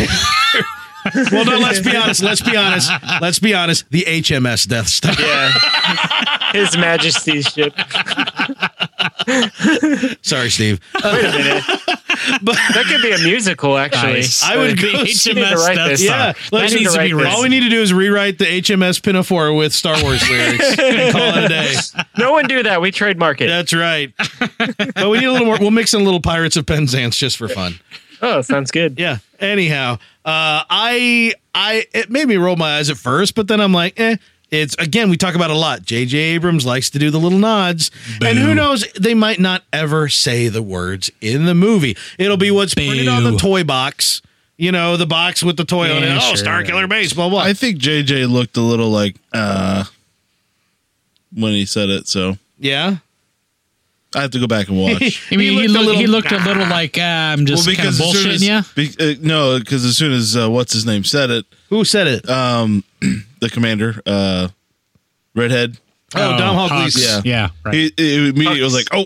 Speaker 2: no. Let's be honest. Let's be honest. Let's be honest. The HMS Death Star.
Speaker 3: Yeah. His Majesty's ship.
Speaker 2: Sorry, Steve.
Speaker 3: Wait
Speaker 2: [laughs]
Speaker 3: a minute. that could be a musical, actually.
Speaker 4: Nice.
Speaker 2: I
Speaker 4: [laughs]
Speaker 2: would
Speaker 4: The
Speaker 2: go
Speaker 4: HMS
Speaker 2: see
Speaker 3: the right
Speaker 4: Death
Speaker 3: bit.
Speaker 4: Star.
Speaker 2: Yeah, let's
Speaker 4: that needs to
Speaker 3: write
Speaker 4: be
Speaker 3: this.
Speaker 2: All we
Speaker 4: written.
Speaker 2: need to do is rewrite the HMS Pinafore with Star Wars lyrics. and call it a day.
Speaker 3: No one do that. We trademark it.
Speaker 2: That's right. But we need a little more. We'll mix in a little Pirates of Penzance just for fun.
Speaker 3: Oh, sounds good.
Speaker 2: Yeah. Anyhow, uh, I I it made me roll my eyes at first, but then I'm like, eh. It's again, we talk about a lot. J.J. Abrams likes to do the little nods, and who knows, they might not ever say the words in the movie. It'll be what's printed on the
Speaker 4: Boo.
Speaker 2: toy box. You know, the box with the toy on it.
Speaker 4: Yeah,
Speaker 2: Oh,
Speaker 4: sure.
Speaker 2: Star Killer Base, blah blah.
Speaker 5: I think JJ looked a little like uh when he said it, so
Speaker 2: yeah.
Speaker 5: I have to go back
Speaker 4: [laughs]
Speaker 5: and watch.
Speaker 4: I mean,
Speaker 2: He
Speaker 4: he
Speaker 2: looked a
Speaker 4: looked, he
Speaker 2: little-
Speaker 4: looked a little like uh, I'm just kind of
Speaker 5: as soon
Speaker 4: bullshitting
Speaker 5: as
Speaker 4: you.
Speaker 5: be, uh, no, because as soon as uh, what's his name said it,
Speaker 2: Who said it?
Speaker 5: um, [clears throat] the commander, uh, redhead, uh,
Speaker 2: oh, Dom Hall
Speaker 4: Hux.
Speaker 5: [laughs]
Speaker 2: Gleason.
Speaker 4: Yeah, right.
Speaker 5: he, he immediately was like, "Oh,"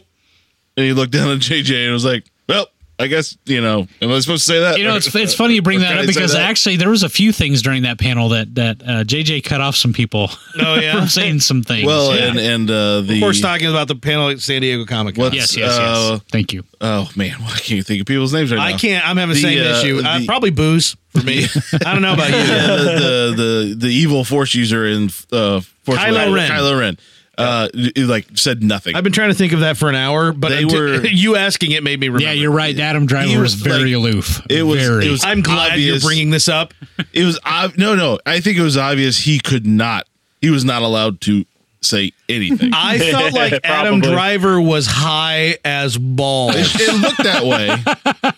Speaker 5: and he looked down at [laughs] JJ and was like, "Well, I guess you know, am I supposed to say that?"
Speaker 4: you know, it's, it's funny you bring
Speaker 5: Or
Speaker 4: that
Speaker 5: can
Speaker 4: up
Speaker 5: I say
Speaker 4: because
Speaker 5: that?
Speaker 4: actually there was a few things during that panel that that uh, JJ cut off some people [laughs]
Speaker 2: Oh yeah.
Speaker 4: from saying some things.
Speaker 5: [laughs] well,
Speaker 4: Yeah.
Speaker 5: and and uh, the
Speaker 2: Of course, talking about the panel at San Diego Comic Con.
Speaker 5: What's-
Speaker 4: yes, yes, yes.
Speaker 5: uh,
Speaker 4: Thank you.
Speaker 5: oh man, why can't you think of people's names right now?
Speaker 2: I can't. I'm having the,
Speaker 5: The,
Speaker 2: same
Speaker 5: uh,
Speaker 2: issue. uh,
Speaker 5: the-
Speaker 2: probably booze for
Speaker 5: [laughs]
Speaker 2: me. I don't know about you.
Speaker 5: yeah, the, the the the evil force user in uh, force
Speaker 2: Kylo Ren.
Speaker 5: Kylo Ren, uh, it, like said nothing.
Speaker 2: I've been trying to think of that for an hour, but
Speaker 5: They
Speaker 2: until- [laughs]
Speaker 5: were-
Speaker 2: you asking it made me remember.
Speaker 4: Yeah, you're right. Adam Driver
Speaker 5: He
Speaker 4: was,
Speaker 5: was
Speaker 4: very
Speaker 5: like-
Speaker 4: aloof.
Speaker 5: it was
Speaker 4: very.
Speaker 5: it was
Speaker 2: I'm glad
Speaker 5: obvious.
Speaker 2: you're bringing this up.
Speaker 5: it was ob- no no. I think it was obvious he could not. He was not allowed to say anything.
Speaker 2: [laughs]
Speaker 4: [laughs]
Speaker 2: I felt like Adam
Speaker 3: Probably.
Speaker 2: Driver was high as balls.
Speaker 5: it looked that way.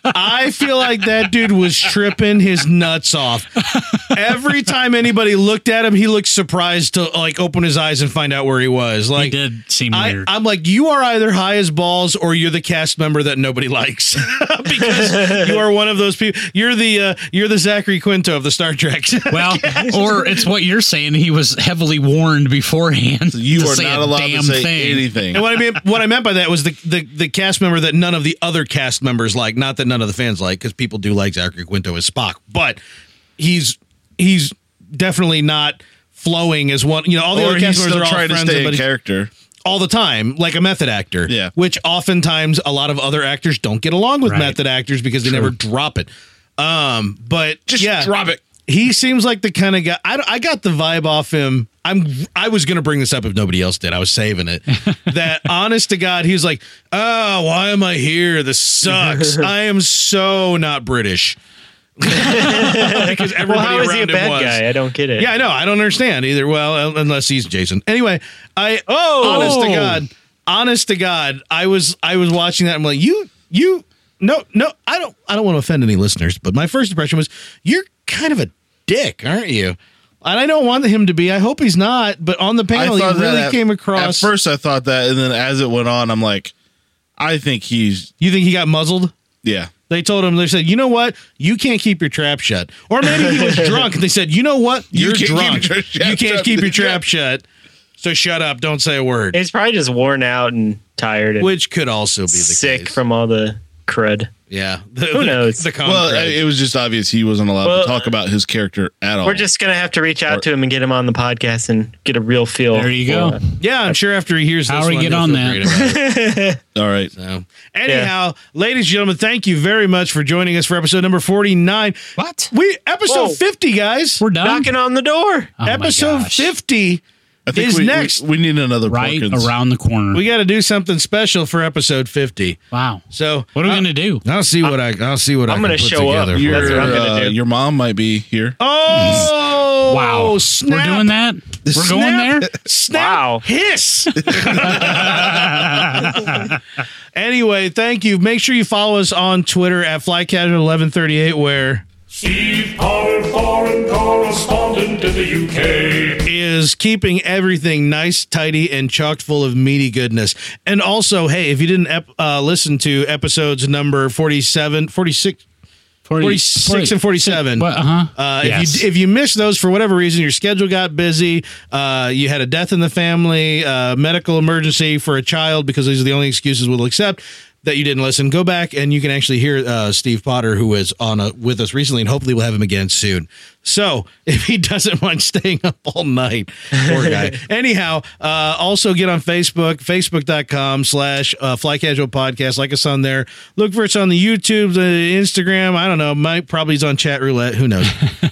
Speaker 2: I feel like that dude was tripping his nuts off. Every time anybody looked at him, he looked surprised to like open his eyes and find out where he was. Like
Speaker 4: he did seem
Speaker 2: I,
Speaker 4: weird.
Speaker 2: I'm like, you are either high as balls or you're the cast member that nobody likes [laughs] because you are one of those people. You're the uh, you're the Zachary Quinto of the Star Trek. [laughs]
Speaker 5: [laughs]
Speaker 4: well, or it's what you're saying. He was heavily warned beforehand.
Speaker 5: You
Speaker 4: to
Speaker 5: are
Speaker 4: say
Speaker 5: not
Speaker 4: a
Speaker 5: allowed
Speaker 4: damn
Speaker 5: to say
Speaker 4: thing.
Speaker 5: anything.
Speaker 2: and what I mean, what I meant by that was the, the the cast member that none of the other cast members like. Not that none of the fans like, because people do like Zachary Quinto as Spock, but he's he's definitely not flowing as one. You know, all the
Speaker 5: Or
Speaker 2: other
Speaker 5: he's
Speaker 2: cast members
Speaker 5: still
Speaker 2: are all
Speaker 5: trying
Speaker 2: friends.
Speaker 5: to
Speaker 2: and
Speaker 5: stay in
Speaker 2: buddies.
Speaker 5: character.
Speaker 2: all the time, like a method actor.
Speaker 5: Yeah.
Speaker 2: Which oftentimes a lot of other actors don't get along with
Speaker 4: Right.
Speaker 2: method actors because they never drop it. Um, but
Speaker 5: Just
Speaker 2: yeah,
Speaker 5: drop it.
Speaker 2: He seems like the kind of guy. I, I got the vibe off him. I'm. I was gonna bring this up if nobody else did. I was saving
Speaker 3: [laughs]
Speaker 2: it. that honest to God, he's like, oh, why am I here? This
Speaker 3: [laughs]
Speaker 2: sucks. I am so not British. [laughs] because
Speaker 3: Well,
Speaker 2: everybody
Speaker 3: how is he a
Speaker 2: around
Speaker 3: bad
Speaker 2: him was.
Speaker 3: guy? I don't get it.
Speaker 2: Yeah, I know. I don't understand either. Well, un- unless he's Jason. Anyway, I oh, honest to God, honest to God, I was I was watching that. I'm like, you you no no, I don't I don't want to offend any listeners, but my first impression was you're kind of a dick, aren't you? And I don't want him to be. I hope he's not. But on the panel, he
Speaker 5: that
Speaker 2: really
Speaker 5: at-
Speaker 2: came across.
Speaker 5: At first, I thought that, and then as it went on, I'm like, I think he's
Speaker 2: you think he got muzzled?
Speaker 5: yeah.
Speaker 2: They told him they said, you know what, you can't keep your trap shut, or maybe he [laughs] was drunk and they said, you know what,
Speaker 5: You
Speaker 2: you're
Speaker 5: can't keep your
Speaker 2: drunk,
Speaker 5: trap shut."
Speaker 2: you can't [laughs] keep your trap shut, so shut up, don't say a word.
Speaker 3: He's probably just worn out and tired and
Speaker 2: which could also be the
Speaker 3: sick
Speaker 2: case.
Speaker 3: from all the crud.
Speaker 2: yeah. [laughs] The,
Speaker 3: Who knows?
Speaker 2: The con
Speaker 5: Well,
Speaker 2: cred.
Speaker 5: it was just obvious he wasn't allowed
Speaker 3: Well,
Speaker 5: to talk about his character at
Speaker 2: Oh.
Speaker 5: all.
Speaker 3: We're just gonna have to reach out
Speaker 5: Or-
Speaker 3: to him and get him on the podcast and get a real feel.
Speaker 4: There you
Speaker 3: for
Speaker 4: go.
Speaker 3: it.
Speaker 2: yeah, I'm sure after he hears
Speaker 4: How
Speaker 2: this
Speaker 4: do we
Speaker 2: one,
Speaker 4: get
Speaker 2: he'll
Speaker 4: on
Speaker 2: feel
Speaker 4: that?
Speaker 2: great about it.
Speaker 5: all right.
Speaker 2: So,
Speaker 3: [laughs]
Speaker 2: anyhow, ladies and gentlemen, thank you very much for joining us for episode number 49.
Speaker 4: What?
Speaker 2: We episode
Speaker 3: Whoa.
Speaker 2: 50, guys.
Speaker 4: We're done.
Speaker 3: Knocking on the door.
Speaker 4: Oh my
Speaker 2: episode
Speaker 4: gosh.
Speaker 2: 50
Speaker 5: I think
Speaker 2: is
Speaker 5: we,
Speaker 2: next.
Speaker 5: We, we need another
Speaker 4: Right
Speaker 5: Porkins.
Speaker 4: around the corner.
Speaker 2: We got to do something special for episode 50.
Speaker 4: wow.
Speaker 2: So
Speaker 4: What are we
Speaker 5: Uh,
Speaker 2: I'll-
Speaker 4: gonna do?
Speaker 2: I'll see what I I'll see what
Speaker 3: I'm
Speaker 2: I
Speaker 3: gonna
Speaker 2: can put
Speaker 3: show up.
Speaker 2: together.
Speaker 5: Your,
Speaker 2: for
Speaker 3: That's
Speaker 2: you.
Speaker 3: what I'm gonna
Speaker 5: uh,
Speaker 3: do.
Speaker 5: your mom might be here.
Speaker 2: Oh
Speaker 4: Wow.
Speaker 2: Snap,
Speaker 4: We're doing that. We're
Speaker 2: Snap.
Speaker 4: going there.
Speaker 2: Snap
Speaker 3: Wow.
Speaker 2: hiss. [laughs] anyway, thank you. Make sure you follow us on Twitter at FlyCasual1138, where
Speaker 1: Steve Powell, foreign correspondent, to the UK.
Speaker 2: is keeping everything nice, tidy, and chock full of meaty goodness. And also, hey, if you didn't ep- uh, listen to episodes number 47, 46, 46 and 47.
Speaker 4: What? Uh-huh.
Speaker 2: Uh,
Speaker 4: Yes.
Speaker 2: if, you, if you missed those for whatever reason, your schedule got busy, uh, you had a death in the family, uh, medical emergency for a child, because these are the only excuses we'll accept that you didn't listen, go back and you can actually hear uh, Steve Potter, who was on a, with us recently, and hopefully we'll have him again soon. So [laughs] if he doesn't mind staying up all night, poor guy. Anyhow, uh, also get on Facebook, facebook.com slash uh, fly casual podcast. Like us on there. Look for us on the YouTube, the Instagram. I don't know. Mike probably is on chat roulette. Who knows?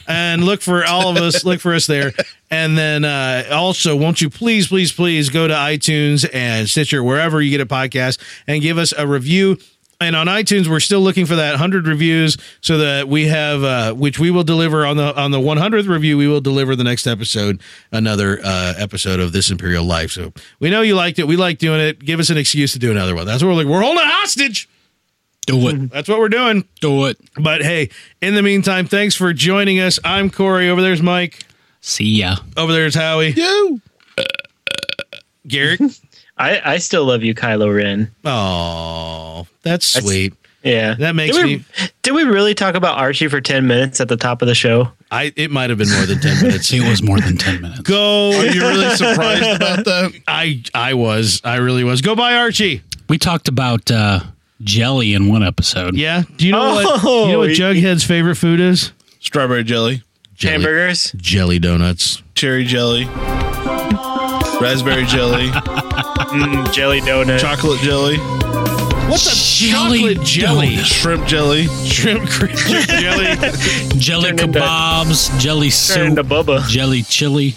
Speaker 2: and look for all of us. Look for us there. And then uh, also, won't you please, please, please go to iTunes and Stitcher, wherever you get a podcast, and give us a review. And on iTunes, we're still looking for that 100 reviews, so that we have, uh, which we will deliver on the on the 100th review, we will deliver the next episode, another uh, episode of this Imperial Life. So we know you liked it. We like doing it. Give us an excuse to do another one. That's what we're like. We're holding hostage.
Speaker 4: do it.
Speaker 2: That's what we're doing.
Speaker 4: Do it.
Speaker 2: But hey, in the meantime, thanks for joining us. I'm Corey. Over there's Mike.
Speaker 4: See ya.
Speaker 2: Over there's Howie.
Speaker 5: You. [laughs]
Speaker 2: Garrick.
Speaker 3: I, I still love you, Kylo Ren.
Speaker 2: Oh, that's
Speaker 3: That's-
Speaker 2: sweet.
Speaker 3: Yeah.
Speaker 2: That makes
Speaker 3: did we,
Speaker 2: me-
Speaker 3: Did we really talk about Archie for 10 minutes at the top of the show?
Speaker 2: I it might have been more than ten minutes.
Speaker 4: It was more than 10 minutes.
Speaker 5: [laughs] Are
Speaker 2: Go. [laughs]
Speaker 5: you really surprised about that?
Speaker 2: I I was. I really was. Go by Archie.
Speaker 4: We talked about uh, jelly in one episode.
Speaker 2: Yeah. Do you know what
Speaker 3: Oh,
Speaker 2: you know what Jughead's favorite food is?
Speaker 5: Strawberry jelly,
Speaker 2: Jelly,
Speaker 3: Hamburgers?
Speaker 2: jelly donuts.
Speaker 5: cherry jelly, raspberry jelly,
Speaker 3: Mm, jelly donuts.
Speaker 5: chocolate jelly,
Speaker 2: What's a
Speaker 4: Jelly
Speaker 2: chocolate jelly?
Speaker 4: donut.
Speaker 5: shrimp jelly,
Speaker 2: Shrimp cream jelly.
Speaker 4: Jelly
Speaker 3: Turned into-
Speaker 4: kebabs, jelly
Speaker 3: [laughs] Turn into
Speaker 4: soup,
Speaker 3: Bubba.
Speaker 4: jelly chili.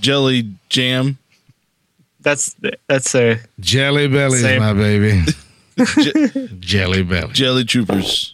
Speaker 5: jelly jam,
Speaker 3: That's that's a
Speaker 2: Jelly belly,
Speaker 3: Same.
Speaker 2: my baby.
Speaker 5: Je-
Speaker 2: jelly belly.
Speaker 5: jelly troopers.